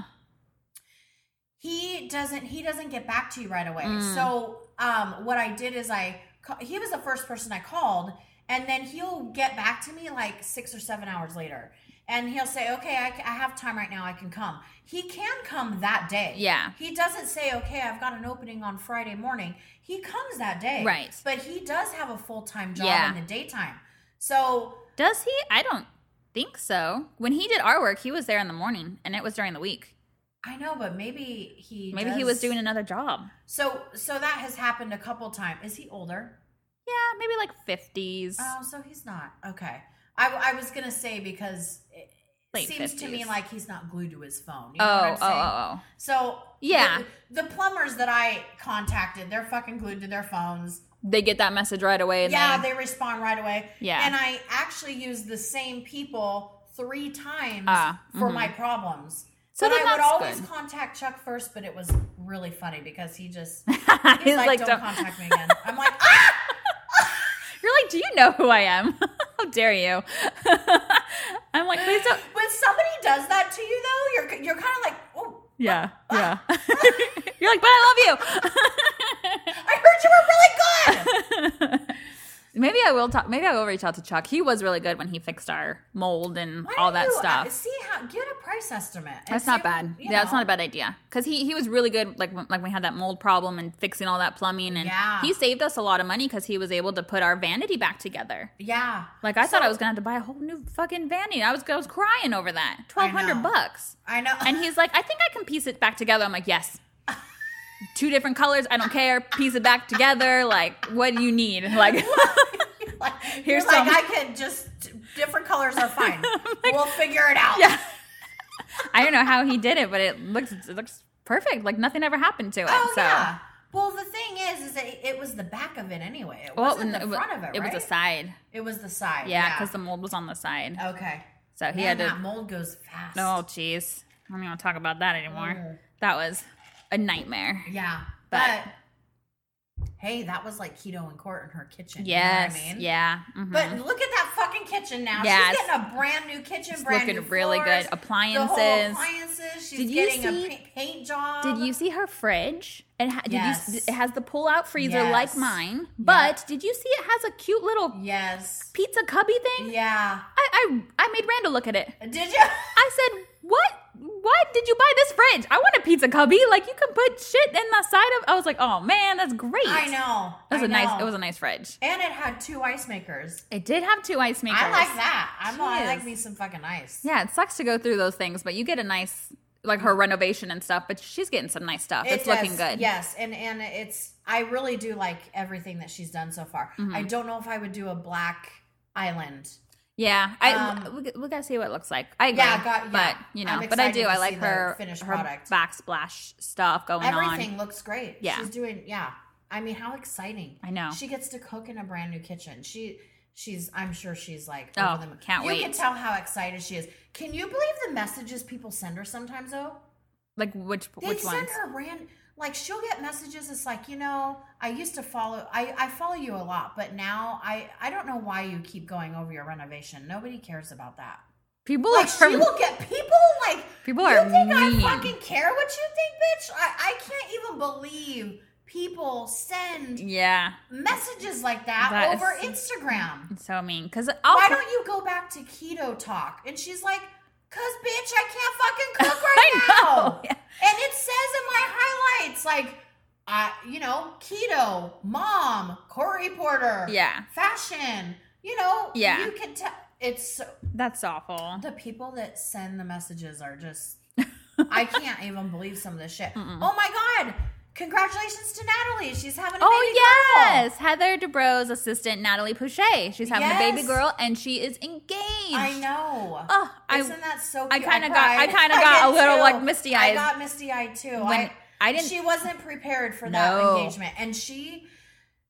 [SPEAKER 2] he doesn't he doesn't get back to you right away
[SPEAKER 3] Mm.
[SPEAKER 2] so um what i did is i ca- he was the first person i called and then he'll get back to me like six or seven hours later and he'll say okay I, c- I have time right now i can come he can come that day
[SPEAKER 3] Yeah.
[SPEAKER 2] he doesn't say okay i've got an opening on friday morning he comes that day
[SPEAKER 3] Right.
[SPEAKER 2] but he does have a full-time job
[SPEAKER 3] Yeah.
[SPEAKER 2] in the daytime so
[SPEAKER 3] Does he? I don't think so. When he did our work, he was there in the morning, and it was during the week.
[SPEAKER 2] i know but maybe he
[SPEAKER 3] Maybe he was
[SPEAKER 2] does-
[SPEAKER 3] doing another job.
[SPEAKER 2] so so that has happened a couple times is he older
[SPEAKER 3] Yeah, maybe like fifties.
[SPEAKER 2] Oh, so he's not okay. I, I was gonna say because it
[SPEAKER 3] Late
[SPEAKER 2] seems to me
[SPEAKER 3] 50s.
[SPEAKER 2] like he's not glued to his phone. You know
[SPEAKER 3] oh,
[SPEAKER 2] what I'm
[SPEAKER 3] oh,
[SPEAKER 2] saying?
[SPEAKER 3] oh, oh.
[SPEAKER 2] So
[SPEAKER 3] Yeah.
[SPEAKER 2] the, the plumbers that I contacted, they're fucking glued to their phones.
[SPEAKER 3] They get that message right away. And
[SPEAKER 2] yeah,
[SPEAKER 3] they,
[SPEAKER 2] they respond right away.
[SPEAKER 3] Yeah.
[SPEAKER 2] and I actually used the same people three times
[SPEAKER 3] Ah,
[SPEAKER 2] for
[SPEAKER 3] mhm.
[SPEAKER 2] my problems.
[SPEAKER 3] So
[SPEAKER 2] but
[SPEAKER 3] then
[SPEAKER 2] I would
[SPEAKER 3] that's
[SPEAKER 2] always
[SPEAKER 3] good.
[SPEAKER 2] contact Chuck first, but it was really funny because he just
[SPEAKER 3] he's,
[SPEAKER 2] he's
[SPEAKER 3] like,
[SPEAKER 2] like, "Don't contact me again." I'm like, ah!
[SPEAKER 3] you're like, do you know who I am? How dare you? I'm like, please don't.
[SPEAKER 2] when somebody does that to you though, you're you're kind of like, oh.
[SPEAKER 3] Yeah, yeah. you're like, but I love you.
[SPEAKER 2] I heard you were really good.
[SPEAKER 3] Maybe I will talk. Maybe I will reach out to Chuck. He was really good when he fixed our mold and
[SPEAKER 2] Why
[SPEAKER 3] all
[SPEAKER 2] don't
[SPEAKER 3] that
[SPEAKER 2] you, uh,
[SPEAKER 3] stuff.
[SPEAKER 2] See how get a price estimate. and
[SPEAKER 3] that's
[SPEAKER 2] see
[SPEAKER 3] not
[SPEAKER 2] what-
[SPEAKER 3] bad.
[SPEAKER 2] you
[SPEAKER 3] Yeah, that's
[SPEAKER 2] know.
[SPEAKER 3] not a bad idea. Because he he was really good. Like when- like when we had that mold problem and fixing all that plumbing, and
[SPEAKER 2] Yeah.
[SPEAKER 3] he saved us a lot of money because he was able to put our vanity back together.
[SPEAKER 2] Yeah,
[SPEAKER 3] Like I thought
[SPEAKER 2] So-
[SPEAKER 3] I was gonna have to buy a whole new fucking vanity. I was I was crying over that twelve hundred
[SPEAKER 2] know.
[SPEAKER 3] bucks.
[SPEAKER 2] I know.
[SPEAKER 3] And he's like, I think I can piece it back together. I'm like, yes. Two different colors. I don't care. Piece it back together. Like, what do you need? Like,
[SPEAKER 2] like,
[SPEAKER 3] here's
[SPEAKER 2] here's like
[SPEAKER 3] some.
[SPEAKER 2] I can just different colors are fine. we'll figure it out.
[SPEAKER 3] Yeah. I don't know how he did it, but it looks it looks perfect. Like nothing ever happened to it.
[SPEAKER 2] Oh
[SPEAKER 3] so.
[SPEAKER 2] yeah. Well, the thing is, is that it was the back of it anyway. It
[SPEAKER 3] Well,
[SPEAKER 2] wasn't
[SPEAKER 3] it
[SPEAKER 2] the
[SPEAKER 3] wa-
[SPEAKER 2] front of it.
[SPEAKER 3] it
[SPEAKER 2] right?
[SPEAKER 3] was the side.
[SPEAKER 2] It was the side.
[SPEAKER 3] Yeah, because the mold was on the side.
[SPEAKER 2] okay.
[SPEAKER 3] So he
[SPEAKER 2] Oh, Man,
[SPEAKER 3] had
[SPEAKER 2] that
[SPEAKER 3] to.
[SPEAKER 2] mold goes fast.
[SPEAKER 3] Oh, jeez. I don't even want to talk about that anymore.
[SPEAKER 2] Mm.
[SPEAKER 3] That was a nightmare.
[SPEAKER 2] Yeah, but,
[SPEAKER 3] But-
[SPEAKER 2] hey, that was like keto and court in her kitchen. you know what
[SPEAKER 3] Yes.
[SPEAKER 2] I mean?
[SPEAKER 3] Yeah. mhm.
[SPEAKER 2] But look at that fucking kitchen now.
[SPEAKER 3] Yes.
[SPEAKER 2] She's getting a brand new kitchen,
[SPEAKER 3] It's
[SPEAKER 2] brand
[SPEAKER 3] looking
[SPEAKER 2] new
[SPEAKER 3] really
[SPEAKER 2] floors,
[SPEAKER 3] good.
[SPEAKER 2] The whole
[SPEAKER 3] Appliances.
[SPEAKER 2] appliances. She's
[SPEAKER 3] Did you
[SPEAKER 2] getting
[SPEAKER 3] see-
[SPEAKER 2] a pa- paint job.
[SPEAKER 3] Did you see her fridge? It, ha- did you,
[SPEAKER 2] um, Yes.
[SPEAKER 3] it has the pull out freezer
[SPEAKER 2] Yes.
[SPEAKER 3] like mine, but did you see it has a cute little
[SPEAKER 2] Yes.
[SPEAKER 3] pizza cubby thing?
[SPEAKER 2] Yeah.
[SPEAKER 3] I, I I made Randall look at it.
[SPEAKER 2] Did you?
[SPEAKER 3] I said, "What? What did you buy this fridge? I want a pizza cubby. Like you can put shit in the side of." I was like, "Oh man, that's great."
[SPEAKER 2] I know.
[SPEAKER 3] That's
[SPEAKER 2] I
[SPEAKER 3] a nice.
[SPEAKER 2] know.
[SPEAKER 3] It was a nice fridge.
[SPEAKER 2] And it had two ice makers.
[SPEAKER 3] It did have two ice makers.
[SPEAKER 2] I like that. I'm all, I like
[SPEAKER 3] Jeez.
[SPEAKER 2] me some fucking ice.
[SPEAKER 3] Yeah, it sucks to go through those things, but you get a nice like her renovation and stuff. But she's getting some nice stuff.
[SPEAKER 2] It
[SPEAKER 3] it's looking
[SPEAKER 2] does,
[SPEAKER 3] good.
[SPEAKER 2] Yes, and and it's I really do like everything that she's done so far.
[SPEAKER 3] Mm-hmm.
[SPEAKER 2] I don't know if I would do a black island.
[SPEAKER 3] Yeah, I
[SPEAKER 2] Um,
[SPEAKER 3] we, we gotta see what it looks like. I agree,
[SPEAKER 2] Yeah, got- yeah.
[SPEAKER 3] but you
[SPEAKER 2] I'm
[SPEAKER 3] know, but I
[SPEAKER 2] excited
[SPEAKER 3] do.
[SPEAKER 2] to
[SPEAKER 3] I
[SPEAKER 2] see
[SPEAKER 3] like
[SPEAKER 2] the
[SPEAKER 3] her
[SPEAKER 2] finished
[SPEAKER 3] her
[SPEAKER 2] product.
[SPEAKER 3] backsplash stuff going
[SPEAKER 2] Everything
[SPEAKER 3] on.
[SPEAKER 2] looks great.
[SPEAKER 3] Yeah.
[SPEAKER 2] She's doing yeah. I mean, how exciting.
[SPEAKER 3] I know.
[SPEAKER 2] She gets to cook in a brand new kitchen. She she's I'm sure she's like
[SPEAKER 3] Oh,
[SPEAKER 2] over the moon.
[SPEAKER 3] can't
[SPEAKER 2] you can
[SPEAKER 3] wait.
[SPEAKER 2] tell how excited she is. Can you believe the messages people send her sometimes though?
[SPEAKER 3] Like which
[SPEAKER 2] They
[SPEAKER 3] which
[SPEAKER 2] send
[SPEAKER 3] ones?
[SPEAKER 2] her ran like she'll get messages it's like, you know, I used to follow I, I follow you a lot, but now I I don't know why you keep going over your renovation. Nobody cares about that.
[SPEAKER 3] People
[SPEAKER 2] Like she
[SPEAKER 3] are
[SPEAKER 2] will get people like
[SPEAKER 3] people
[SPEAKER 2] you
[SPEAKER 3] are
[SPEAKER 2] think
[SPEAKER 3] mean.
[SPEAKER 2] I fucking care what you think, bitch? I, I can't even believe people send
[SPEAKER 3] yeah,
[SPEAKER 2] messages like that,
[SPEAKER 3] That
[SPEAKER 2] over
[SPEAKER 3] is-
[SPEAKER 2] Instagram.
[SPEAKER 3] so mean. Because
[SPEAKER 2] Why don't you go back to keto talk? And she's like, "Cause bitch, I can't fucking cook right
[SPEAKER 3] I know.
[SPEAKER 2] now." And it says in my highlights, like, I, you know, keto, mom, Corey Porter,
[SPEAKER 3] Yeah,
[SPEAKER 2] fashion. You know,
[SPEAKER 3] Yeah.
[SPEAKER 2] you can tell it's so
[SPEAKER 3] that's awful.
[SPEAKER 2] the people that send the messages are just I can't even believe some of this shit. Oh my god. Congratulations to Natalie. She's having a baby
[SPEAKER 3] oh
[SPEAKER 2] girl.
[SPEAKER 3] yes, Heather DeBro's assistant Natalie Pouchet. She's having a baby
[SPEAKER 2] Yes.
[SPEAKER 3] girl, and she is engaged.
[SPEAKER 2] I know.
[SPEAKER 3] Oh, I
[SPEAKER 2] Isn't that so
[SPEAKER 3] I
[SPEAKER 2] cute?
[SPEAKER 3] kinda got- I
[SPEAKER 2] cried.
[SPEAKER 3] kinda got a
[SPEAKER 2] did
[SPEAKER 3] little,
[SPEAKER 2] too.
[SPEAKER 3] like, misty-eyed
[SPEAKER 2] I got misty eyed too.
[SPEAKER 3] when
[SPEAKER 2] I,
[SPEAKER 3] I didn't.
[SPEAKER 2] she wasn't prepared for that
[SPEAKER 3] No.
[SPEAKER 2] engagement. And she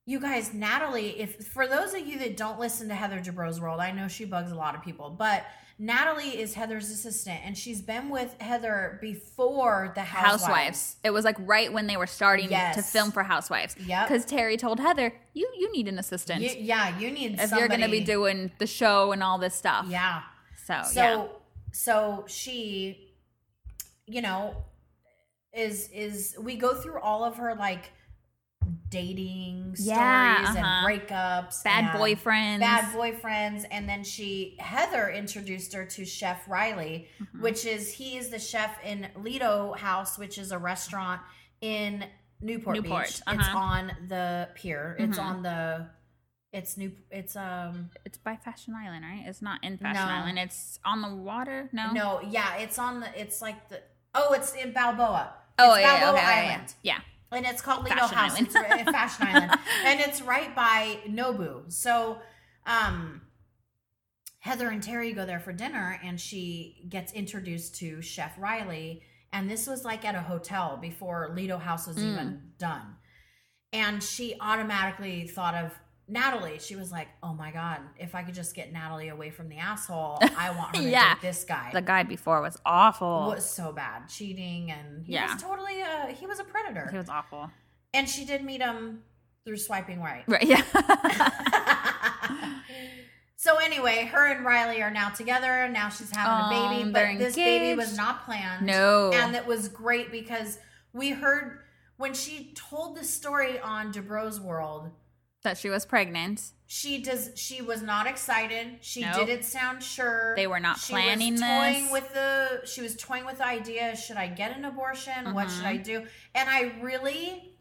[SPEAKER 2] you guys, Natalie, if for those of you that don't listen to Heather Jabro's world, I know she bugs a lot of people, but Natalie is Heather's assistant and she's been with Heather before the
[SPEAKER 3] Housewives.
[SPEAKER 2] Housewives.
[SPEAKER 3] It was like right when they were starting
[SPEAKER 2] Yes.
[SPEAKER 3] to film for Housewives.
[SPEAKER 2] Yep.
[SPEAKER 3] Because Terry told Heather, "You you need an assistant
[SPEAKER 2] You, yeah, you need
[SPEAKER 3] if you're going to be
[SPEAKER 2] somebody-
[SPEAKER 3] doing the show and all this stuff."
[SPEAKER 2] yeah.
[SPEAKER 3] So,
[SPEAKER 2] So
[SPEAKER 3] Oh, yeah.
[SPEAKER 2] so she, you know, is is we go through all of her like dating stories
[SPEAKER 3] Yeah, uh-huh.
[SPEAKER 2] and breakups,
[SPEAKER 3] Bad
[SPEAKER 2] and
[SPEAKER 3] boyfriends.
[SPEAKER 2] bad boyfriends, and then she Heather introduced her to Chef Riley,
[SPEAKER 3] Mm-hmm.
[SPEAKER 2] which is he is the chef in Lido House, which is a restaurant in Newport,
[SPEAKER 3] Newport,
[SPEAKER 2] Beach. It's
[SPEAKER 3] uh-huh.
[SPEAKER 2] on the pier. It's
[SPEAKER 3] Mhm.
[SPEAKER 2] on the. It's new. It's um.
[SPEAKER 3] it's by Fashion Island, right? It's not in Fashion
[SPEAKER 2] No.
[SPEAKER 3] Island. It's on the water. No.
[SPEAKER 2] No, yeah, it's on the. It's like the. Oh, it's in Balboa.
[SPEAKER 3] Oh
[SPEAKER 2] it's
[SPEAKER 3] yeah, yeah,
[SPEAKER 2] Balboa
[SPEAKER 3] okay, yeah, yeah.
[SPEAKER 2] Island,
[SPEAKER 3] yeah.
[SPEAKER 2] and it's called Lido
[SPEAKER 3] Fashion
[SPEAKER 2] House.
[SPEAKER 3] Island.
[SPEAKER 2] It's ri- Fashion Island, and it's right by Nobu. So, um, Heather and Terry go there for dinner, and she gets introduced to Chef Riley. And this was like at a hotel before Lido House was
[SPEAKER 3] Mm.
[SPEAKER 2] even done. And she automatically thought of Natalie. She was like, "Oh my god, if I could just get Natalie away from the asshole, I want her to
[SPEAKER 3] Yeah.
[SPEAKER 2] date this guy."
[SPEAKER 3] The guy before was awful.
[SPEAKER 2] was so bad, cheating, and he
[SPEAKER 3] Yeah.
[SPEAKER 2] was totally a he was a predator.
[SPEAKER 3] He was awful.
[SPEAKER 2] and she did meet him through swiping right.
[SPEAKER 3] Right. Yeah.
[SPEAKER 2] so anyway, her and Riley are now together. Now she's having a baby,
[SPEAKER 3] Um,
[SPEAKER 2] but
[SPEAKER 3] they're
[SPEAKER 2] this baby was
[SPEAKER 3] engaged.
[SPEAKER 2] not planned.
[SPEAKER 3] no.
[SPEAKER 2] and it was great because we heard when she told the story on Debro's World.
[SPEAKER 3] that she was pregnant.
[SPEAKER 2] She does. She was not excited. She
[SPEAKER 3] Nope.
[SPEAKER 2] didn't sound sure.
[SPEAKER 3] They were not
[SPEAKER 2] she
[SPEAKER 3] planning
[SPEAKER 2] was toying
[SPEAKER 3] this.
[SPEAKER 2] With the, she was toying with the idea: should I get an abortion? What should
[SPEAKER 3] Mhm.
[SPEAKER 2] I do? And I really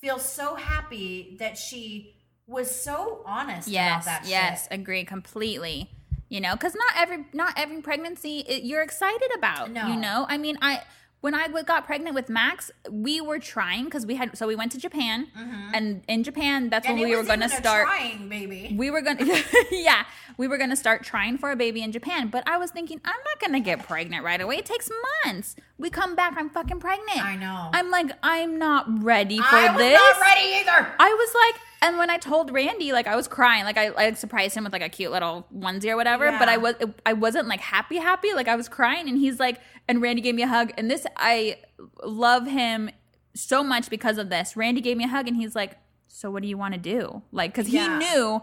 [SPEAKER 2] feel so happy that she was so honest
[SPEAKER 3] Yes.
[SPEAKER 2] about that.
[SPEAKER 3] Yes.
[SPEAKER 2] shit.
[SPEAKER 3] Agree completely. You know, because not every not every pregnancy it, you're excited about.
[SPEAKER 2] No.
[SPEAKER 3] You know, I mean, I when I w- got pregnant with Max, we were trying because we had so we went to Japan,
[SPEAKER 2] Mhm.
[SPEAKER 3] and in Japan that's
[SPEAKER 2] And
[SPEAKER 3] when
[SPEAKER 2] it
[SPEAKER 3] we were
[SPEAKER 2] was
[SPEAKER 3] going to
[SPEAKER 2] even a
[SPEAKER 3] start.
[SPEAKER 2] trying baby.
[SPEAKER 3] we were gonna yeah we were gonna start trying for a baby in japan but i was thinking i'm not gonna get pregnant right away it takes months we come back i'm fucking pregnant
[SPEAKER 2] I know.
[SPEAKER 3] i'm like i'm not ready for
[SPEAKER 2] Oh. I was
[SPEAKER 3] this
[SPEAKER 2] not ready either.
[SPEAKER 3] i was like and when i told randy like i was crying like i, I surprised him with like a cute little onesie or whatever but
[SPEAKER 2] Yeah.
[SPEAKER 3] i was i wasn't like happy happy like i was crying and he's like and randy gave me a hug and this i love him so much because of this randy gave me a hug and he's like so what do you want to do like because
[SPEAKER 2] Yeah.
[SPEAKER 3] he knew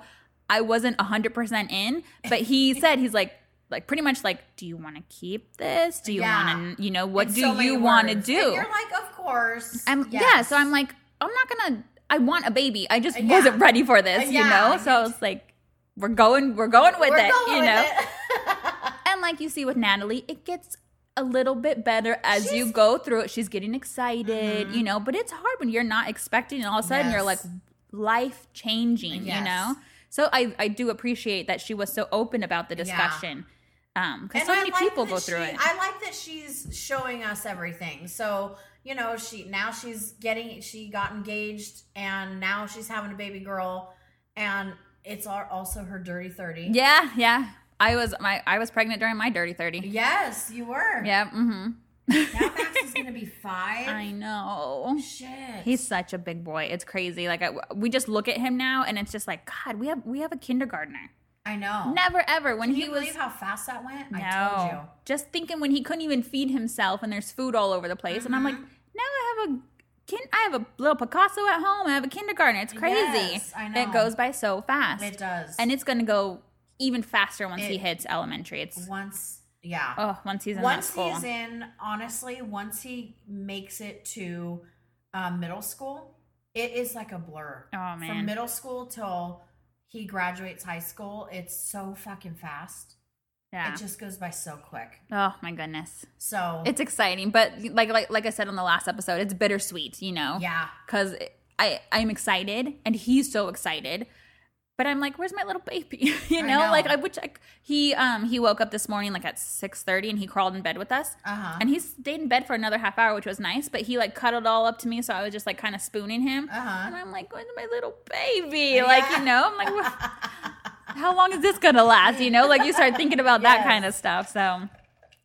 [SPEAKER 3] I wasn't 100% in, but he said, he's like, like pretty much like, do you want to keep this? Do you
[SPEAKER 2] Yeah.
[SPEAKER 3] want to, you know, what
[SPEAKER 2] It's
[SPEAKER 3] do
[SPEAKER 2] so many
[SPEAKER 3] you want to
[SPEAKER 2] words.
[SPEAKER 3] do?
[SPEAKER 2] And you're like, of course.
[SPEAKER 3] I'm yeah,
[SPEAKER 2] yes.
[SPEAKER 3] so I'm like, I'm not gonna. I want a baby. I just
[SPEAKER 2] Yeah.
[SPEAKER 3] wasn't ready for this,
[SPEAKER 2] Uh,
[SPEAKER 3] you
[SPEAKER 2] yeah.
[SPEAKER 3] know. So I was like, we're going, we're going with
[SPEAKER 2] We're
[SPEAKER 3] it,
[SPEAKER 2] going
[SPEAKER 3] you
[SPEAKER 2] with
[SPEAKER 3] know.
[SPEAKER 2] it.
[SPEAKER 3] And like you see with Natalie, it gets a little bit better as you
[SPEAKER 2] She's-
[SPEAKER 3] go through it. She's getting excited,
[SPEAKER 2] Mhm.
[SPEAKER 3] you know. But it's hard when you're not expecting, and all of a sudden you're like
[SPEAKER 2] Yes.
[SPEAKER 3] life changing, you
[SPEAKER 2] Yes.
[SPEAKER 3] know. So I I do appreciate that she was so open about the
[SPEAKER 2] Yeah.
[SPEAKER 3] discussion, um, because
[SPEAKER 2] And
[SPEAKER 3] so
[SPEAKER 2] I
[SPEAKER 3] many
[SPEAKER 2] like
[SPEAKER 3] people
[SPEAKER 2] that
[SPEAKER 3] go through
[SPEAKER 2] she-
[SPEAKER 3] it.
[SPEAKER 2] I like that she's showing us everything. So you know, she now she's getting she got engaged, and now she's having a baby girl, and it's al- also her dirty thirty.
[SPEAKER 3] yeah, yeah. I was my I was pregnant during my dirty thirty.
[SPEAKER 2] Yes, you were.
[SPEAKER 3] Yeah. Mm-hmm.
[SPEAKER 2] Now Max is gonna be five.
[SPEAKER 3] I know.
[SPEAKER 2] Shit.
[SPEAKER 3] He's such a big boy. It's crazy. Like I, we just look at him now, and it's just like God. We have we have a kindergartner.
[SPEAKER 2] I know.
[SPEAKER 3] Never ever when
[SPEAKER 2] Oh. Can
[SPEAKER 3] he
[SPEAKER 2] you
[SPEAKER 3] was
[SPEAKER 2] believe how fast that went?
[SPEAKER 3] no.
[SPEAKER 2] I told you.
[SPEAKER 3] Just thinking when he couldn't even feed himself, and there's food all over the place, and I'm like,
[SPEAKER 2] Mhm.
[SPEAKER 3] now I have a kin. I have a little Picasso at home. I have a kindergartner. It's crazy.
[SPEAKER 2] Yes, I know.
[SPEAKER 3] It goes by so fast,
[SPEAKER 2] It does.
[SPEAKER 3] and it's gonna go even faster once he
[SPEAKER 2] It-
[SPEAKER 3] hits elementary. It's
[SPEAKER 2] once, yeah.
[SPEAKER 3] oh, once he's in that
[SPEAKER 2] once
[SPEAKER 3] school.
[SPEAKER 2] he's in honestly once he makes it to um, middle school it is like a blur
[SPEAKER 3] oh
[SPEAKER 2] from
[SPEAKER 3] man.
[SPEAKER 2] middle school till he graduates high school it's so fucking fast
[SPEAKER 3] yeah.
[SPEAKER 2] it just goes by so quick
[SPEAKER 3] Oh my goodness.
[SPEAKER 2] so
[SPEAKER 3] it's exciting but like like like i said on the last episode it's bittersweet you know
[SPEAKER 2] yeah
[SPEAKER 3] because i i'm excited and he's so excited but i'm like where's my little baby you
[SPEAKER 2] I
[SPEAKER 3] know?
[SPEAKER 2] know.
[SPEAKER 3] like i wish i c- he um he woke up this morning like at six thirty, and he crawled in bed with us
[SPEAKER 2] uh-huh
[SPEAKER 3] and he stayed in bed for another half hour which was nice but he like cuddled all up to me so i was just like kind of spooning him and
[SPEAKER 2] uh-huh
[SPEAKER 3] i'm like where's my little baby like
[SPEAKER 2] Yeah.
[SPEAKER 3] you know i'm like "Wha- how long is this gonna last you know like you start thinking about that
[SPEAKER 2] Yes.
[SPEAKER 3] kind of stuff so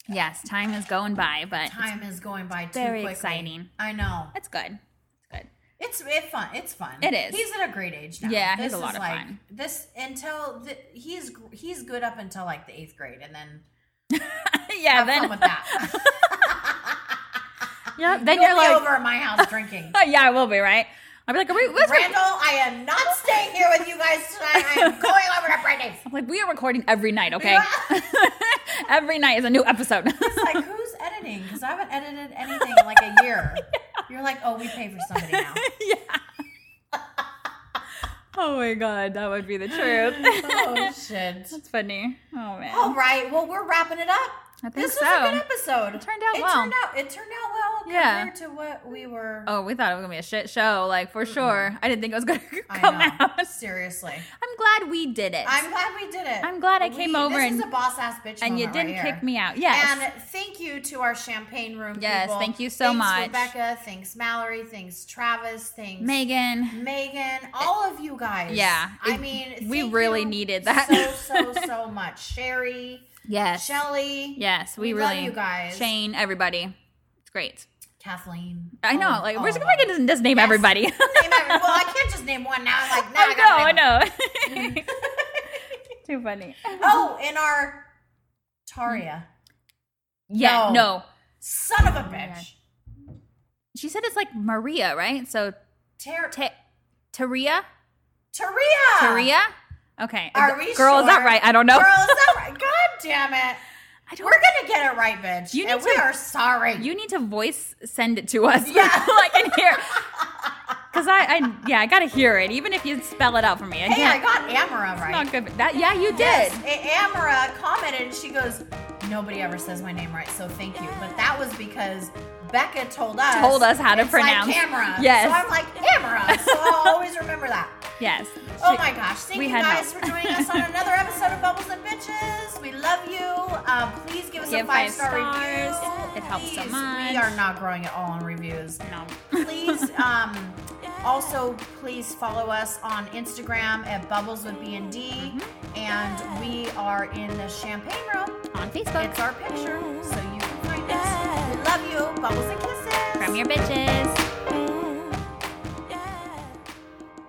[SPEAKER 3] yes time is going by but it's
[SPEAKER 2] time is going by too
[SPEAKER 3] very
[SPEAKER 2] quickly.
[SPEAKER 3] exciting.
[SPEAKER 2] i know
[SPEAKER 3] It's good. It's good.
[SPEAKER 2] It's it fun. It's fun.
[SPEAKER 3] It is.
[SPEAKER 2] He's at a great age now.
[SPEAKER 3] Yeah, he's a lot
[SPEAKER 2] is
[SPEAKER 3] of
[SPEAKER 2] like,
[SPEAKER 3] fun.
[SPEAKER 2] This until the, he's gr- he's good up until like the eighth grade, and then
[SPEAKER 3] yeah,
[SPEAKER 2] have fun with that.
[SPEAKER 3] yeah, then
[SPEAKER 2] You'll
[SPEAKER 3] you're
[SPEAKER 2] be
[SPEAKER 3] like,
[SPEAKER 2] over at my house drinking.
[SPEAKER 3] oh, yeah, I will be right. I'll be like, are we, what's-
[SPEAKER 2] Randall, I am not staying here with you guys tonight. I am going over to Brandy's.
[SPEAKER 3] I'm like we are recording every night, okay? every night is a new episode.
[SPEAKER 2] It's like, who's editing? Because I haven't edited anything in like a year. You're like, oh, we pay for somebody now.
[SPEAKER 3] yeah. oh my god, that would be the truth.
[SPEAKER 2] oh shit.
[SPEAKER 3] That's funny. Oh man.
[SPEAKER 2] All right. Well, we're wrapping it up.
[SPEAKER 3] I think
[SPEAKER 2] This was
[SPEAKER 3] so.
[SPEAKER 2] a good episode. It
[SPEAKER 3] turned out
[SPEAKER 2] it
[SPEAKER 3] well.
[SPEAKER 2] Turned out, it turned out well
[SPEAKER 3] Yeah.
[SPEAKER 2] compared to what we were.
[SPEAKER 3] Oh, we thought it was gonna be a shit show, like for sure. I didn't think it was gonna
[SPEAKER 2] I
[SPEAKER 3] come
[SPEAKER 2] know.
[SPEAKER 3] out.
[SPEAKER 2] Seriously.
[SPEAKER 3] I'm glad we did it,
[SPEAKER 2] I'm glad we did it.
[SPEAKER 3] I'm glad I came
[SPEAKER 2] We-
[SPEAKER 3] over
[SPEAKER 2] this
[SPEAKER 3] and-
[SPEAKER 2] is a boss ass bitch
[SPEAKER 3] and
[SPEAKER 2] moment
[SPEAKER 3] you
[SPEAKER 2] right
[SPEAKER 3] didn't
[SPEAKER 2] here.
[SPEAKER 3] kick me out. Yes,
[SPEAKER 2] And thank you to our champagne room.
[SPEAKER 3] Yes,
[SPEAKER 2] people.
[SPEAKER 3] thank you so
[SPEAKER 2] thanks
[SPEAKER 3] much.
[SPEAKER 2] Rebecca. Thanks, Mallory. Thanks, Travis. Thanks,
[SPEAKER 3] Megan.
[SPEAKER 2] Megan. All of you guys.
[SPEAKER 3] Yeah.
[SPEAKER 2] I
[SPEAKER 3] It-
[SPEAKER 2] mean,
[SPEAKER 3] we
[SPEAKER 2] thank
[SPEAKER 3] really
[SPEAKER 2] you
[SPEAKER 3] needed that.
[SPEAKER 2] so so so much. Sherry,
[SPEAKER 3] Yes.
[SPEAKER 2] Shelly,
[SPEAKER 3] Yes, we,
[SPEAKER 2] We love
[SPEAKER 3] really
[SPEAKER 2] you guys.
[SPEAKER 3] Shane, everybody. It's great.
[SPEAKER 2] Kathleen.
[SPEAKER 3] I know.
[SPEAKER 2] Oh,
[SPEAKER 3] like
[SPEAKER 2] oh,
[SPEAKER 3] we're just
[SPEAKER 2] oh.
[SPEAKER 3] gonna just, just name everybody.
[SPEAKER 2] Name every- well, I can't just name one now. I'm like, now
[SPEAKER 3] I know, I
[SPEAKER 2] gotta name-
[SPEAKER 3] know. Too funny.
[SPEAKER 2] Oh, in our Taria,
[SPEAKER 3] Yeah,
[SPEAKER 2] No.
[SPEAKER 3] no.
[SPEAKER 2] son of a
[SPEAKER 3] Mm-hmm.
[SPEAKER 2] bitch.
[SPEAKER 3] She said it's like Maria, right? So
[SPEAKER 2] Ter-
[SPEAKER 3] Ta- Taria?
[SPEAKER 2] Taria.
[SPEAKER 3] Taria? Okay.
[SPEAKER 2] Are we
[SPEAKER 3] Girl, is that
[SPEAKER 2] sure?
[SPEAKER 3] right? I don't know.
[SPEAKER 2] Girl, is that right? God damn it.
[SPEAKER 3] I don't
[SPEAKER 2] We're gonna get it right, bitch.
[SPEAKER 3] You
[SPEAKER 2] and
[SPEAKER 3] need
[SPEAKER 2] we
[SPEAKER 3] to-
[SPEAKER 2] are sorry.
[SPEAKER 3] you need to voice send it to us.
[SPEAKER 2] Yeah.
[SPEAKER 3] like in here. Cause I, I yeah, I gotta hear it, even if you spell it out for me. I
[SPEAKER 2] hey, I
[SPEAKER 3] can't
[SPEAKER 2] got Amara right.
[SPEAKER 3] not good. That yeah, you did.
[SPEAKER 2] Yes, A- Amara commented and she goes, Nobody ever says my name right, so thank you. But that was because Becca told us
[SPEAKER 3] Told us how to
[SPEAKER 2] it's
[SPEAKER 3] pronounce.
[SPEAKER 2] like camera.
[SPEAKER 3] Yes.
[SPEAKER 2] So I'm like, Amara. So I'll always remember that.
[SPEAKER 3] Yes.
[SPEAKER 2] Oh
[SPEAKER 3] She-
[SPEAKER 2] my gosh. Thank
[SPEAKER 3] we
[SPEAKER 2] you
[SPEAKER 3] had
[SPEAKER 2] guys
[SPEAKER 3] help.
[SPEAKER 2] for joining us on another episode of Bubbles and Bitches. We love you. Um, please give us
[SPEAKER 3] Give
[SPEAKER 2] a five
[SPEAKER 3] five
[SPEAKER 2] star review.
[SPEAKER 3] stars. It helps so
[SPEAKER 2] Please.
[SPEAKER 3] much.
[SPEAKER 2] We are not growing at all on reviews.
[SPEAKER 3] No.
[SPEAKER 2] please um also please follow us on instagram at bubbles with b and d and we are in the champagne room
[SPEAKER 3] On Facebook.
[SPEAKER 2] it's our picture so you can find us we love you bubbles and kisses
[SPEAKER 3] From your bitches.
[SPEAKER 5] Yeah.
[SPEAKER 1] Mm,